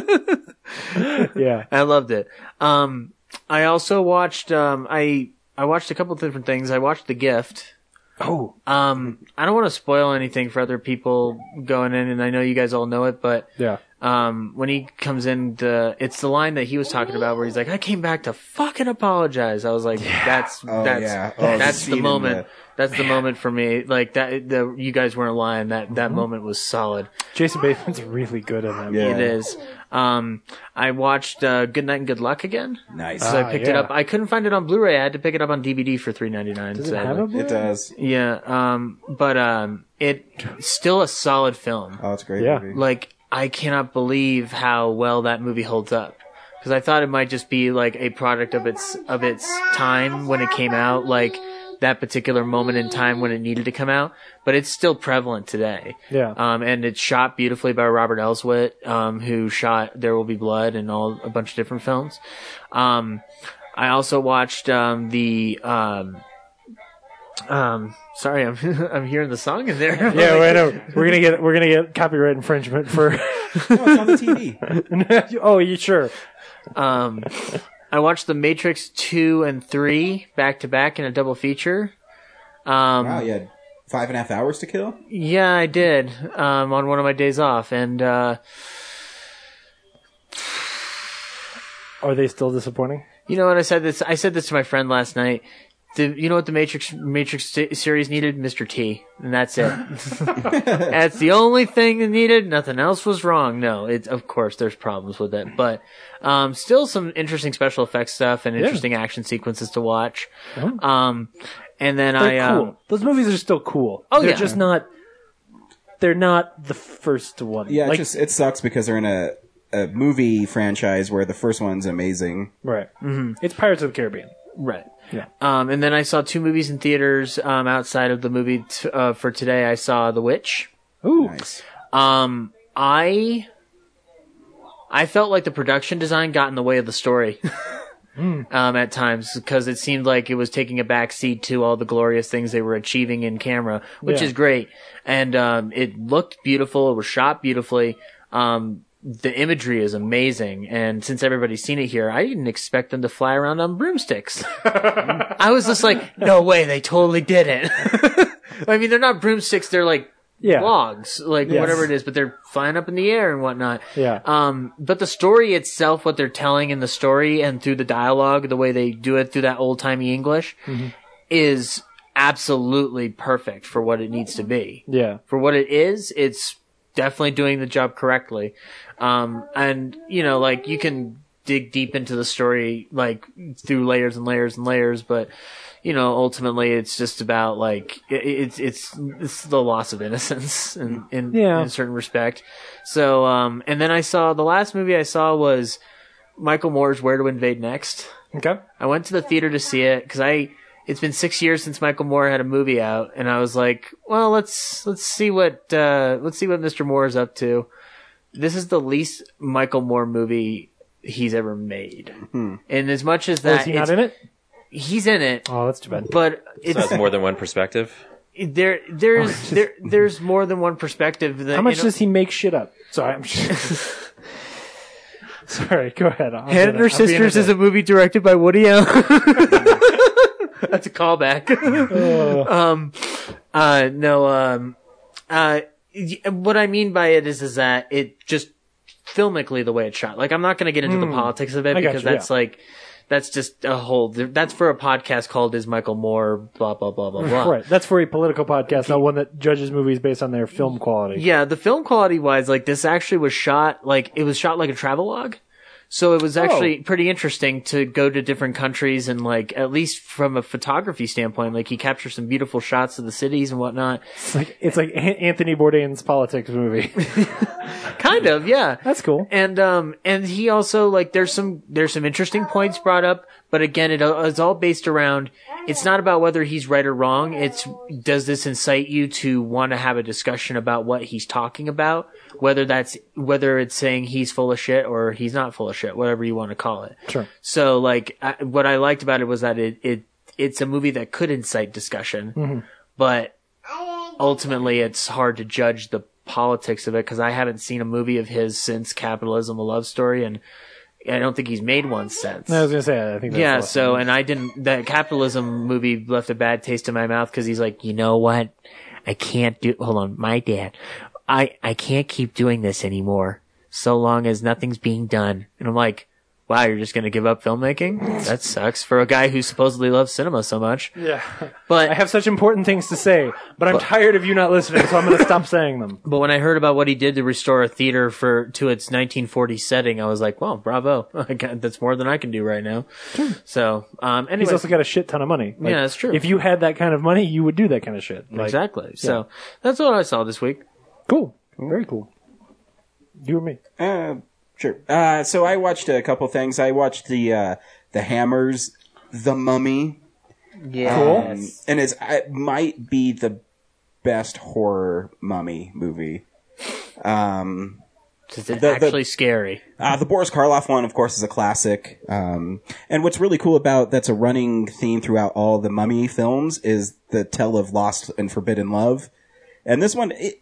[SPEAKER 2] yeah
[SPEAKER 4] I loved it. Um, I also watched um I I watched a couple different things. I watched The Gift.
[SPEAKER 2] oh
[SPEAKER 4] Um, I don't want to spoil anything for other people going in, and I know you guys all know it, but
[SPEAKER 2] yeah
[SPEAKER 4] um, when he comes in, to, it's the line that he was talking about where he's like, "I came back to fucking apologize." I was like, "That's
[SPEAKER 1] Oh,
[SPEAKER 4] that's
[SPEAKER 1] yeah. Oh,
[SPEAKER 4] that's
[SPEAKER 1] the scene
[SPEAKER 4] the
[SPEAKER 1] in
[SPEAKER 4] moment.
[SPEAKER 1] the-
[SPEAKER 4] that's the moment for me. Like that, the, you guys weren't lying. That that
[SPEAKER 2] Mm-hmm.
[SPEAKER 4] moment was solid.
[SPEAKER 2] Jason Bateman's really good in that
[SPEAKER 1] Yeah.
[SPEAKER 4] It is. Um, I watched uh, Good Night and Good Luck again.
[SPEAKER 1] Nice.
[SPEAKER 4] So
[SPEAKER 2] Ah,
[SPEAKER 4] I picked it
[SPEAKER 2] yeah.
[SPEAKER 4] up. I couldn't find it on Blu-ray. I had to pick it up on DVD for three ninety nine.
[SPEAKER 2] Does it have a
[SPEAKER 1] it does.
[SPEAKER 4] Yeah. Um, but um, it still a solid film
[SPEAKER 1] Oh, it's a great.
[SPEAKER 2] Yeah.
[SPEAKER 1] Movie.
[SPEAKER 4] like I cannot believe how well that movie holds up because I thought it might just be like a product of its of its time when it came out, like that particular moment in time when it needed to come out. But it's still prevalent today.
[SPEAKER 2] Yeah.
[SPEAKER 4] Um, and it's shot beautifully by Robert Elswit, um, who shot There Will Be Blood and all a bunch of different films. Um, I also watched um the um. Um, sorry, I'm I'm hearing the song in there.
[SPEAKER 2] Yeah, wait, no. We're gonna get we're gonna get copyright infringement for.
[SPEAKER 1] No, it's on the TV.
[SPEAKER 2] oh, you sure?
[SPEAKER 4] Um, I watched The Matrix two and three back to back in a double feature. Um,
[SPEAKER 1] wow, you had five and a half hours to kill.
[SPEAKER 4] yeah, I did um, on one of my days off, and uh,
[SPEAKER 2] Are they still disappointing?
[SPEAKER 4] you know what I said this. I said this to my friend last night. The, you know what the Matrix Matrix se- series needed? Mr. T, and that's it. that's the only thing it needed. Nothing else was wrong. No, it's of course there's problems with it, but um, still some interesting special effects stuff and interesting action sequences to watch. Um, and then
[SPEAKER 2] They're
[SPEAKER 4] I
[SPEAKER 2] cool.
[SPEAKER 4] um,
[SPEAKER 2] Those movies are still cool.
[SPEAKER 4] Oh,
[SPEAKER 2] they're
[SPEAKER 4] yeah.
[SPEAKER 2] just not. They're not the first one.
[SPEAKER 1] Yeah,
[SPEAKER 2] like,
[SPEAKER 1] it just it sucks because they're in a a movie franchise where the first one's amazing.
[SPEAKER 2] right. It's Pirates of the Caribbean.
[SPEAKER 4] Mm-hmm. Right.
[SPEAKER 2] Yeah.
[SPEAKER 4] Um, and then I saw two movies in theaters um, outside of the movie t- uh, for today. I saw The Witch.
[SPEAKER 2] Ooh,
[SPEAKER 1] Nice.
[SPEAKER 4] Um, I I felt like the production design got in the way of the story um, at times because it seemed like it was taking a backseat to all the glorious things they were achieving in camera, which
[SPEAKER 2] Yeah.
[SPEAKER 4] is great. And um, it looked beautiful. It was shot beautifully. Um, the imagery is amazing, and since everybody's seen it here, I didn't expect them to fly around on broomsticks. I was just like, no way, they totally did it. I mean, they're not broomsticks; they're like
[SPEAKER 2] yeah,
[SPEAKER 4] logs, like
[SPEAKER 2] Yes.
[SPEAKER 4] whatever it is, but they're flying up in the air and whatnot.
[SPEAKER 2] yeah.
[SPEAKER 4] Um, but the story itself, what they're telling in the story and through the dialogue, the way they do it through that old timey English is absolutely perfect for what it needs to be.
[SPEAKER 2] yeah,
[SPEAKER 4] For what it is, it's definitely doing the job correctly. Um, and you know, like you can dig deep into the story, like through layers and layers and layers, but you know, ultimately it's just about like, i- i it's, it's, it's the loss of innocence in, in,
[SPEAKER 2] Yeah.
[SPEAKER 4] in a certain respect. So, um, and then I saw the last movie I saw was Michael Moore's Where to Invade Next.
[SPEAKER 2] Okay.
[SPEAKER 4] I went to the theater to see it because I. It's been six years since Michael Moore had a movie out, and I was like, "Well, let's let's see what uh, let's see what Mr. Moore is up to." This is the least Michael Moore movie he's ever made, and as much as that,
[SPEAKER 2] Oh, Is he not
[SPEAKER 4] it's-
[SPEAKER 2] in it?
[SPEAKER 4] he's in it,
[SPEAKER 2] Oh, that's too bad.
[SPEAKER 4] but
[SPEAKER 3] So
[SPEAKER 4] it's
[SPEAKER 3] that's more than one perspective.
[SPEAKER 4] there. There's there, there's more than one perspective. That,
[SPEAKER 2] How
[SPEAKER 4] you
[SPEAKER 2] much
[SPEAKER 4] know-
[SPEAKER 2] does he make shit up? Sorry, I'm. Just... Sorry, go ahead. I'm
[SPEAKER 4] Head and
[SPEAKER 2] gonna-
[SPEAKER 4] Her
[SPEAKER 2] I'll be in a
[SPEAKER 4] Sisters is
[SPEAKER 2] bit.
[SPEAKER 4] a movie directed by Woody Allen. That's a callback. um, uh, no, um, uh, y- what I mean by it is, is that it just filmically the way it's shot. Like, I'm not going to get into the politics of it
[SPEAKER 2] Hmm. I got
[SPEAKER 4] because
[SPEAKER 2] you,
[SPEAKER 4] that's like, that's just a whole, that's for a podcast called Is Michael Moore, blah, blah, blah, blah, blah.
[SPEAKER 2] Right, that's for a political podcast, not one that judges movies based on their film quality.
[SPEAKER 4] Yeah, the film quality wise, like this actually was shot like it was shot like a travelogue. So it was
[SPEAKER 2] Oh.
[SPEAKER 4] actually pretty interesting to go to different countries and like at least from a photography standpoint, like he captured some beautiful shots of the cities and whatnot.
[SPEAKER 2] It's like it's like An- Anthony Bourdain's politics movie.
[SPEAKER 4] kind of yeah
[SPEAKER 2] that's cool
[SPEAKER 4] and um and he also like there's some there's some interesting points brought up but again it all- it's all based around it's not about whether he's right or wrong it's does this incite you to want to have a discussion about what he's talking about whether that's whether it's saying he's full of shit or he's not full of shit whatever you want to call it
[SPEAKER 2] Sure.
[SPEAKER 4] so like I, what i liked about it was that it, it it's a movie that could incite discussion
[SPEAKER 2] Mhm.
[SPEAKER 4] but ultimately it's hard to judge the politics of it because I haven't seen a movie of his since Capitalism: A Love Story, and I don't think he's made one since.
[SPEAKER 2] I was gonna say I think that's
[SPEAKER 4] yeah,
[SPEAKER 2] awesome.
[SPEAKER 4] so and I didn't. That capitalism movie left a bad taste in my mouth because he's like, you know what? I can't do. Hold on, my dad. I I can't keep doing this anymore. So long as nothing's being done, and I'm like, wow, you're just gonna give up filmmaking? That sucks for a guy who supposedly loves cinema so much.
[SPEAKER 2] yeah.
[SPEAKER 4] But
[SPEAKER 2] I have such important things to say, but I'm tired of you not listening, so I'm gonna stop saying them.
[SPEAKER 4] But when I heard about what he did to restore a theater for to its 1940 setting, I was like, "Well, bravo! I got- That's more than I can do right now." So, um,
[SPEAKER 2] He's
[SPEAKER 4] anyway,
[SPEAKER 2] also got a shit ton of money. Like,
[SPEAKER 4] Yeah, that's true.
[SPEAKER 2] If you had that kind of money, you would do that kind of shit. Like,
[SPEAKER 4] exactly.
[SPEAKER 2] yeah.
[SPEAKER 4] So that's what I saw this week.
[SPEAKER 2] cool, very cool. You or me?
[SPEAKER 1] Uh, sure. Uh, so I watched a couple things. I watched the uh, the Hammers, the Mummy.
[SPEAKER 4] Yeah.
[SPEAKER 1] Um, and it's it might be the best horror mummy movie. Um,
[SPEAKER 4] Is
[SPEAKER 1] the-
[SPEAKER 4] it
[SPEAKER 1] the-
[SPEAKER 4] actually scary?
[SPEAKER 1] uh, the Boris Karloff one, of course, is a classic. Um, and what's really cool about that's a running theme throughout all the Mummy films is the tale of lost and forbidden love. And this one, it,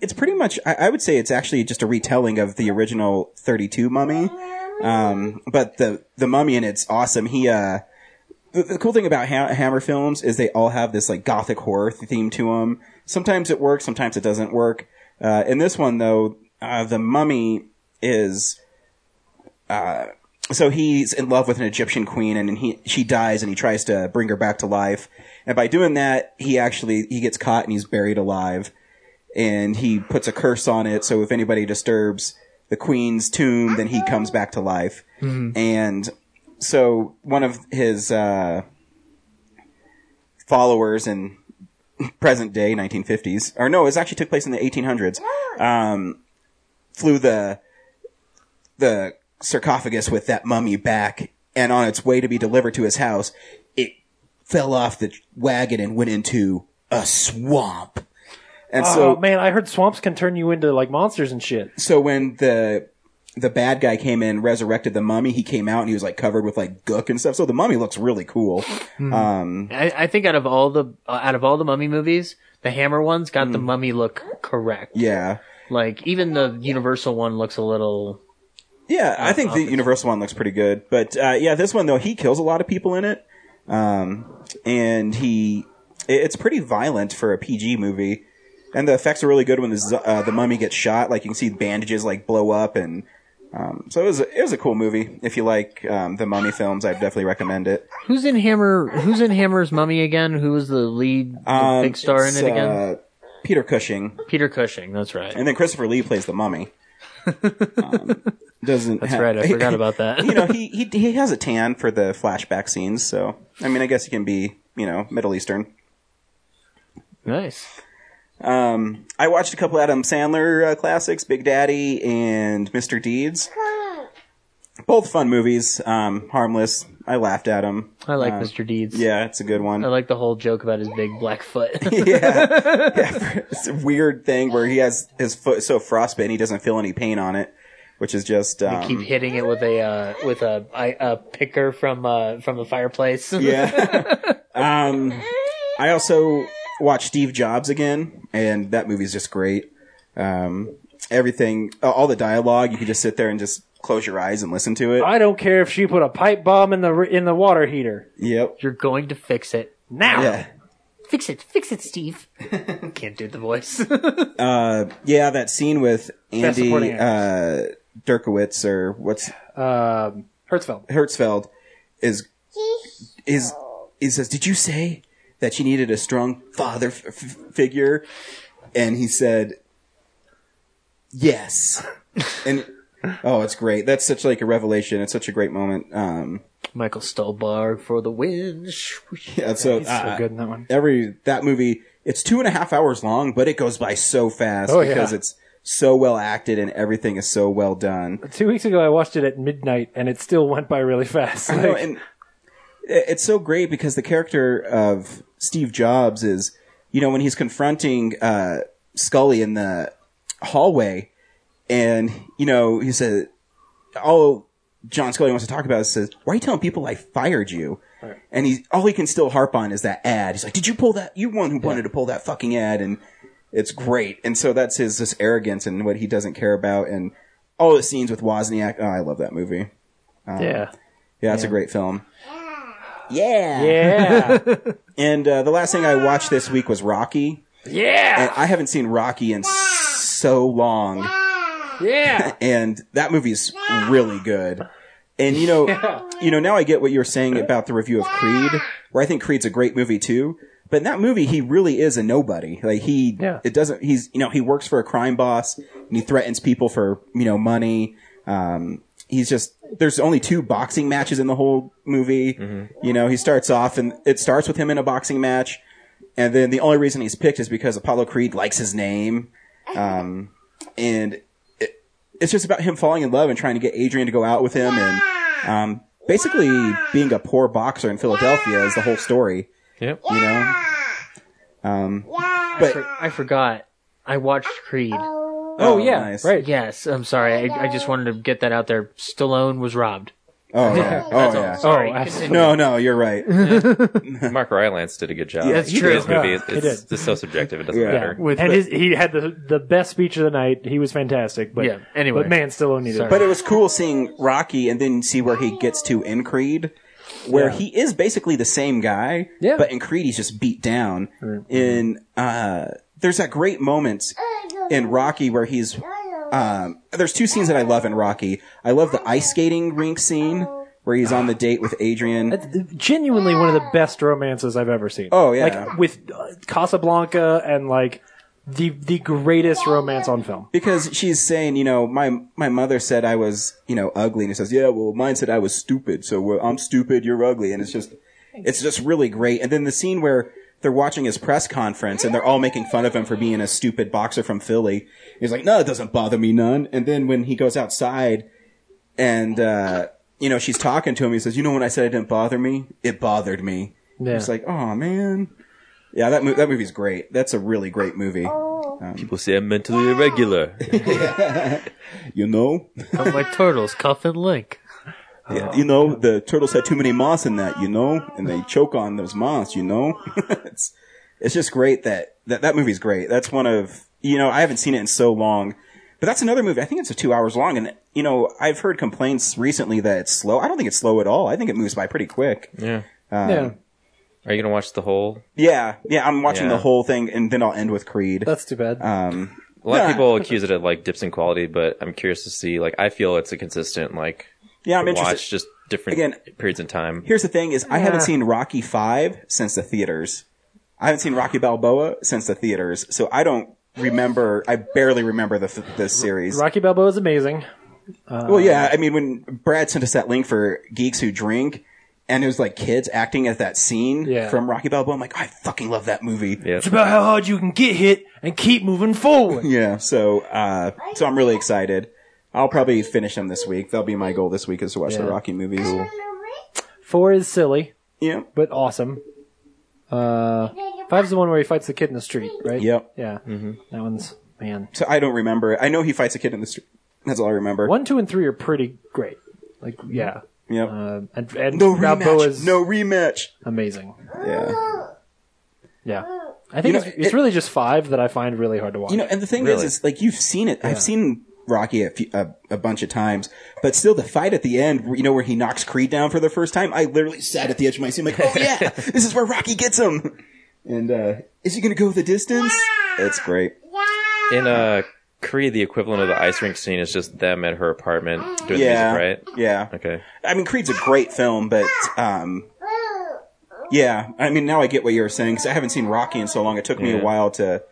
[SPEAKER 1] it's pretty much, I, I would say it's actually just a retelling of the original 32 Mummy. Um, but the, the Mummy and it's awesome. He, uh, the, the cool thing about ha- Hammer films is they all have this like gothic horror theme to them. Sometimes it works, sometimes it doesn't work. Uh, in this one though, uh, the mummy is, uh, so he's in love with an Egyptian queen and he, she dies and he tries to bring her back to life. And by doing that, he actually, he gets caught and he's buried alive and he puts a curse on it. So if anybody disturbs the queen's tomb, then he comes back to life. And so one of his uh, followers in present day 1950s, or no, it actually took place in the 1800s, um, flew the the sarcophagus with that mummy back, and on its way to be delivered to his house, it fell off the wagon and went into a swamp. And so
[SPEAKER 2] oh man, I heard swamps can turn you into like monsters and shit.
[SPEAKER 1] so when the the bad guy came in, resurrected the mummy, he came out and he was like covered with like gook and stuff. So the mummy looks really cool.
[SPEAKER 2] Hmm.
[SPEAKER 1] Um,
[SPEAKER 4] I, I think out of all the uh, out of all the mummy movies, the Hammer ones got
[SPEAKER 1] Hmm.
[SPEAKER 4] the mummy look correct.
[SPEAKER 1] yeah,
[SPEAKER 4] Like even the Universal one looks a little.
[SPEAKER 1] yeah. I think the universal one looks pretty good, but uh, yeah, this one though he kills a lot of people in it, um, and he it- it's pretty violent for a PG movie. And the effects are really good when the z- uh, the mummy gets shot. Like you can see bandages like blow up, and um, so it was a, it was a cool movie. If you like um, the mummy films, I'd definitely recommend it.
[SPEAKER 4] Who's in Hammer? Who's in Hammer's mummy again? Who was the lead, the
[SPEAKER 1] Um,
[SPEAKER 4] big star in
[SPEAKER 1] it's,
[SPEAKER 4] it again?
[SPEAKER 1] uh, Peter Cushing.
[SPEAKER 4] Peter Cushing. That's right.
[SPEAKER 1] And then Christopher Lee plays the mummy. Um, doesn't.
[SPEAKER 4] That's
[SPEAKER 1] have-
[SPEAKER 4] right. I forgot about that.
[SPEAKER 1] you know, he, he he has a tan for the flashback scenes, so I mean, I guess he can be you know Middle Eastern.
[SPEAKER 4] nice.
[SPEAKER 1] Um, I watched a couple Adam Sandler uh, classics, Big Daddy and Mr. Deeds. Both fun movies, um, harmless. I laughed at them.
[SPEAKER 4] I like
[SPEAKER 1] Uh,
[SPEAKER 4] Mr. Deeds.
[SPEAKER 1] Yeah, it's a good one.
[SPEAKER 4] I like the whole joke about his big black foot.
[SPEAKER 1] yeah. yeah. It's a weird thing where he has his foot so frostbitten he doesn't feel any pain on it, which is just um,
[SPEAKER 4] Keep hitting it with a uh, with a, I- a picker from uh, from the fireplace.
[SPEAKER 1] yeah. um, I also watched Steve Jobs again, and that movie's just great. Um, everything, uh, all the dialogue, you could just sit there and just close your eyes and listen to it.
[SPEAKER 2] I don't care if she put a pipe bomb in the r- in the water heater.
[SPEAKER 1] Yep.
[SPEAKER 4] You're going to fix it
[SPEAKER 2] now.
[SPEAKER 1] Yeah.
[SPEAKER 4] Fix it, fix it, Steve. Can't do the voice.
[SPEAKER 1] Uh, yeah, that scene with
[SPEAKER 2] Best supporting
[SPEAKER 1] Andy uh, Derkowitz or what's
[SPEAKER 2] Um, Hertzfeld.
[SPEAKER 1] Hertzfeld is is he says, "Did you say that she needed a strong father f- f- figure?" And he said, "Yes." and Oh, it's great. That's such like a revelation. It's such a great moment. Um,
[SPEAKER 4] Michael Stolberg for the win.
[SPEAKER 1] Yeah, so,
[SPEAKER 4] He's so
[SPEAKER 1] uh,
[SPEAKER 4] good in that one.
[SPEAKER 1] Every that movie, it's two and a half hours long, but it goes by so fast
[SPEAKER 2] Oh, yeah.
[SPEAKER 1] because it's so well acted and everything is so well done.
[SPEAKER 2] Two weeks ago, I watched it at midnight, and it still went by really fast.
[SPEAKER 1] I know,
[SPEAKER 2] Like,
[SPEAKER 1] and it- it's so great because the character of Steve Jobs is, you know, when he's confronting uh, Scully in the hallway, and you know, he said, "All John Scully wants to talk about is says, why are you telling people I fired you?" And he all he can still harp on is that ad. He's like, "Did you pull that? You one who wanted to pull that fucking ad?" And it's great. And so that's his this arrogance and what he doesn't care about, and all the scenes with Wozniak. Oh, I love that movie. Um,
[SPEAKER 2] Yeah.
[SPEAKER 1] yeah, it's a great film. Yeah.
[SPEAKER 2] Yeah.
[SPEAKER 1] and uh, the last thing I watched this week was Rocky.
[SPEAKER 2] Yeah.
[SPEAKER 1] And I haven't seen Rocky in so long.
[SPEAKER 2] Yeah.
[SPEAKER 1] and that movie's really good. And you know, you know, now I get what you were saying about the review of Creed, where I think Creed's a great movie too. But in that movie, he really is a nobody. Like he, it doesn't. He's you know he works for a crime boss and he threatens people for you know money. Um, he's just there's only two boxing matches in the whole movie. You know, he starts off and it starts with him in a boxing match, and then the only reason he's picked is because Apollo Creed likes his name, um, and it, it's just about him falling in love and trying to get Adrian to go out with him, and um, basically being a poor boxer in Philadelphia is the whole story.
[SPEAKER 3] Yep.
[SPEAKER 1] You know, um,
[SPEAKER 4] I,
[SPEAKER 1] but
[SPEAKER 4] for- I forgot. I watched Creed. Oh,
[SPEAKER 1] yeah, nice.
[SPEAKER 4] right. Yes, I'm sorry. I, I just wanted to get that out there. Stallone was robbed.
[SPEAKER 1] oh yeah, oh
[SPEAKER 4] That's all.
[SPEAKER 1] yeah,
[SPEAKER 4] Sorry, continue.
[SPEAKER 1] no, no, you're right.
[SPEAKER 3] Mark Rylance did a good job.
[SPEAKER 1] Yeah, That's
[SPEAKER 3] His
[SPEAKER 1] true.
[SPEAKER 3] movie,
[SPEAKER 2] Yeah,
[SPEAKER 3] it's,
[SPEAKER 2] he did.
[SPEAKER 3] it's so subjective; it doesn't
[SPEAKER 1] Yeah.
[SPEAKER 3] matter.
[SPEAKER 2] and his, he had the the best speech of the night. He was fantastic. But
[SPEAKER 4] Yeah, anyway.
[SPEAKER 2] but man, Stallone needed. it.
[SPEAKER 1] But it was cool seeing Rocky and then see where he gets to in Creed, where
[SPEAKER 2] Yeah.
[SPEAKER 1] he is basically the same guy,
[SPEAKER 2] Yeah.
[SPEAKER 1] but in Creed he's just beat down.
[SPEAKER 2] Right.
[SPEAKER 1] In uh, there's that great moment in Rocky where he's um, there's two scenes that I love in Rocky. I love the ice skating rink scene where he's on the date with Adrian.
[SPEAKER 2] That's genuinely one of the best romances I've ever seen.
[SPEAKER 1] Oh, yeah.
[SPEAKER 2] like with uh, Casablanca and like the the greatest romance on film.
[SPEAKER 1] Because she's saying, you know, my my mother said I was, you know, ugly, and he says, yeah, well, mine said I was stupid, so well, I'm stupid, you're ugly, and it's just, it's just really great. And then the scene where they're watching his press conference and they're all making fun of him for being a stupid boxer from Philly. He's like, no, it doesn't bother me none. And then when he goes outside, and uh, you know, she's talking to him, he says, you know, when I said it didn't bother me, it bothered me.
[SPEAKER 2] Yeah.
[SPEAKER 1] It's like, oh man, yeah, that mo- that movie's great. That's a really great movie. Um,
[SPEAKER 3] People say I'm mentally irregular.
[SPEAKER 1] You know.
[SPEAKER 4] Not like turtles, Cuff and Link.
[SPEAKER 1] Yeah, you know, the turtles had too many moths in that, you know, and they choke on those moths, you know. it's it's just great that, that that movie's great. That's one of you know I haven't seen it in so long, but that's another movie. I think it's a two hours long, and you know I've heard complaints recently that it's slow. I don't think it's slow at all. I think it moves by pretty quick.
[SPEAKER 3] Yeah.
[SPEAKER 1] Um,
[SPEAKER 2] yeah,
[SPEAKER 1] yeah,
[SPEAKER 3] Are you gonna watch the whole?
[SPEAKER 1] yeah, I'm watching
[SPEAKER 3] Yeah.
[SPEAKER 1] the whole thing, and then I'll end with Creed.
[SPEAKER 2] that's too bad.
[SPEAKER 1] um,
[SPEAKER 3] A lot
[SPEAKER 1] Yeah.
[SPEAKER 3] of people accuse it of like dips in quality, but I'm curious to see. Like, I feel it's a consistent like.
[SPEAKER 1] Yeah, I'm interested.
[SPEAKER 3] Watch just different
[SPEAKER 1] Again-
[SPEAKER 3] periods in time.
[SPEAKER 1] Here's the thing: is I
[SPEAKER 4] Yeah.
[SPEAKER 1] haven't seen Rocky Five since the theaters. I haven't seen Rocky Balboa since the theaters, so I don't remember. I barely remember the the series.
[SPEAKER 2] Rocky Balboa is amazing. Uh,
[SPEAKER 1] well, yeah, I mean, when Brad sent us that link for Geeks Who Drink, and it was like kids acting at that scene
[SPEAKER 2] Yeah.
[SPEAKER 1] from Rocky Balboa, I'm like, I fucking love that movie.
[SPEAKER 3] Yeah.
[SPEAKER 2] It's about how hard you can get hit and keep moving forward.
[SPEAKER 1] Yeah, so uh, so I'm really excited. I'll probably finish them this week. That'll be my goal this week is to watch the
[SPEAKER 2] Yeah.
[SPEAKER 1] Rocky movies.
[SPEAKER 2] Four is silly
[SPEAKER 1] Yeah.
[SPEAKER 2] but awesome. Uh, five's the one where he fights the kid in the street, right?
[SPEAKER 1] Yep.
[SPEAKER 2] Yeah, that one's man.
[SPEAKER 1] So I don't remember. it. I know he fights a kid in the street. That's all I remember.
[SPEAKER 2] One, two, and three are pretty great. Like, yeah.
[SPEAKER 1] Yep.
[SPEAKER 2] Uh, and and
[SPEAKER 1] no
[SPEAKER 2] Balboa's
[SPEAKER 1] rematch. No rematch.
[SPEAKER 2] amazing.
[SPEAKER 1] Yeah.
[SPEAKER 2] Yeah. I think
[SPEAKER 1] You know,
[SPEAKER 2] it's, it's
[SPEAKER 1] it-
[SPEAKER 2] really just five that I find really hard to watch.
[SPEAKER 1] You know, and the thing is,
[SPEAKER 3] Really?
[SPEAKER 1] is like you've seen it. I've seen Rocky a, few, a, a bunch of times, but still the fight at the end, you know, where he knocks Creed down for the first time, I literally sat at the edge of my seat, like, oh yeah, this is where Rocky gets him. And uh, is he going to go the distance? It's great.
[SPEAKER 3] in uh, Korea, the equivalent of the ice rink scene is just them at her apartment doing
[SPEAKER 1] Yeah.
[SPEAKER 3] the music, right?
[SPEAKER 1] Yeah.
[SPEAKER 3] Okay.
[SPEAKER 1] I mean, Creed's a great film, but um, yeah. I mean, now I get what you were saying because I haven't seen Rocky in so long. It took me
[SPEAKER 3] Yeah.
[SPEAKER 1] a while to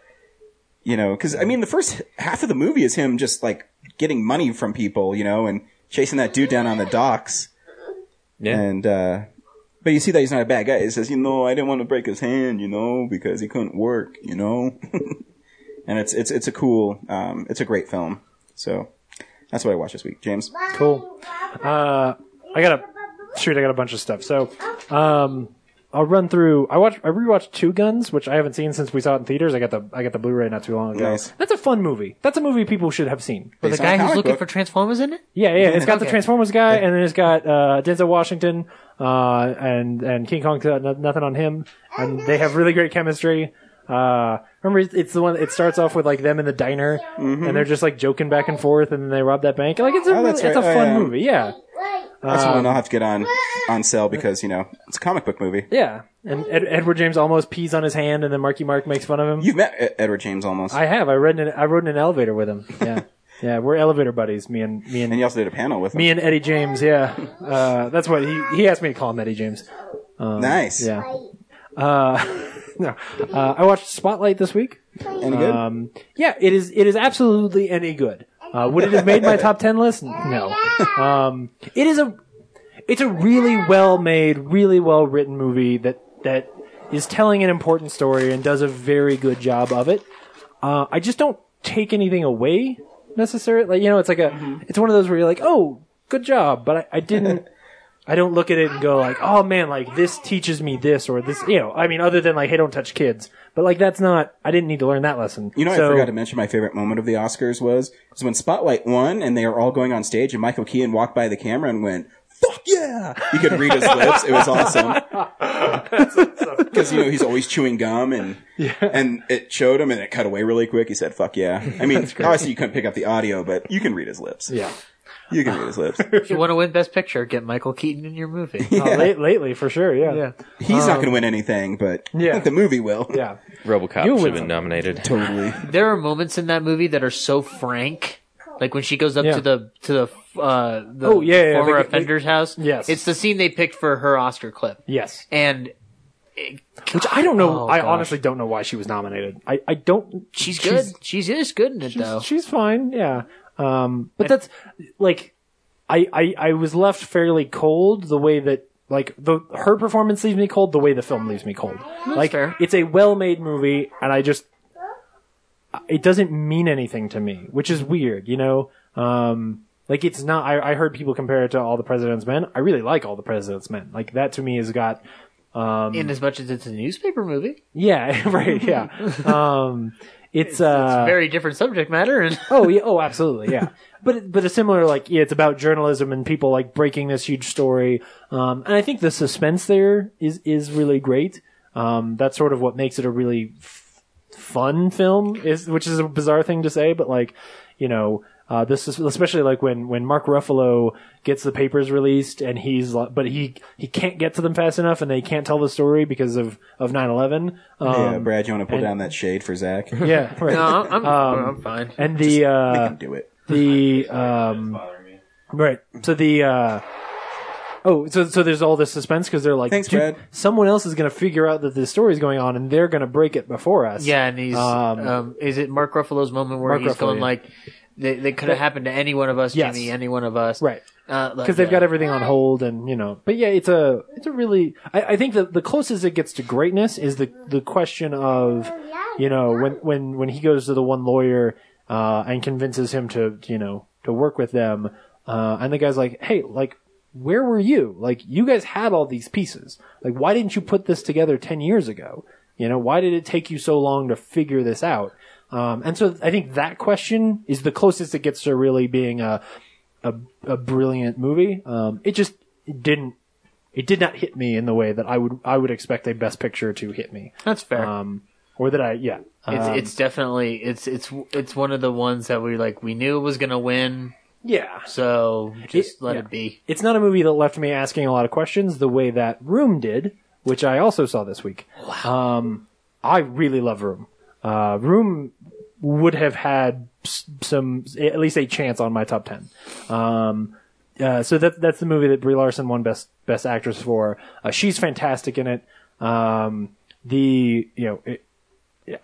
[SPEAKER 1] you know, because I mean, the first half of the movie is him just like getting money from people, you know, and chasing that dude down on the docks. Yeah. And uh, but you see that he's not a bad guy. He says, you know, I didn't want to break his hand, you know, because he couldn't work, you know. and it's it's it's a cool, um, it's a great film. So that's what I watched this week, James.
[SPEAKER 2] Cool. Uh, I got a shoot. I got a bunch of stuff. So, um, I'll run through. I watched. I rewatched Two Guns, which I haven't seen since we saw it in theaters. I got the I got the Blu-ray not too long ago.
[SPEAKER 4] Nice.
[SPEAKER 2] That's a fun movie. That's a movie people should have seen.
[SPEAKER 4] But the guy who's looking for Transformers in it?
[SPEAKER 2] Yeah, yeah. It's got the
[SPEAKER 4] Okay.
[SPEAKER 2] Transformers guy, and then it's got uh, Denzel Washington uh, and and King Kong. uh, no- Nothing on him, and they have really great chemistry. Uh, remember, it's- it's the one. It starts off with like them in the diner, and they're just like joking back and forth, and then they rob that bank. Like it's a
[SPEAKER 1] Mm-hmm. Oh,
[SPEAKER 2] really,
[SPEAKER 1] that's
[SPEAKER 2] it's
[SPEAKER 1] right.
[SPEAKER 2] a
[SPEAKER 1] Oh,
[SPEAKER 2] fun
[SPEAKER 1] yeah.
[SPEAKER 2] movie. Yeah,
[SPEAKER 1] That's one
[SPEAKER 2] Um,
[SPEAKER 1] I'll have to get on on sale because you know it's a comic book movie.
[SPEAKER 2] yeah. And Ed- Edward James almost pees on his hand, and then Marky Mark makes fun of him.
[SPEAKER 1] You've met Ed- E-, Edward James almost.
[SPEAKER 2] I have. I read. In, I rode in an elevator with him. Yeah, yeah. We're elevator buddies. Me and me and.
[SPEAKER 1] and you also did a panel with him.
[SPEAKER 2] Me and Eddie James, yeah. Uh, that's what he he asked me to call him Eddie James. Um,
[SPEAKER 1] Nice.
[SPEAKER 2] Yeah. Uh, no, uh, I watched Spotlight this week.
[SPEAKER 1] Any good?
[SPEAKER 2] Um, yeah, it is. It is absolutely any good. Uh, would it have made my top ten list? No. Um, it is a. It's a really well made, really well written movie that that is telling an important story and does a very good job of it. Uh, I just don't take anything away necessarily. Like you know, it's like a.
[SPEAKER 1] Mm-hmm.
[SPEAKER 2] It's one of those where you're like, oh, good job, but I, I didn't. I don't look at it and go like, oh man, like this teaches me this or this, you know, I mean, other than like, hey, don't touch kids. But like, that's not, I didn't need to learn that lesson.
[SPEAKER 1] You know,
[SPEAKER 2] So-
[SPEAKER 1] I forgot to mention my favorite moment of the Oscars was is when Spotlight won and they are all going on stage and Michael Keaton walked by the camera and went, "Fuck yeah!" You could read his lips. It was awesome because you know he's always chewing gum and and it showed him and it cut away really quick. He said, "Fuck yeah!" I mean, obviously you couldn't pick up the audio, but you can read his lips.
[SPEAKER 2] Yeah,
[SPEAKER 1] you can read his lips.
[SPEAKER 4] If you want to win Best Picture, get Michael Keaton in your movie.
[SPEAKER 2] Oh, late, lately, for sure, yeah.
[SPEAKER 4] Yeah.
[SPEAKER 1] He's not
[SPEAKER 4] Um,
[SPEAKER 1] going to win anything, but I
[SPEAKER 2] yeah.
[SPEAKER 1] think the movie will.
[SPEAKER 2] Yeah.
[SPEAKER 3] RoboCop
[SPEAKER 2] You
[SPEAKER 3] should have
[SPEAKER 2] win.
[SPEAKER 3] been nominated.
[SPEAKER 1] Totally.
[SPEAKER 4] There are moments in that movie that are so frank. Like when she goes up
[SPEAKER 2] Yeah.
[SPEAKER 4] to the to the uh the
[SPEAKER 2] Oh, yeah, yeah,
[SPEAKER 4] former
[SPEAKER 2] the-
[SPEAKER 4] offender's house.
[SPEAKER 2] Yes.
[SPEAKER 4] It's the scene they picked for her Oscar clip.
[SPEAKER 2] Yes.
[SPEAKER 4] And
[SPEAKER 2] Which I don't know,
[SPEAKER 4] Oh,
[SPEAKER 2] I
[SPEAKER 4] gosh.
[SPEAKER 2] honestly don't know why she was nominated. I, I don't,
[SPEAKER 4] she's good. She's, is good in it
[SPEAKER 2] She's,
[SPEAKER 4] though.
[SPEAKER 2] she's fine, yeah. Um, but that's, like, I, I, I was left fairly cold the way that, like, the, her performance leaves me cold the way the film leaves me cold. like,
[SPEAKER 4] fair.
[SPEAKER 2] it's a well made movie, and I just, it doesn't mean anything to me, which is weird, you know? Um, like it's not, I, I heard people compare it to All the President's Men. I really like All the President's Men. Like that to me has got, um,
[SPEAKER 4] in as much as it's a newspaper movie.
[SPEAKER 2] yeah, right, yeah. Um, it's, uh,
[SPEAKER 4] Very different subject matter and
[SPEAKER 2] oh yeah, oh absolutely, yeah. But but a similar like yeah, it's about journalism and people like breaking this huge story. Um, and I think the suspense there is is really great. Um, that's sort of what makes it a really f- fun film, is which is a bizarre thing to say, but like you know. Uh, this is especially like when, when Mark Ruffalo gets the papers released and he's li- but he he can't get to them fast enough and they can't tell the story because of of nine eleven.
[SPEAKER 1] yeah,
[SPEAKER 2] Um,
[SPEAKER 1] Brad, you want to pull
[SPEAKER 2] and-
[SPEAKER 1] down that shade for Zach?
[SPEAKER 2] yeah, right.
[SPEAKER 4] No, I'm,
[SPEAKER 2] Um,
[SPEAKER 4] I'm fine.
[SPEAKER 2] and the
[SPEAKER 1] Make
[SPEAKER 2] uh,
[SPEAKER 1] him do it.
[SPEAKER 2] the um right so the uh oh so so there's all this suspense because they're like
[SPEAKER 1] Thanks,
[SPEAKER 2] "Dude,
[SPEAKER 1] Brad."
[SPEAKER 2] someone else is gonna figure out that this story's going on and they're gonna break it before us
[SPEAKER 4] Yeah, and he's
[SPEAKER 2] Um,
[SPEAKER 4] um, is it Mark Ruffalo's moment where
[SPEAKER 2] Mark
[SPEAKER 4] he's
[SPEAKER 2] Ruffalo,
[SPEAKER 4] going
[SPEAKER 2] yeah.
[SPEAKER 4] like they, they could have happened to any one of us,
[SPEAKER 2] Yes.
[SPEAKER 4] Jimmy, any one of us.
[SPEAKER 2] right
[SPEAKER 4] Uh, like,
[SPEAKER 2] because they've
[SPEAKER 4] uh,
[SPEAKER 2] got everything on hold and you know but yeah it's a it's a really i, I think that the closest it gets to greatness is the the question of you know when when when he goes to the one lawyer uh and convinces him to you know to work with them uh and the guy's like hey like where were you like you guys had all these pieces like why didn't you put this together 10 years ago you know why did it take you so long to figure this out um and so i think that question is the closest it gets to really being a a, a brilliant movie. Um, it just it didn't it did not hit me in the way that I would I would expect a Best Picture to hit me,
[SPEAKER 4] That's fair.
[SPEAKER 2] um, or that I yeah.
[SPEAKER 4] it's
[SPEAKER 2] Um,
[SPEAKER 4] it's definitely it's it's it's one of the ones that we like we knew it was gonna win,
[SPEAKER 2] yeah.
[SPEAKER 4] so just let
[SPEAKER 2] yeah.
[SPEAKER 4] it be.
[SPEAKER 2] It's not a movie that left me asking a lot of questions the way that Room did, which I also saw this week. Um, I really love Room. Uh, Room would have had s- some at least a chance on my top ten. Um, uh, so that that's the movie that Brie Larson won best best actress for. Uh, she's fantastic in it. Um, the you know it,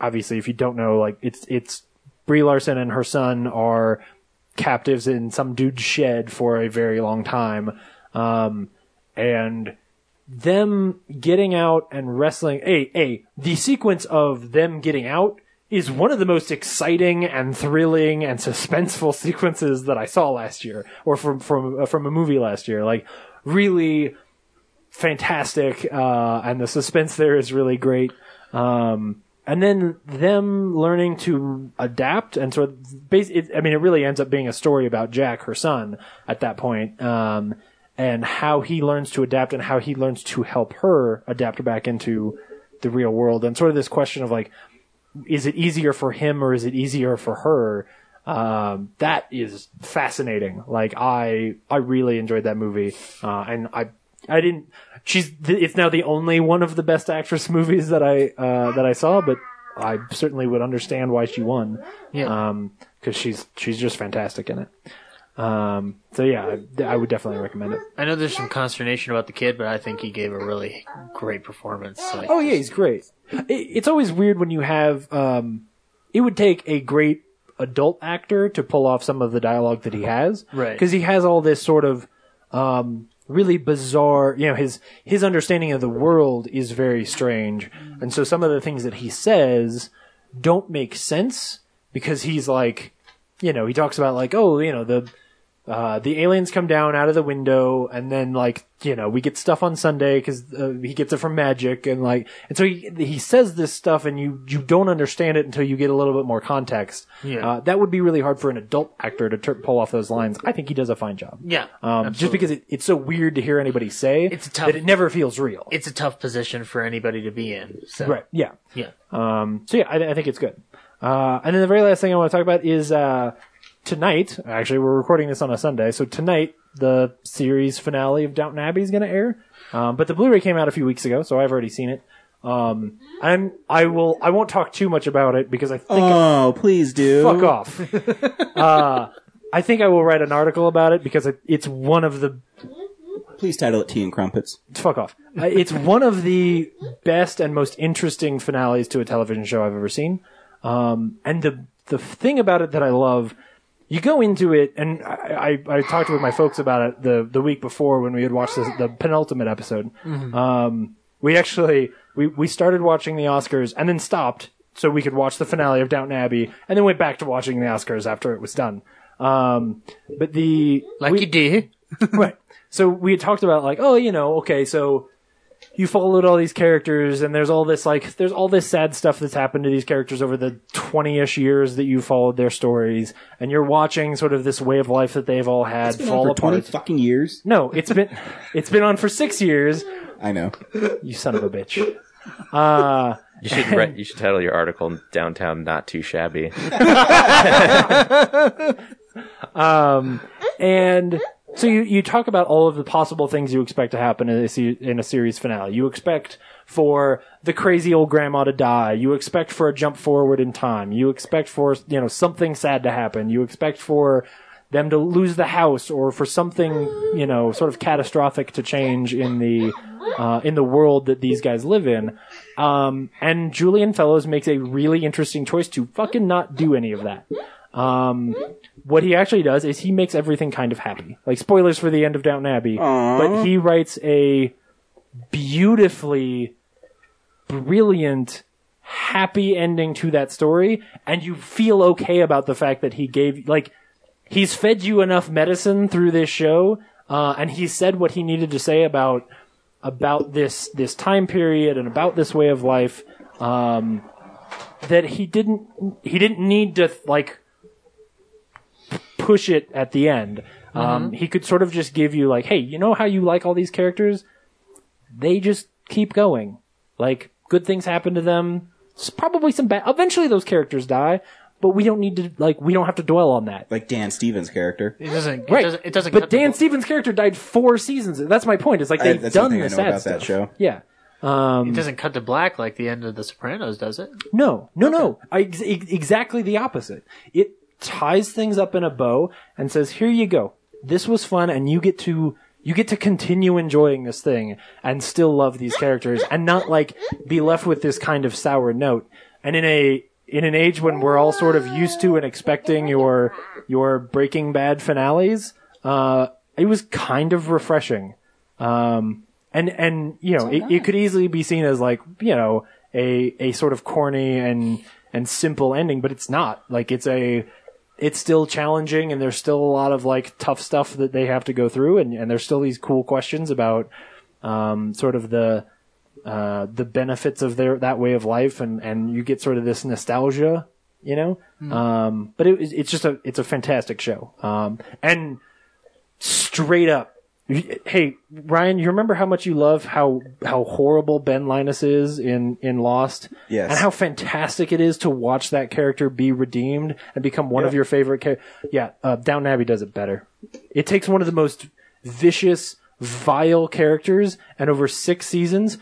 [SPEAKER 2] obviously, if you don't know, like it's it's Brie Larson and her son are captives in some dude's shed for a very long time, um, and them getting out and wrestling. A a the sequence of them getting out is one of the most exciting and thrilling and suspenseful sequences that I saw last year, or from from uh, from a movie last year. Like really fantastic, uh, and the suspense there is really great. Um, and then them learning to adapt, and so bas- it, I mean, it really ends up being a story about Jack, her son, at that point, um, and how he learns to adapt and how he learns to help her adapt back into the real world, and sort of this question of like, is it easier for him or is it easier for her? Um, that is fascinating. Like I, I really enjoyed that movie, uh, and I, I didn't. She's. th- It's now the only one of the best actress movies that I uh, that I saw, but I certainly would understand why she won.
[SPEAKER 4] Yeah.
[SPEAKER 2] because she's she's just fantastic in it. Um, so yeah, I, I would definitely recommend it.
[SPEAKER 4] I know there's some consternation about the kid, but I think he gave a really great performance. Like,
[SPEAKER 2] Oh yeah, he's great. It, it's always weird when you have. Um, it would take a great adult actor to pull off some of the dialogue that he has,
[SPEAKER 4] Right.
[SPEAKER 2] Because he has all this sort of um, really bizarre. You know, his his understanding of the world is very strange, and so some of the things that he says don't make sense because he's like, you know, he talks about like, oh, you know, the uh, the aliens come down out of the window, and then like you know we get stuff on Sunday because uh, he gets it from magic, and like and so he he says this stuff, and you you don't understand it until you get a little bit more context.
[SPEAKER 4] Yeah.
[SPEAKER 2] uh, that would be really hard for an adult actor to tur pull off those lines. I think he does a fine job.
[SPEAKER 4] Yeah,
[SPEAKER 2] um, just
[SPEAKER 4] absolutely.
[SPEAKER 2] because it, it's so weird to hear anybody say
[SPEAKER 4] It's a tough-
[SPEAKER 2] that it never feels real.
[SPEAKER 4] it's a tough position for anybody to be in. So.
[SPEAKER 2] Right? Yeah.
[SPEAKER 4] Yeah.
[SPEAKER 2] Um, so yeah, I, I think it's good. Uh, and then the very last thing I want to talk about is uh, tonight. Actually, we're recording this on a Sunday, so tonight the series finale of Downton Abbey is going to air. Um, but the Blu-ray came out a few weeks ago, so I've already seen it. Um, I'm I will I won't talk too much about it because I think
[SPEAKER 1] Oh, please do.
[SPEAKER 2] Fuck off. uh, I think I will write an article about it because it, it's one of the
[SPEAKER 1] Please title it Tea and Crumpets.
[SPEAKER 2] fuck off. Uh, it's one of the best and most interesting finales to a television show I've ever seen. Um, and the the thing about it that I love, you go into it, and I, I, I talked with my folks about it the the week before when we had watched this, the penultimate episode. Um, we actually we we started watching the Oscars and then stopped so we could watch the finale of Downton Abbey, and then went back to watching the Oscars after it was done. Um, but the
[SPEAKER 4] Like you do.
[SPEAKER 2] right. So we had talked about like, oh, you know, okay, so you followed all these characters, and there's all this like, there's all this sad stuff that's happened to these characters over the twenty-ish years that you followed their stories, and you're watching sort of this way of life that they've all had
[SPEAKER 1] It's been
[SPEAKER 2] fall
[SPEAKER 1] on for twenty
[SPEAKER 2] apart.
[SPEAKER 1] fucking years.
[SPEAKER 2] No, it's been it's been on for six years.
[SPEAKER 1] I know.
[SPEAKER 2] You son of a bitch. Uh,
[SPEAKER 3] You should write, you should title your article "Downtown Not Too Shabby."
[SPEAKER 2] um, and so you, you talk about all of the possible things you expect to happen in a, se- in a series finale. You expect for the crazy old grandma to die. You expect for a jump forward in time. You expect for, you know, something sad to happen. You expect for them to lose the house or for something, you know, sort of catastrophic to change in the, uh, in the world that these guys live in. Um, and Julian Fellows makes a really interesting choice to fucking not do any of that. Um, what he actually does is he makes everything kind of happy. Like spoilers for the end of Downton Abbey, but he writes a beautifully brilliant happy ending to that story and you feel okay about the fact that he gave like he's fed you enough medicine through this show uh, and he said what he needed to say about about this this time period and about this way of life um, that he didn't he didn't need to like push it at the end. Um, he could sort of just give you like, hey, you know how you like all these characters? They just keep going. Like good things happen to them. It's probably some bad. Eventually, those characters die, but we don't need to like we don't have to dwell on that.
[SPEAKER 1] Like Dan Stevens' character.
[SPEAKER 4] It doesn't. It
[SPEAKER 2] Right.
[SPEAKER 4] doesn't. It doesn't
[SPEAKER 2] but
[SPEAKER 4] cut the
[SPEAKER 2] Dan
[SPEAKER 4] bull-
[SPEAKER 2] Stevens' character died four seasons. That's my point. It's like
[SPEAKER 1] I-
[SPEAKER 2] they've
[SPEAKER 1] that's
[SPEAKER 2] done
[SPEAKER 1] something I
[SPEAKER 2] this
[SPEAKER 1] know about
[SPEAKER 2] sad
[SPEAKER 1] that
[SPEAKER 2] stuff.
[SPEAKER 1] show.
[SPEAKER 2] Yeah. Um,
[SPEAKER 4] it doesn't cut to black like the end of The Sopranos, does it?
[SPEAKER 2] No, no, no. I, ex- ex- exactly the opposite. It ties things up in a bow and says, "Here you go. This was fun, and you get to you get to continue enjoying this thing and still love these characters and not like be left with this kind of sour note." and in a in an age when we're all sort of used to and expecting your your Breaking Bad finales, uh, it was kind of refreshing. Um, and and you know, it, it could easily be seen as like you know a a sort of corny and and simple ending, but it's not. Like it's a it's still challenging and there's still a lot of like tough stuff that they have to go through and, and there's still these cool questions about um, sort of the uh, the benefits of their that way of life and, and you get sort of this nostalgia you know
[SPEAKER 11] Hmm.
[SPEAKER 2] um, but it, it's just a it's a fantastic show um, and straight up hey Ryan you remember how much you love how how horrible Ben Linus is in in Lost
[SPEAKER 1] Yes.
[SPEAKER 2] and how fantastic it is to watch that character be redeemed and become one of your favorite characters. Yeah, uh, Down Abbey does it better. It takes one of the most vicious, vile characters, and over six seasons,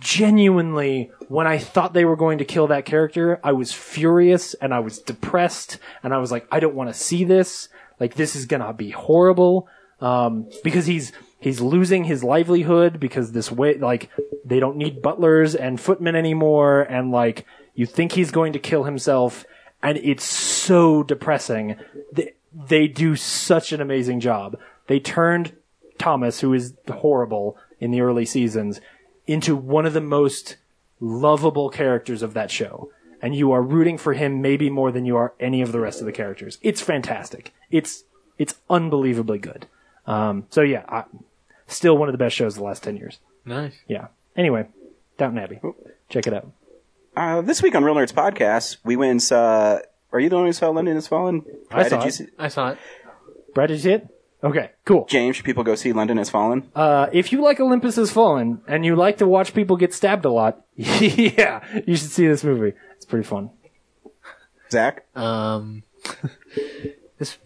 [SPEAKER 2] genuinely, when I thought they were going to kill that character, I was furious and I was depressed and I was like, I don't want to see this. Like, this is gonna be horrible. Um, because he's, he's losing his livelihood because this way, like, they don't need butlers and footmen anymore. And like, you think he's going to kill himself and it's so depressing. They, they do such an amazing job. They turned Thomas, who is horrible in the early seasons, into one of the most lovable characters of that show. And you are rooting for him maybe more than you are any of the rest of the characters. It's fantastic. It's it's unbelievably good. Um, so yeah, I, still one of the best shows of the last ten years.
[SPEAKER 4] Nice.
[SPEAKER 2] Yeah. Anyway, Downton Abbey, check it out.
[SPEAKER 1] Uh, this week on Real Nerds Podcast, we went and saw. Are you the one who saw London Has Fallen?
[SPEAKER 2] I
[SPEAKER 1] Brad,
[SPEAKER 2] saw
[SPEAKER 1] did you
[SPEAKER 2] it.
[SPEAKER 1] see-
[SPEAKER 4] I saw it.
[SPEAKER 2] Brad, did you see it? Okay, cool.
[SPEAKER 1] James, should people go see London Has Fallen?
[SPEAKER 2] Uh, if you like Olympus Has Fallen and you like to watch people get stabbed a lot, yeah, you should see this movie. It's pretty fun.
[SPEAKER 1] Zach,
[SPEAKER 4] Um, this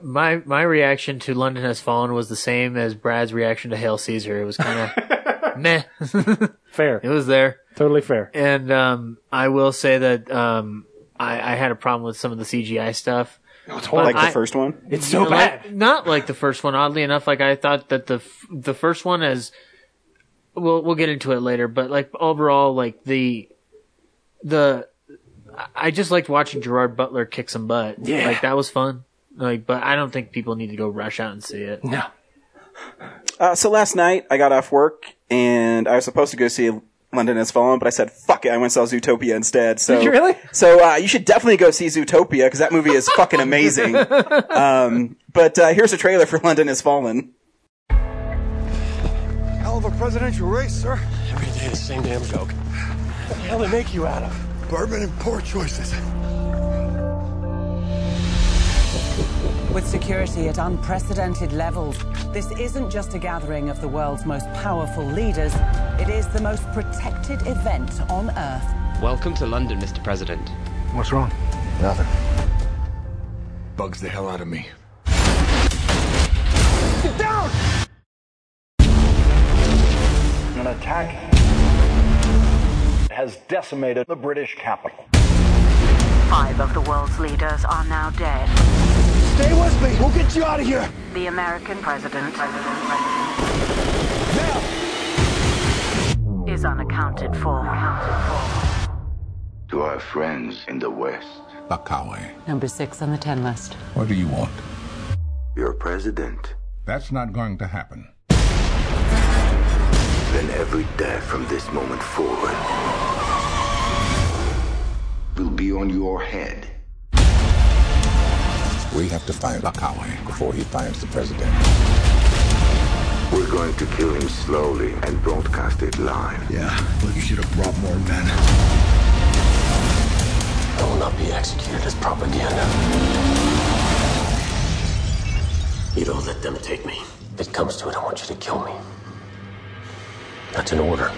[SPEAKER 4] my my reaction to London Has Fallen was the same as Brad's reaction to Hail Caesar. It was kind of meh.
[SPEAKER 2] fair.
[SPEAKER 4] It was there.
[SPEAKER 2] Totally fair.
[SPEAKER 4] And um, I will say that um, I, I had a problem with some of the CGI stuff. But
[SPEAKER 1] Oh, like
[SPEAKER 4] I-
[SPEAKER 1] the first one.
[SPEAKER 2] It's so
[SPEAKER 4] Yeah,
[SPEAKER 2] bad.
[SPEAKER 4] like- not like the first one. Oddly enough, like I thought that the f- the first one is. We'll we'll get into it later, but like overall, like the the I- I just liked watching Gerard Butler kick some butt.
[SPEAKER 2] Yeah.
[SPEAKER 4] like that was fun. Like, but I don't think people need to go rush out and see it.
[SPEAKER 2] No.
[SPEAKER 1] Uh, so last night I got off work and I was supposed to go see London Has Fallen, but I said fuck it, I went and saw Zootopia instead. So
[SPEAKER 2] Did you really?
[SPEAKER 1] So uh, you should definitely go see Zootopia because that movie is fucking amazing. um, but uh, here's a trailer for London Has Fallen.
[SPEAKER 12] Hell of a presidential race, sir. Every day the same damn joke. What the hell they make you out of? Bourbon and poor choices.
[SPEAKER 13] With security at unprecedented levels, this isn't just a gathering of the world's most powerful leaders, it is the most protected event on Earth.
[SPEAKER 14] Welcome to London, Mr. President.
[SPEAKER 12] What's wrong? Nothing. Bugs the hell out of me. Get down!
[SPEAKER 15] An attack has decimated the British capital.
[SPEAKER 16] Five of the world's leaders are now dead.
[SPEAKER 12] Stay with me. We'll get you out of here.
[SPEAKER 16] The American president, is unaccounted for.
[SPEAKER 17] To our friends in the West. Bakawe.
[SPEAKER 13] Number six on the 10 list.
[SPEAKER 17] What do you want? Your president. That's not going to happen. Then every death from this moment forward will be on your head. We have to find Bakawe before he finds the president. We're going to kill him slowly and broadcast it live. Yeah, well, you should have brought more men.
[SPEAKER 12] I will not be executed as propaganda. You don't let them take me. If it comes to it, I want you to kill me. That's an order.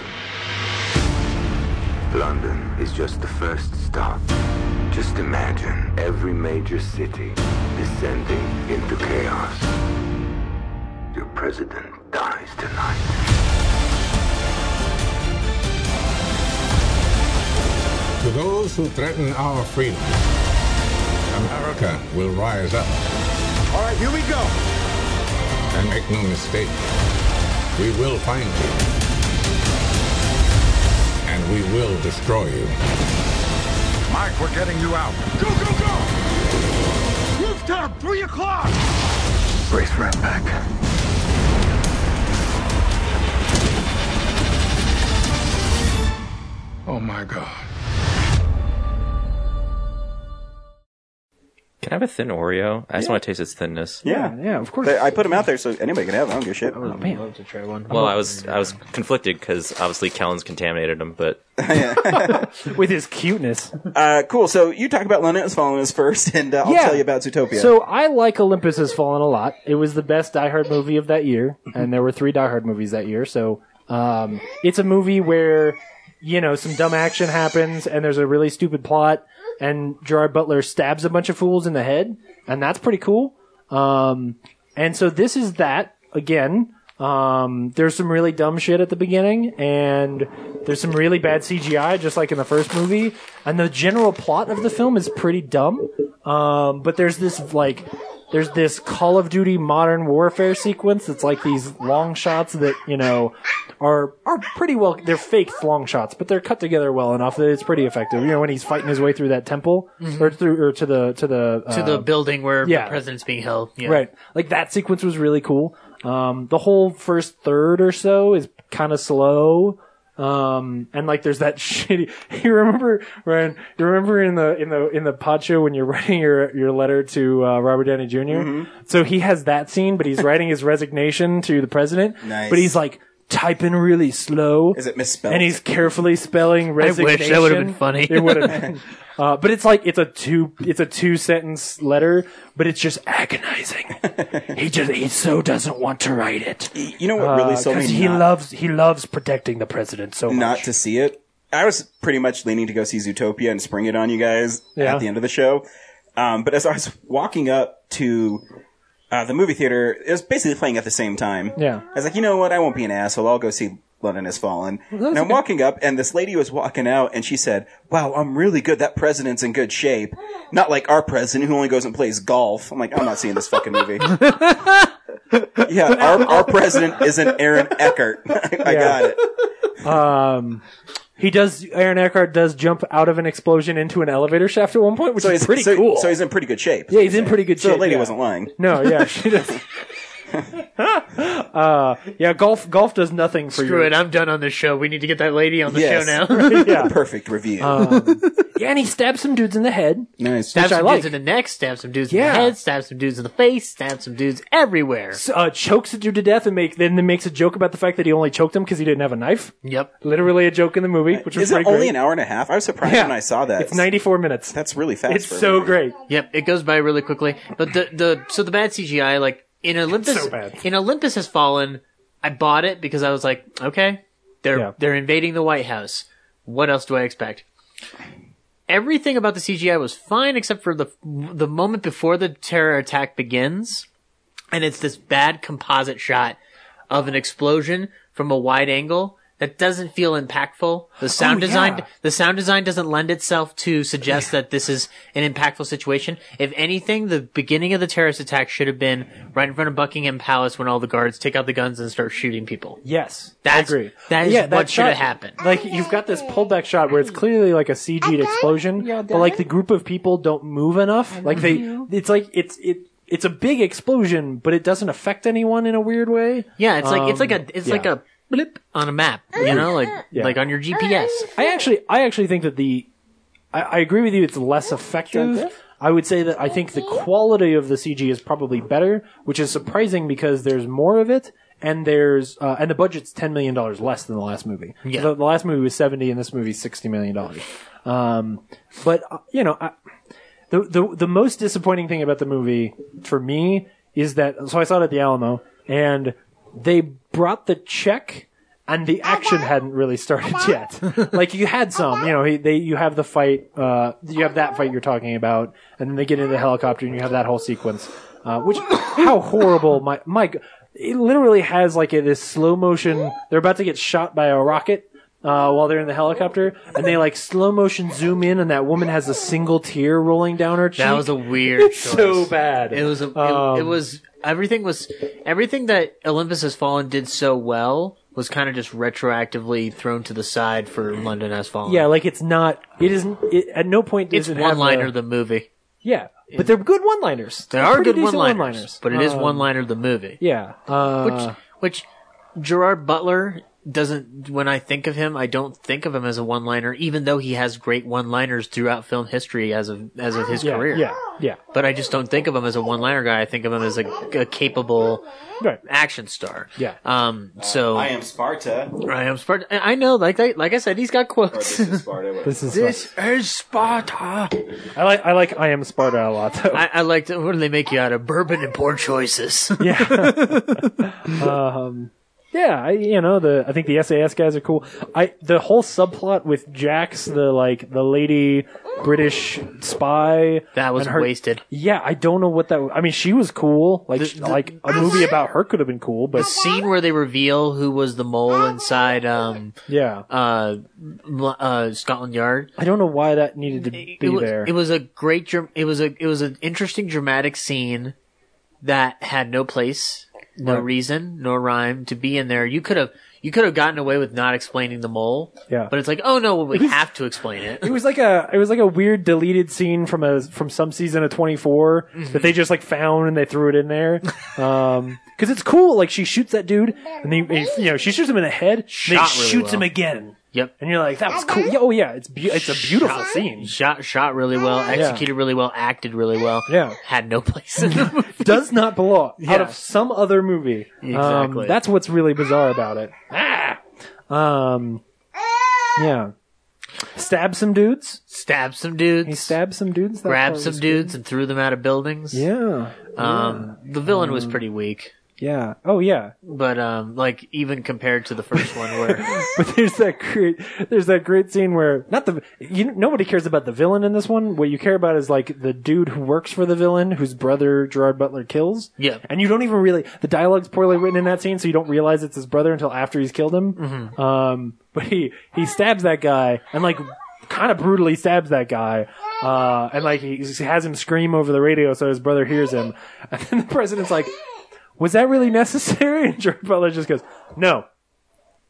[SPEAKER 17] London is just the first stop. Just imagine every major city descending into chaos. Your president dies tonight.
[SPEAKER 18] To those who threaten our freedom, America will rise up.
[SPEAKER 12] All right, here we go.
[SPEAKER 18] And make no mistake, we will find you. And we will destroy you. back. We're getting you out.
[SPEAKER 11] Go, go, go! Rooftop, three o'clock!
[SPEAKER 17] Brace right back.
[SPEAKER 18] Oh my god.
[SPEAKER 3] Can I have a thin Oreo? I just want to taste its thinness.
[SPEAKER 1] Yeah,
[SPEAKER 2] yeah, of course. Oh,
[SPEAKER 1] I put them out there so anybody can have them. I don't give a shit.
[SPEAKER 4] I would love to try one.
[SPEAKER 3] Well, I was I was conflicted because obviously Kellen's contaminated them, but
[SPEAKER 2] with his cuteness.
[SPEAKER 1] Uh, cool. So you talk about London is Fallen Us first, and uh, I'll
[SPEAKER 2] Yeah.
[SPEAKER 1] tell you about Zootopia.
[SPEAKER 2] So I like Olympus Has Fallen a lot. It was the best Die Hard movie of that year, and there were three Die Hard movies that year. So um, it's a movie where you know some dumb action happens, and there's a really stupid plot, and Gerard Butler stabs a bunch of fools in the head, and that's pretty cool. Um, and so this is that again. Um, there's some really dumb shit at the beginning, and there's some really bad CGI, just like in the first movie. And the general plot of the film is pretty dumb. Um, but there's this like, there's this Call of Duty Modern Warfare sequence that's like these long shots that you know are are pretty well. They're faked long shots, but they're cut together well enough that it's pretty effective. You know, when he's fighting his way through that temple or through or to the to the
[SPEAKER 4] Mm-hmm. to the
[SPEAKER 2] uh,
[SPEAKER 4] building where
[SPEAKER 2] yeah.
[SPEAKER 4] the president's being held. Yeah.
[SPEAKER 2] Right. Like that sequence was really cool. Um, the whole first third or so is kind of slow. Um, and like there's that shitty, you remember, Ryan, you remember in the, in the, in the pod show when you're writing your, your letter to, uh, Robert Downey junior
[SPEAKER 1] Mm-hmm.
[SPEAKER 11] Mhm.
[SPEAKER 2] So he has that scene, but he's writing his resignation to the president.
[SPEAKER 1] Nice.
[SPEAKER 2] But he's like, typing really slow.
[SPEAKER 1] Is it misspelled?
[SPEAKER 2] And he's carefully spelling
[SPEAKER 4] I wish that
[SPEAKER 2] resignation.
[SPEAKER 4] would've been funny.
[SPEAKER 2] It would have been. Uh, but it's like it's a two it's a two sentence letter, but it's just agonizing. he just he so doesn't want to write it. Uh,
[SPEAKER 1] You know what really sold me
[SPEAKER 2] He
[SPEAKER 1] not-
[SPEAKER 2] loves he loves protecting the president so much.
[SPEAKER 1] not to see it. I was pretty much leaning to go see Zootopia and spring it on you guys
[SPEAKER 2] Yeah.
[SPEAKER 1] at the end of the show. Um, but as I was walking up to uh, the movie theater, it was basically playing at the same time.
[SPEAKER 2] Yeah.
[SPEAKER 1] I was like, you know what? I won't be an asshole. I'll go see London Has Fallen.
[SPEAKER 2] that's
[SPEAKER 1] and I'm
[SPEAKER 2] good.
[SPEAKER 1] walking up, and this lady was walking out, and she said, "Wow, I'm really good. That president's in good shape. Not like our president who only goes and plays golf." I'm like, I'm not seeing this fucking movie. yeah, our, our president isn't Aaron Eckert. I got it.
[SPEAKER 2] Um, he does. Aaron Eckhart does jump out of an explosion into an elevator shaft at one point, which
[SPEAKER 1] So
[SPEAKER 2] is
[SPEAKER 1] he's
[SPEAKER 2] pretty
[SPEAKER 1] so,
[SPEAKER 2] cool.
[SPEAKER 1] So he's in pretty good shape.
[SPEAKER 2] Yeah, he's in pretty good
[SPEAKER 1] so
[SPEAKER 2] shape.
[SPEAKER 1] the lady
[SPEAKER 2] yeah.
[SPEAKER 1] wasn't lying.
[SPEAKER 2] No, yeah, she does. uh, yeah, golf golf does nothing for
[SPEAKER 4] Screw
[SPEAKER 2] you.
[SPEAKER 4] it. I'm done on this show. We need to get that lady on the
[SPEAKER 2] Yes.
[SPEAKER 4] show now.
[SPEAKER 2] Yeah.
[SPEAKER 1] Perfect review.
[SPEAKER 2] Um, yeah, and he stabs some dudes in the head.
[SPEAKER 1] nice.
[SPEAKER 4] Stab
[SPEAKER 2] Which I
[SPEAKER 4] some
[SPEAKER 2] like.
[SPEAKER 4] dudes in the neck, stab some dudes
[SPEAKER 2] Yeah.
[SPEAKER 4] in the head, stab some dudes in the face, stab some dudes everywhere.
[SPEAKER 2] S- Uh, chokes a dude to death and make then makes a joke about the fact that he only choked him because he didn't have a knife.
[SPEAKER 4] Yep.
[SPEAKER 2] Literally a joke in the movie, which was
[SPEAKER 1] Uh, Is it
[SPEAKER 2] pretty
[SPEAKER 1] only
[SPEAKER 2] great.
[SPEAKER 1] an hour and a half? I was surprised
[SPEAKER 2] Yeah.
[SPEAKER 1] when I saw that.
[SPEAKER 2] It's 94 minutes.
[SPEAKER 1] That's really fast.
[SPEAKER 2] It's
[SPEAKER 1] for a
[SPEAKER 2] so
[SPEAKER 1] movie.
[SPEAKER 2] great.
[SPEAKER 4] Yep, it goes by really quickly. But the the so the bad CGI like in Olympus
[SPEAKER 2] so bad.
[SPEAKER 4] in Olympus has fallen. I bought it because I was like, okay, they're
[SPEAKER 2] Yeah.
[SPEAKER 4] they're invading the White House. What else do I expect? Everything about the CGI was fine except for the the moment before the terror attack begins, and it's this bad composite shot of an explosion from a wide angle that doesn't feel impactful. The sound
[SPEAKER 2] Oh, yeah.
[SPEAKER 4] design the sound design doesn't lend itself to suggest that this is an impactful situation. If anything, the beginning of the terrorist attack should have been right in front of Buckingham Palace when all the guards take out the guns and start shooting people.
[SPEAKER 2] Yes, I
[SPEAKER 4] That's-
[SPEAKER 2] agree.
[SPEAKER 4] that is
[SPEAKER 2] yeah,
[SPEAKER 4] what should
[SPEAKER 2] shot-
[SPEAKER 4] have happened.
[SPEAKER 2] Like you've got this pullback shot where it's clearly like a CG'd explosion, but like the group of people don't move enough. Like they, it's like it's it. It's a big explosion, but it doesn't affect anyone in a weird way.
[SPEAKER 4] Yeah, it's like it's
[SPEAKER 2] Um,
[SPEAKER 4] like a it's
[SPEAKER 2] yeah.
[SPEAKER 4] like a blip on a map, you know, like
[SPEAKER 2] Yeah.
[SPEAKER 4] like on your GPS.
[SPEAKER 2] I actually, I actually think that the, I, I agree with you. It's less effective. I would say that I think the quality of the CG is probably better, which is surprising because there's more of it, and there's uh, and the budget's ten million dollars less than the last movie.
[SPEAKER 4] Yeah.
[SPEAKER 2] The, the last movie was seventy, and this movie's sixty million dollars. Um, but uh, you know, I, the the the most disappointing thing about the movie for me is that so I saw it at the Alamo and they brought the check and the action hadn't really started yet. like you had some, you know, he- they you have the fight, uh, you have that fight you're talking about, and then they get into the helicopter and you have that whole sequence, uh, which how horrible my my g- it literally has like a, this slow motion. They're about to get shot by a rocket uh, while they're in the helicopter, and they like slow motion zoom in, and that woman has a single tear rolling down her cheek.
[SPEAKER 4] That was a weird
[SPEAKER 2] It's so
[SPEAKER 4] choice.
[SPEAKER 2] bad.
[SPEAKER 4] It was a, it, it
[SPEAKER 2] Um,
[SPEAKER 4] was everything was everything that Olympus has fallen did so well was kind of just retroactively thrown to the side for London Has Fallen.
[SPEAKER 2] Yeah, like it's not. It isn't. It, at no point does
[SPEAKER 4] it's
[SPEAKER 2] it
[SPEAKER 4] one
[SPEAKER 2] have
[SPEAKER 4] liner
[SPEAKER 2] a-
[SPEAKER 4] the movie.
[SPEAKER 2] Yeah, but they're good one-liners.
[SPEAKER 4] There
[SPEAKER 2] They're
[SPEAKER 4] are
[SPEAKER 2] pretty
[SPEAKER 4] good
[SPEAKER 2] decent
[SPEAKER 4] one-liners,
[SPEAKER 2] one-liners.
[SPEAKER 4] but it is
[SPEAKER 2] Um,
[SPEAKER 4] one-liner the movie.
[SPEAKER 2] Yeah. Uh,
[SPEAKER 4] which which Gerard Butler doesn't. When I think of him, I don't think of him as a one-liner, even though he has great one-liners throughout film history as of as of his
[SPEAKER 2] yeah,
[SPEAKER 4] career.
[SPEAKER 2] Yeah. Yeah.
[SPEAKER 4] But I just don't think of him as a one-liner guy. I think of him as a, a capable
[SPEAKER 2] Right.
[SPEAKER 4] action star.
[SPEAKER 2] Yeah.
[SPEAKER 4] Um. So
[SPEAKER 1] I am Sparta.
[SPEAKER 4] I am Sparta. I I know. Like I, like I said, he's got quotes. This is
[SPEAKER 1] Sparta.
[SPEAKER 2] This is
[SPEAKER 4] Sparta.
[SPEAKER 2] I like I like I am Sparta a lot. Though.
[SPEAKER 4] I, I liked it. What do they make you out of? Bourbon and poor choices. Yeah.
[SPEAKER 2] um, yeah, I, you know the I think the SAS guys are cool. I the whole subplot with Jax, the like the lady British spy
[SPEAKER 4] That was
[SPEAKER 2] and her-
[SPEAKER 4] wasted.
[SPEAKER 2] Yeah, I don't know what that. wa- I mean, she was cool. Like sh- like a movie about her could have been cool,
[SPEAKER 4] The
[SPEAKER 2] but
[SPEAKER 4] scene where they reveal who was the mole inside um
[SPEAKER 2] yeah,
[SPEAKER 4] uh L- uh Scotland Yard.
[SPEAKER 2] I don't know why that needed to be
[SPEAKER 4] It was,
[SPEAKER 2] there.
[SPEAKER 4] it was a great dra- it was a it was an interesting dramatic scene that had no place, no
[SPEAKER 2] Right.
[SPEAKER 4] reason, no rhyme to be in there. You could have you could have gotten away with not explaining the mole.
[SPEAKER 2] Yeah.
[SPEAKER 4] But it's like, "Oh no, we have to explain it."
[SPEAKER 2] It was like a it was like a weird deleted scene from a from some season of 24
[SPEAKER 4] Mm-hmm.
[SPEAKER 2] that they just like found and they threw it in there. Um cuz it's cool like she shoots that dude and then he- you know she shoots him in the head and then
[SPEAKER 4] Shot
[SPEAKER 2] he
[SPEAKER 4] really
[SPEAKER 2] shoots
[SPEAKER 4] well.
[SPEAKER 2] him again.
[SPEAKER 4] Yep.
[SPEAKER 2] And you're like that was cool. Yeah, Oh yeah, it's beau it's a beautiful
[SPEAKER 4] Shot-
[SPEAKER 2] scene.
[SPEAKER 4] Shot shot really well, executed really well, acted really well.
[SPEAKER 2] Yeah.
[SPEAKER 4] Had no place in the movie.
[SPEAKER 2] Does not belong out
[SPEAKER 4] Yeah.
[SPEAKER 2] of some other movie. Um,
[SPEAKER 4] Exactly. Ah.
[SPEAKER 2] that's what's really bizarre about it. Um yeah. Stab some dudes.
[SPEAKER 4] Stabbed some dudes.
[SPEAKER 2] He stabbed some dudes. That
[SPEAKER 4] grabbed
[SPEAKER 2] part
[SPEAKER 4] some
[SPEAKER 2] was-
[SPEAKER 4] dudes and threw them out of buildings.
[SPEAKER 2] Yeah.
[SPEAKER 4] Um, the villain was pretty weak,
[SPEAKER 2] Yeah. Oh yeah.
[SPEAKER 4] but um, like even compared to the first one, where
[SPEAKER 2] but there's that great there's that great scene where not the you nobody cares about the villain in this one. What you care about is like the dude who works for the villain whose brother Gerard Butler kills.
[SPEAKER 4] Yeah.
[SPEAKER 2] And you don't even really the dialogue's poorly written in that scene, so you don't realize it's his brother until after he's killed him.
[SPEAKER 4] Mm-hmm. Mm.
[SPEAKER 11] Mhm.
[SPEAKER 2] Um but he he stabs that guy and like kind of brutally stabs that guy. Uh and like he has him scream over the radio so his brother hears him. And then the president's like was that really necessary? And Gerard Butler just goes, no,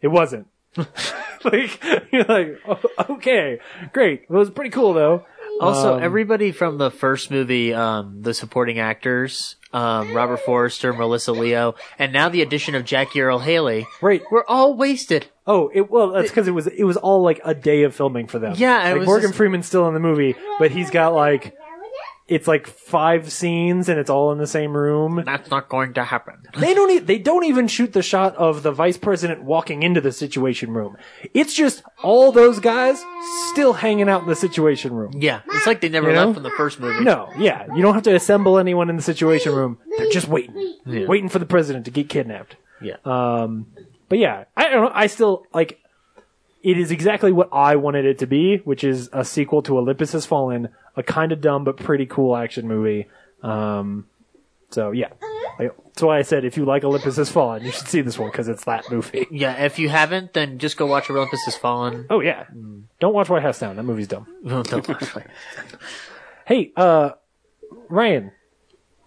[SPEAKER 2] it wasn't. like you're like, "Oh, okay, great. Well, it was pretty cool though.
[SPEAKER 4] also
[SPEAKER 2] Um,
[SPEAKER 4] everybody from the first movie, um, the supporting actors, um, Robert Forrester, Melissa Leo, and now the addition of Jackie Earl Haley,
[SPEAKER 2] right?
[SPEAKER 4] We're all wasted.
[SPEAKER 2] Oh, it, well, that's because it was it was all like a day of filming for them.
[SPEAKER 4] Yeah, it
[SPEAKER 2] like
[SPEAKER 4] was
[SPEAKER 2] Morgan
[SPEAKER 4] just-
[SPEAKER 2] Freeman's still in the movie, but he's got like it's like five scenes and it's all in the same room.
[SPEAKER 4] That's not going to happen.
[SPEAKER 2] they don't e- they don't even shoot the shot of the vice president walking into the situation room. It's just all those guys still hanging out in the situation room.
[SPEAKER 4] Yeah, it's like they never
[SPEAKER 2] You know?
[SPEAKER 4] left from the first movie.
[SPEAKER 2] No, yeah, you don't have to assemble anyone in the situation room. They're just waiting,
[SPEAKER 4] Yeah.
[SPEAKER 2] waiting for the president to get kidnapped.
[SPEAKER 4] Yeah.
[SPEAKER 2] Um, but yeah, I don't know. I still like. It is exactly what I wanted it to be, which is a sequel to Olympus Has Fallen, a kind of dumb but pretty cool action movie. Um, so yeah, I, that's why I said if you like Olympus Has Fallen, you should see this one because it's that movie.
[SPEAKER 4] Yeah, if you haven't, then just go watch Olympus Has Fallen.
[SPEAKER 2] Oh yeah, don't watch White House Down. That movie's dumb.
[SPEAKER 4] Don't watch it.
[SPEAKER 2] Hey, uh, Ryan,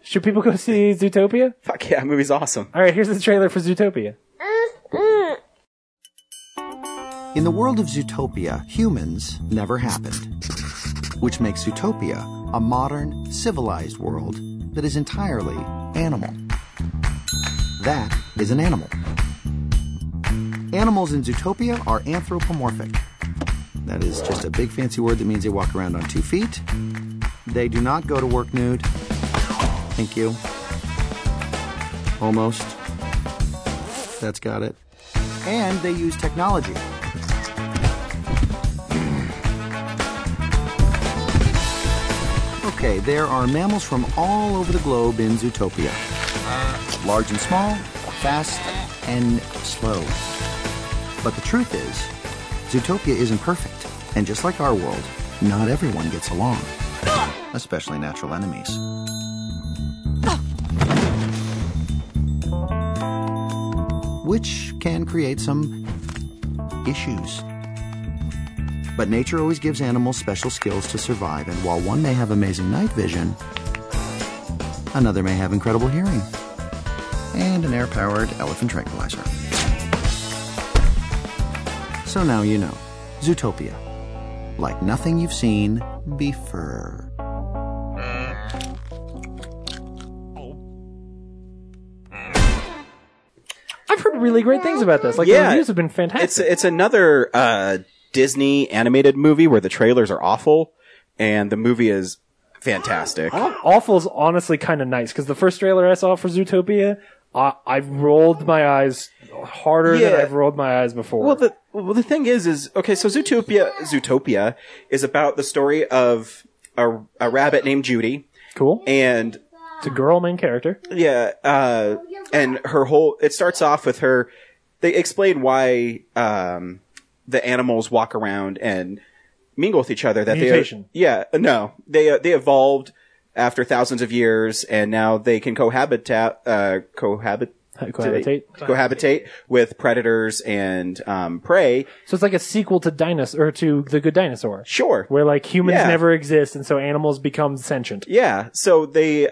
[SPEAKER 2] should people go see Zootopia?
[SPEAKER 1] Fuck yeah, movie's awesome.
[SPEAKER 2] All right, here's the trailer for Zootopia.
[SPEAKER 19] In the world of Zootopia, humans never happened, which makes Zootopia a modern, civilized world that is entirely animal. That is an animal. Animals in Zootopia are anthropomorphic. That is just a big fancy word that means they walk around on two feet. They do not go to work nude. Thank you. Almost. That's got it. And they use technology. Okay, there are mammals from all over the globe in Zootopia. Uh, Large and small, fast and slow. But the truth is, Zootopia isn't perfect. And just like our world, not everyone gets along, especially natural enemies. Which can create some issues. But nature always gives animals special skills to survive, and while one may have amazing night vision, another may have incredible hearing and an air powered elephant tranquilizer. So now you know. Zootopia. Like nothing you've seen before.
[SPEAKER 2] I've heard really great things about this. Like the reviews have been fantastic.
[SPEAKER 1] It's it's another uh, Disney animated movie where the trailers are awful and the movie is fantastic.
[SPEAKER 2] Awful is honestly kind of nice because the first trailer I saw for Zootopia, I, I rolled my eyes harder
[SPEAKER 1] Yeah.
[SPEAKER 2] than I've rolled my eyes before.
[SPEAKER 1] Well, the well the thing is, is okay. So Zootopia, Zootopia is about the story of a, a rabbit named Judy.
[SPEAKER 2] Cool.
[SPEAKER 1] And
[SPEAKER 2] it's a girl main character.
[SPEAKER 1] Yeah. Uh, and her whole it starts off with her. They explain why um, the animals walk around and mingle with each other. That
[SPEAKER 2] Mutation.
[SPEAKER 1] they yeah no they uh, they evolved after thousands of years and now they can cohabit uh, cohabit.
[SPEAKER 2] Cohabitate.
[SPEAKER 1] cohabitate with predators and um, prey,
[SPEAKER 2] So it's like a sequel to Dinosaur or to The Good Dinosaur.
[SPEAKER 1] Sure.
[SPEAKER 2] Where like humans
[SPEAKER 1] Yeah.
[SPEAKER 2] never exist and so animals become sentient.
[SPEAKER 1] Yeah. So they,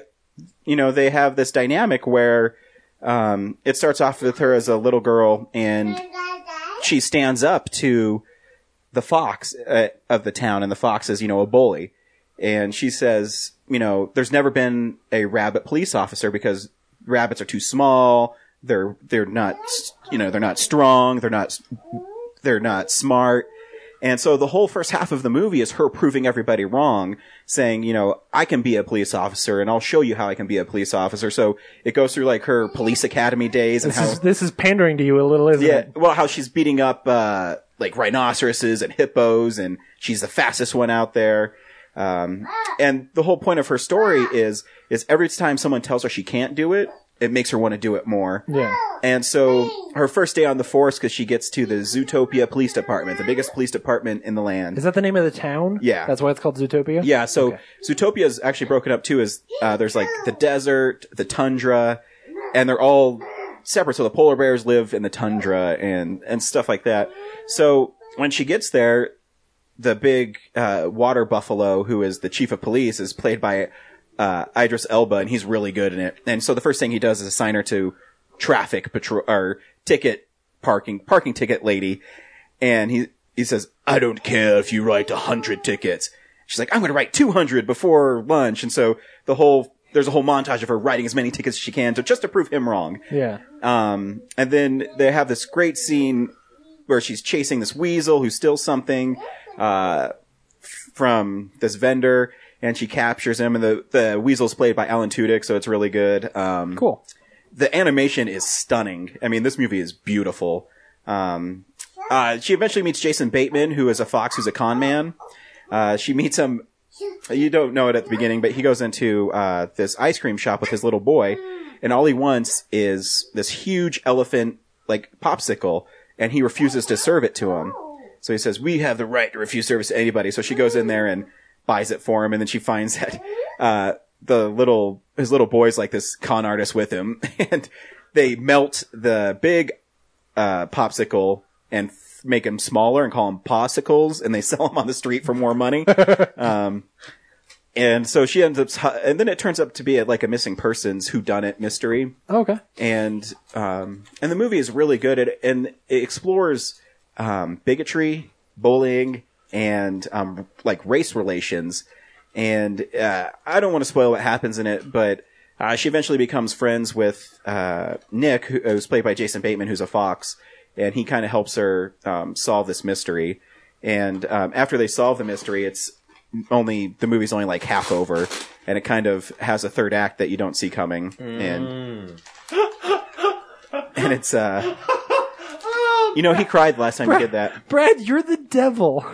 [SPEAKER 1] you know, they have this dynamic where um, it starts off with her as a little girl and she stands up to the fox uh, of the town and the fox is, you know, a bully. And she says, you know, there's never been a rabbit police officer because rabbits are too small. They're, they're not, s- you know, they're not strong. They're not, s- they're not smart. And so the whole first half of the movie is her proving everybody wrong, saying, you know, I can be a police officer and I'll show you how I can be a police officer. So it goes through like her police academy days and
[SPEAKER 2] This
[SPEAKER 1] how,
[SPEAKER 2] is this is pandering to you a little, isn't
[SPEAKER 1] yeah,
[SPEAKER 2] it?
[SPEAKER 1] well, how she's beating up, uh, like rhinoceroses and hippos and she's the fastest one out there. Um, and the whole point of her story is, is every time someone tells her she can't do it, it makes her want to do it more.
[SPEAKER 2] Yeah.
[SPEAKER 1] And so her first day on the force, because she gets to the Zootopia Police Department, the biggest police department in the land.
[SPEAKER 2] Is that the name of the town?
[SPEAKER 1] Yeah.
[SPEAKER 2] That's why it's called Zootopia?
[SPEAKER 1] Yeah, so Zootopia is actually broken up too. Is uh, there's like the desert, the tundra, and they're all separate. So the polar bears live in the tundra and and stuff like that. So when she gets there, the big uh, water buffalo, who is the chief of police, is played by uh, Idris Elba, and he's really good in it. And so the first thing he does is assign her to traffic patrol or ticket parking parking ticket lady, and he he says, "I don't care if you write a hundred tickets." She's like, "I'm going to write two hundred before lunch," and so the whole there's a whole montage of her writing as many tickets as she can to just to prove him wrong.
[SPEAKER 2] Yeah.
[SPEAKER 1] Um, and then they have this great scene where she's chasing this weasel who steals something uh, f- from this vendor, and she captures him. And the the weasel's played by Alan Tudyk, so it's really good. Um,
[SPEAKER 2] cool.
[SPEAKER 1] The animation is stunning. I mean, this movie is beautiful. Um, uh, she eventually meets Jason Bateman, who is a fox who's a con man. Uh, she meets him. You don't know it at the beginning, but he goes into uh, this ice cream shop with his little boy, and all he wants is this huge elephant like popsicle, and he refuses to serve it to him. So he says, "We have the right to refuse service to anybody." So she goes in there and buys it for him, and then she finds that uh, the little his little boy's like this con artist with him, and they melt the big uh, popsicle and f- make them smaller and call them popsicles, and they sell them on the street for more money. um, and so she ends up, s- and then it turns up to be like a missing persons who done it mystery
[SPEAKER 2] Oh, okay.
[SPEAKER 1] and um, and the movie is really good. It, and it explores um, bigotry, bullying, and um, like race relations. And uh, I don't want to spoil what happens in it, but uh, she eventually becomes friends with uh, Nick, who, who's played by Jason Bateman, who's a fox, and he kind of helps her um, solve this mystery. And um, after they solve the mystery, it's only the movie's only like half over, and it kind of has a third act that you don't see coming. And and it's uh you know he cried last time he did that
[SPEAKER 2] Brad, you're the devil.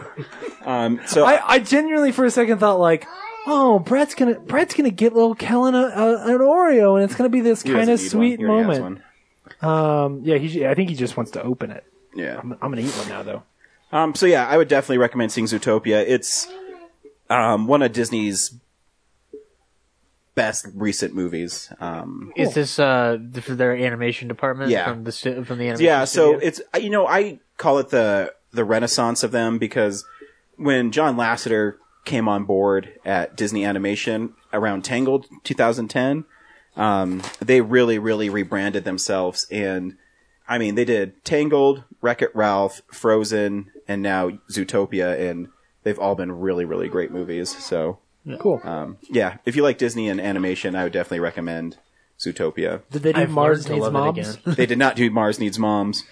[SPEAKER 1] um so
[SPEAKER 2] I, I genuinely for a second thought like, oh, Brad's gonna Brad's gonna get little Kellen a, a, an Oreo, and it's gonna be this
[SPEAKER 1] He
[SPEAKER 2] kind
[SPEAKER 1] doesn't
[SPEAKER 2] of
[SPEAKER 1] need one.
[SPEAKER 2] sweet
[SPEAKER 1] He already has
[SPEAKER 2] moment. Um, yeah, he, I think he just wants to open it.
[SPEAKER 1] yeah
[SPEAKER 2] I'm, I'm gonna eat one now though.
[SPEAKER 1] um so yeah i would definitely recommend seeing zootopia it's um one of disney's best recent movies um
[SPEAKER 4] Is this uh th- for their animation department?
[SPEAKER 1] Yeah.
[SPEAKER 4] From the stu- from the animation.
[SPEAKER 1] yeah so
[SPEAKER 4] studio?
[SPEAKER 1] it's I- you know i call it the the renaissance of them because when john lasseter came on board at disney animation around tangled 2010 um, they really really rebranded themselves and I mean, they did Tangled, Wreck It Ralph, Frozen, and now Zootopia, and they've all been really, really great movies. So
[SPEAKER 2] Cool.
[SPEAKER 1] um, yeah, if you like Disney and animation, I would definitely recommend Zootopia.
[SPEAKER 2] Did they do I've Mars learned to Needs love it Moms? again.
[SPEAKER 1] they did not do Mars Needs Moms.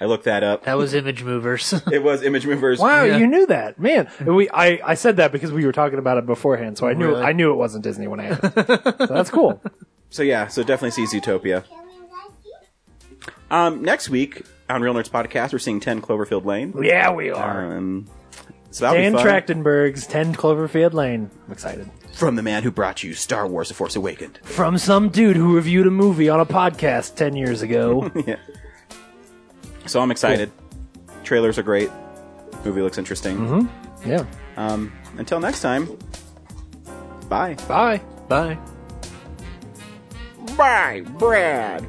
[SPEAKER 1] I looked that up.
[SPEAKER 4] That was Image Movers.
[SPEAKER 1] it was Image Movers.
[SPEAKER 2] Wow, you knew that, man. And we, I, I said that because we were talking about it beforehand, so I knew,
[SPEAKER 1] Really?
[SPEAKER 2] I knew it wasn't Disney when I asked. so that's cool.
[SPEAKER 1] So yeah, so definitely see Zootopia. Um, next week on Real Nerds Podcast, we're seeing Ten Cloverfield Lane.
[SPEAKER 2] Yeah, we are.
[SPEAKER 1] Um, so that'll
[SPEAKER 2] Dan
[SPEAKER 1] be fun.
[SPEAKER 2] Trachtenberg's 10 Cloverfield Lane. I'm excited.
[SPEAKER 1] From the man who brought you Star Wars: The Force Awakened.
[SPEAKER 2] From some dude who reviewed a movie on a podcast 10 years ago.
[SPEAKER 1] yeah. So I'm excited. Trailers are great. Movie looks interesting.
[SPEAKER 2] Mm-hmm. Yeah.
[SPEAKER 1] Um, until next time. Bye.
[SPEAKER 2] Bye. Bye.
[SPEAKER 1] Bye, Brad.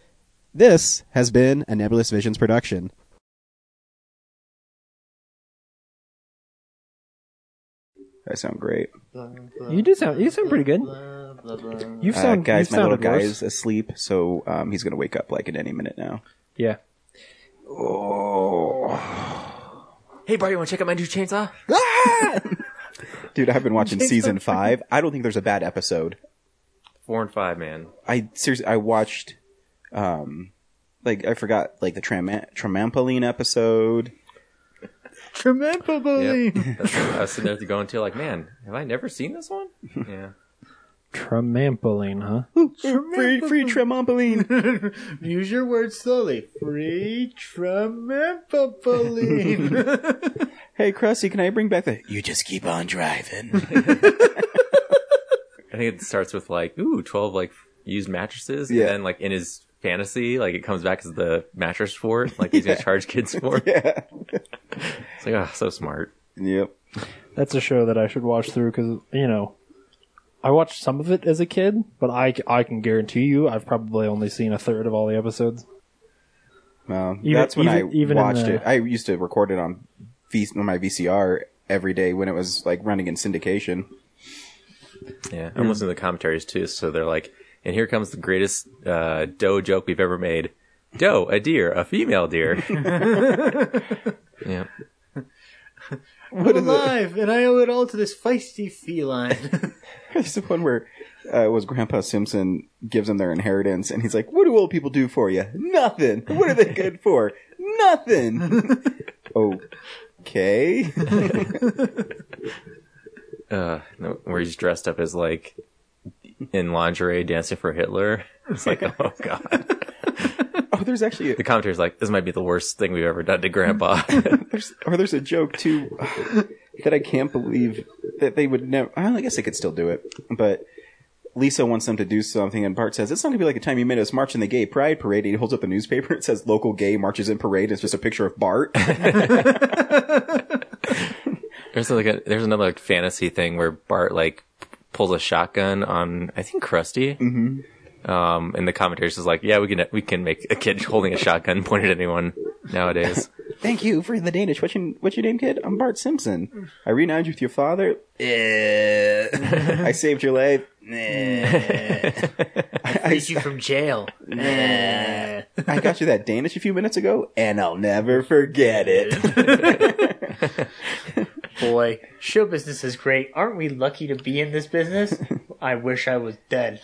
[SPEAKER 1] This has been a Nebulous Visions production. I sound great.
[SPEAKER 2] You do sound, you sound pretty good. You've
[SPEAKER 1] Uh,
[SPEAKER 2] sound,
[SPEAKER 1] guys,
[SPEAKER 2] you've
[SPEAKER 1] my little
[SPEAKER 2] sounded
[SPEAKER 1] guy's
[SPEAKER 2] worse.
[SPEAKER 1] asleep, so um, he's gonna wake up like in any minute now. Oh.
[SPEAKER 2] Yeah.
[SPEAKER 3] Hey, Bart, you want to check out my new chainsaw?
[SPEAKER 1] Dude, I've been watching season five. I don't think there's a bad episode.
[SPEAKER 3] Four and five, man.
[SPEAKER 1] I seriously, I watched, um, like I forgot like the Tram- Tramampoline episode.
[SPEAKER 2] Tramampoline.
[SPEAKER 3] That's what I was sitting there to go until like, man, have I never seen this one? Yeah.
[SPEAKER 2] Tramampoline, huh?
[SPEAKER 1] Free, free trampoline.
[SPEAKER 11] Use your words slowly. Free trampoline.
[SPEAKER 1] Hey, Krusty, can I bring back the? You just keep on driving.
[SPEAKER 3] I think it starts with like, ooh, 12 like used mattresses.
[SPEAKER 1] Yeah.
[SPEAKER 3] And then like in his fantasy, like it comes back as the mattress fort. Like he's going
[SPEAKER 1] Yeah.
[SPEAKER 3] to charge kids for it.
[SPEAKER 1] Yeah.
[SPEAKER 3] It's like, ah, so smart.
[SPEAKER 1] Yep.
[SPEAKER 2] That's a show that I should watch through because you know, I watched some of it as a kid, but I c- I can guarantee you I've probably only seen a third of all the episodes.
[SPEAKER 1] Well,
[SPEAKER 2] Even-
[SPEAKER 1] that's when
[SPEAKER 2] even-
[SPEAKER 1] I
[SPEAKER 2] even in
[SPEAKER 1] watched
[SPEAKER 2] the-
[SPEAKER 1] it. I used to record it on, v- on my VCR every day when it was like running in syndication.
[SPEAKER 3] Yeah. I'm
[SPEAKER 1] Mm.
[SPEAKER 3] listening to the commentaries too. So they're like, and here comes the greatest uh, doe joke we've ever made. Doe, a deer, a female deer. yeah.
[SPEAKER 1] What
[SPEAKER 11] I'm
[SPEAKER 1] is it?
[SPEAKER 11] alive, and I owe it all to this feisty feline.
[SPEAKER 1] There's the one where uh, it was Grandpa Simpson gives them their inheritance, and he's like, "What do old people do for you? Nothing. What are they good for? Nothing." okay.
[SPEAKER 3] uh, no, where he's dressed up as like in lingerie dancing for Hitler. It's like, oh god.
[SPEAKER 1] oh, there's actually
[SPEAKER 3] the commentator's like, this might be the worst thing we've ever done to Grandpa.
[SPEAKER 1] there's, or there's a joke too that I can't believe that they would never. I, don't- I guess they could still do it, but Lisa wants them to do something, and Bart says it's not gonna be like the time you made us march in the gay pride parade. He holds up a newspaper. It says local gay marches in parade. It's just a picture of Bart.
[SPEAKER 3] there's like a, there's another like, fantasy thing where Bart like pulls a shotgun on I think Krusty.
[SPEAKER 1] Mhm.
[SPEAKER 3] Um, and the commentator's just like, yeah, we can we can make a kid holding a shotgun point at anyone nowadays.
[SPEAKER 1] Thank you for the Danish. What's your, what's your name, kid? I'm Bart Simpson. I reunited you with your father. Eh. I saved your life. Eh.
[SPEAKER 4] I freed you from jail. Eh.
[SPEAKER 1] I got you that Danish a few minutes ago, and I'll never forget it.
[SPEAKER 4] Boy, show business is great. Aren't we lucky to be in this business? I wish I was dead.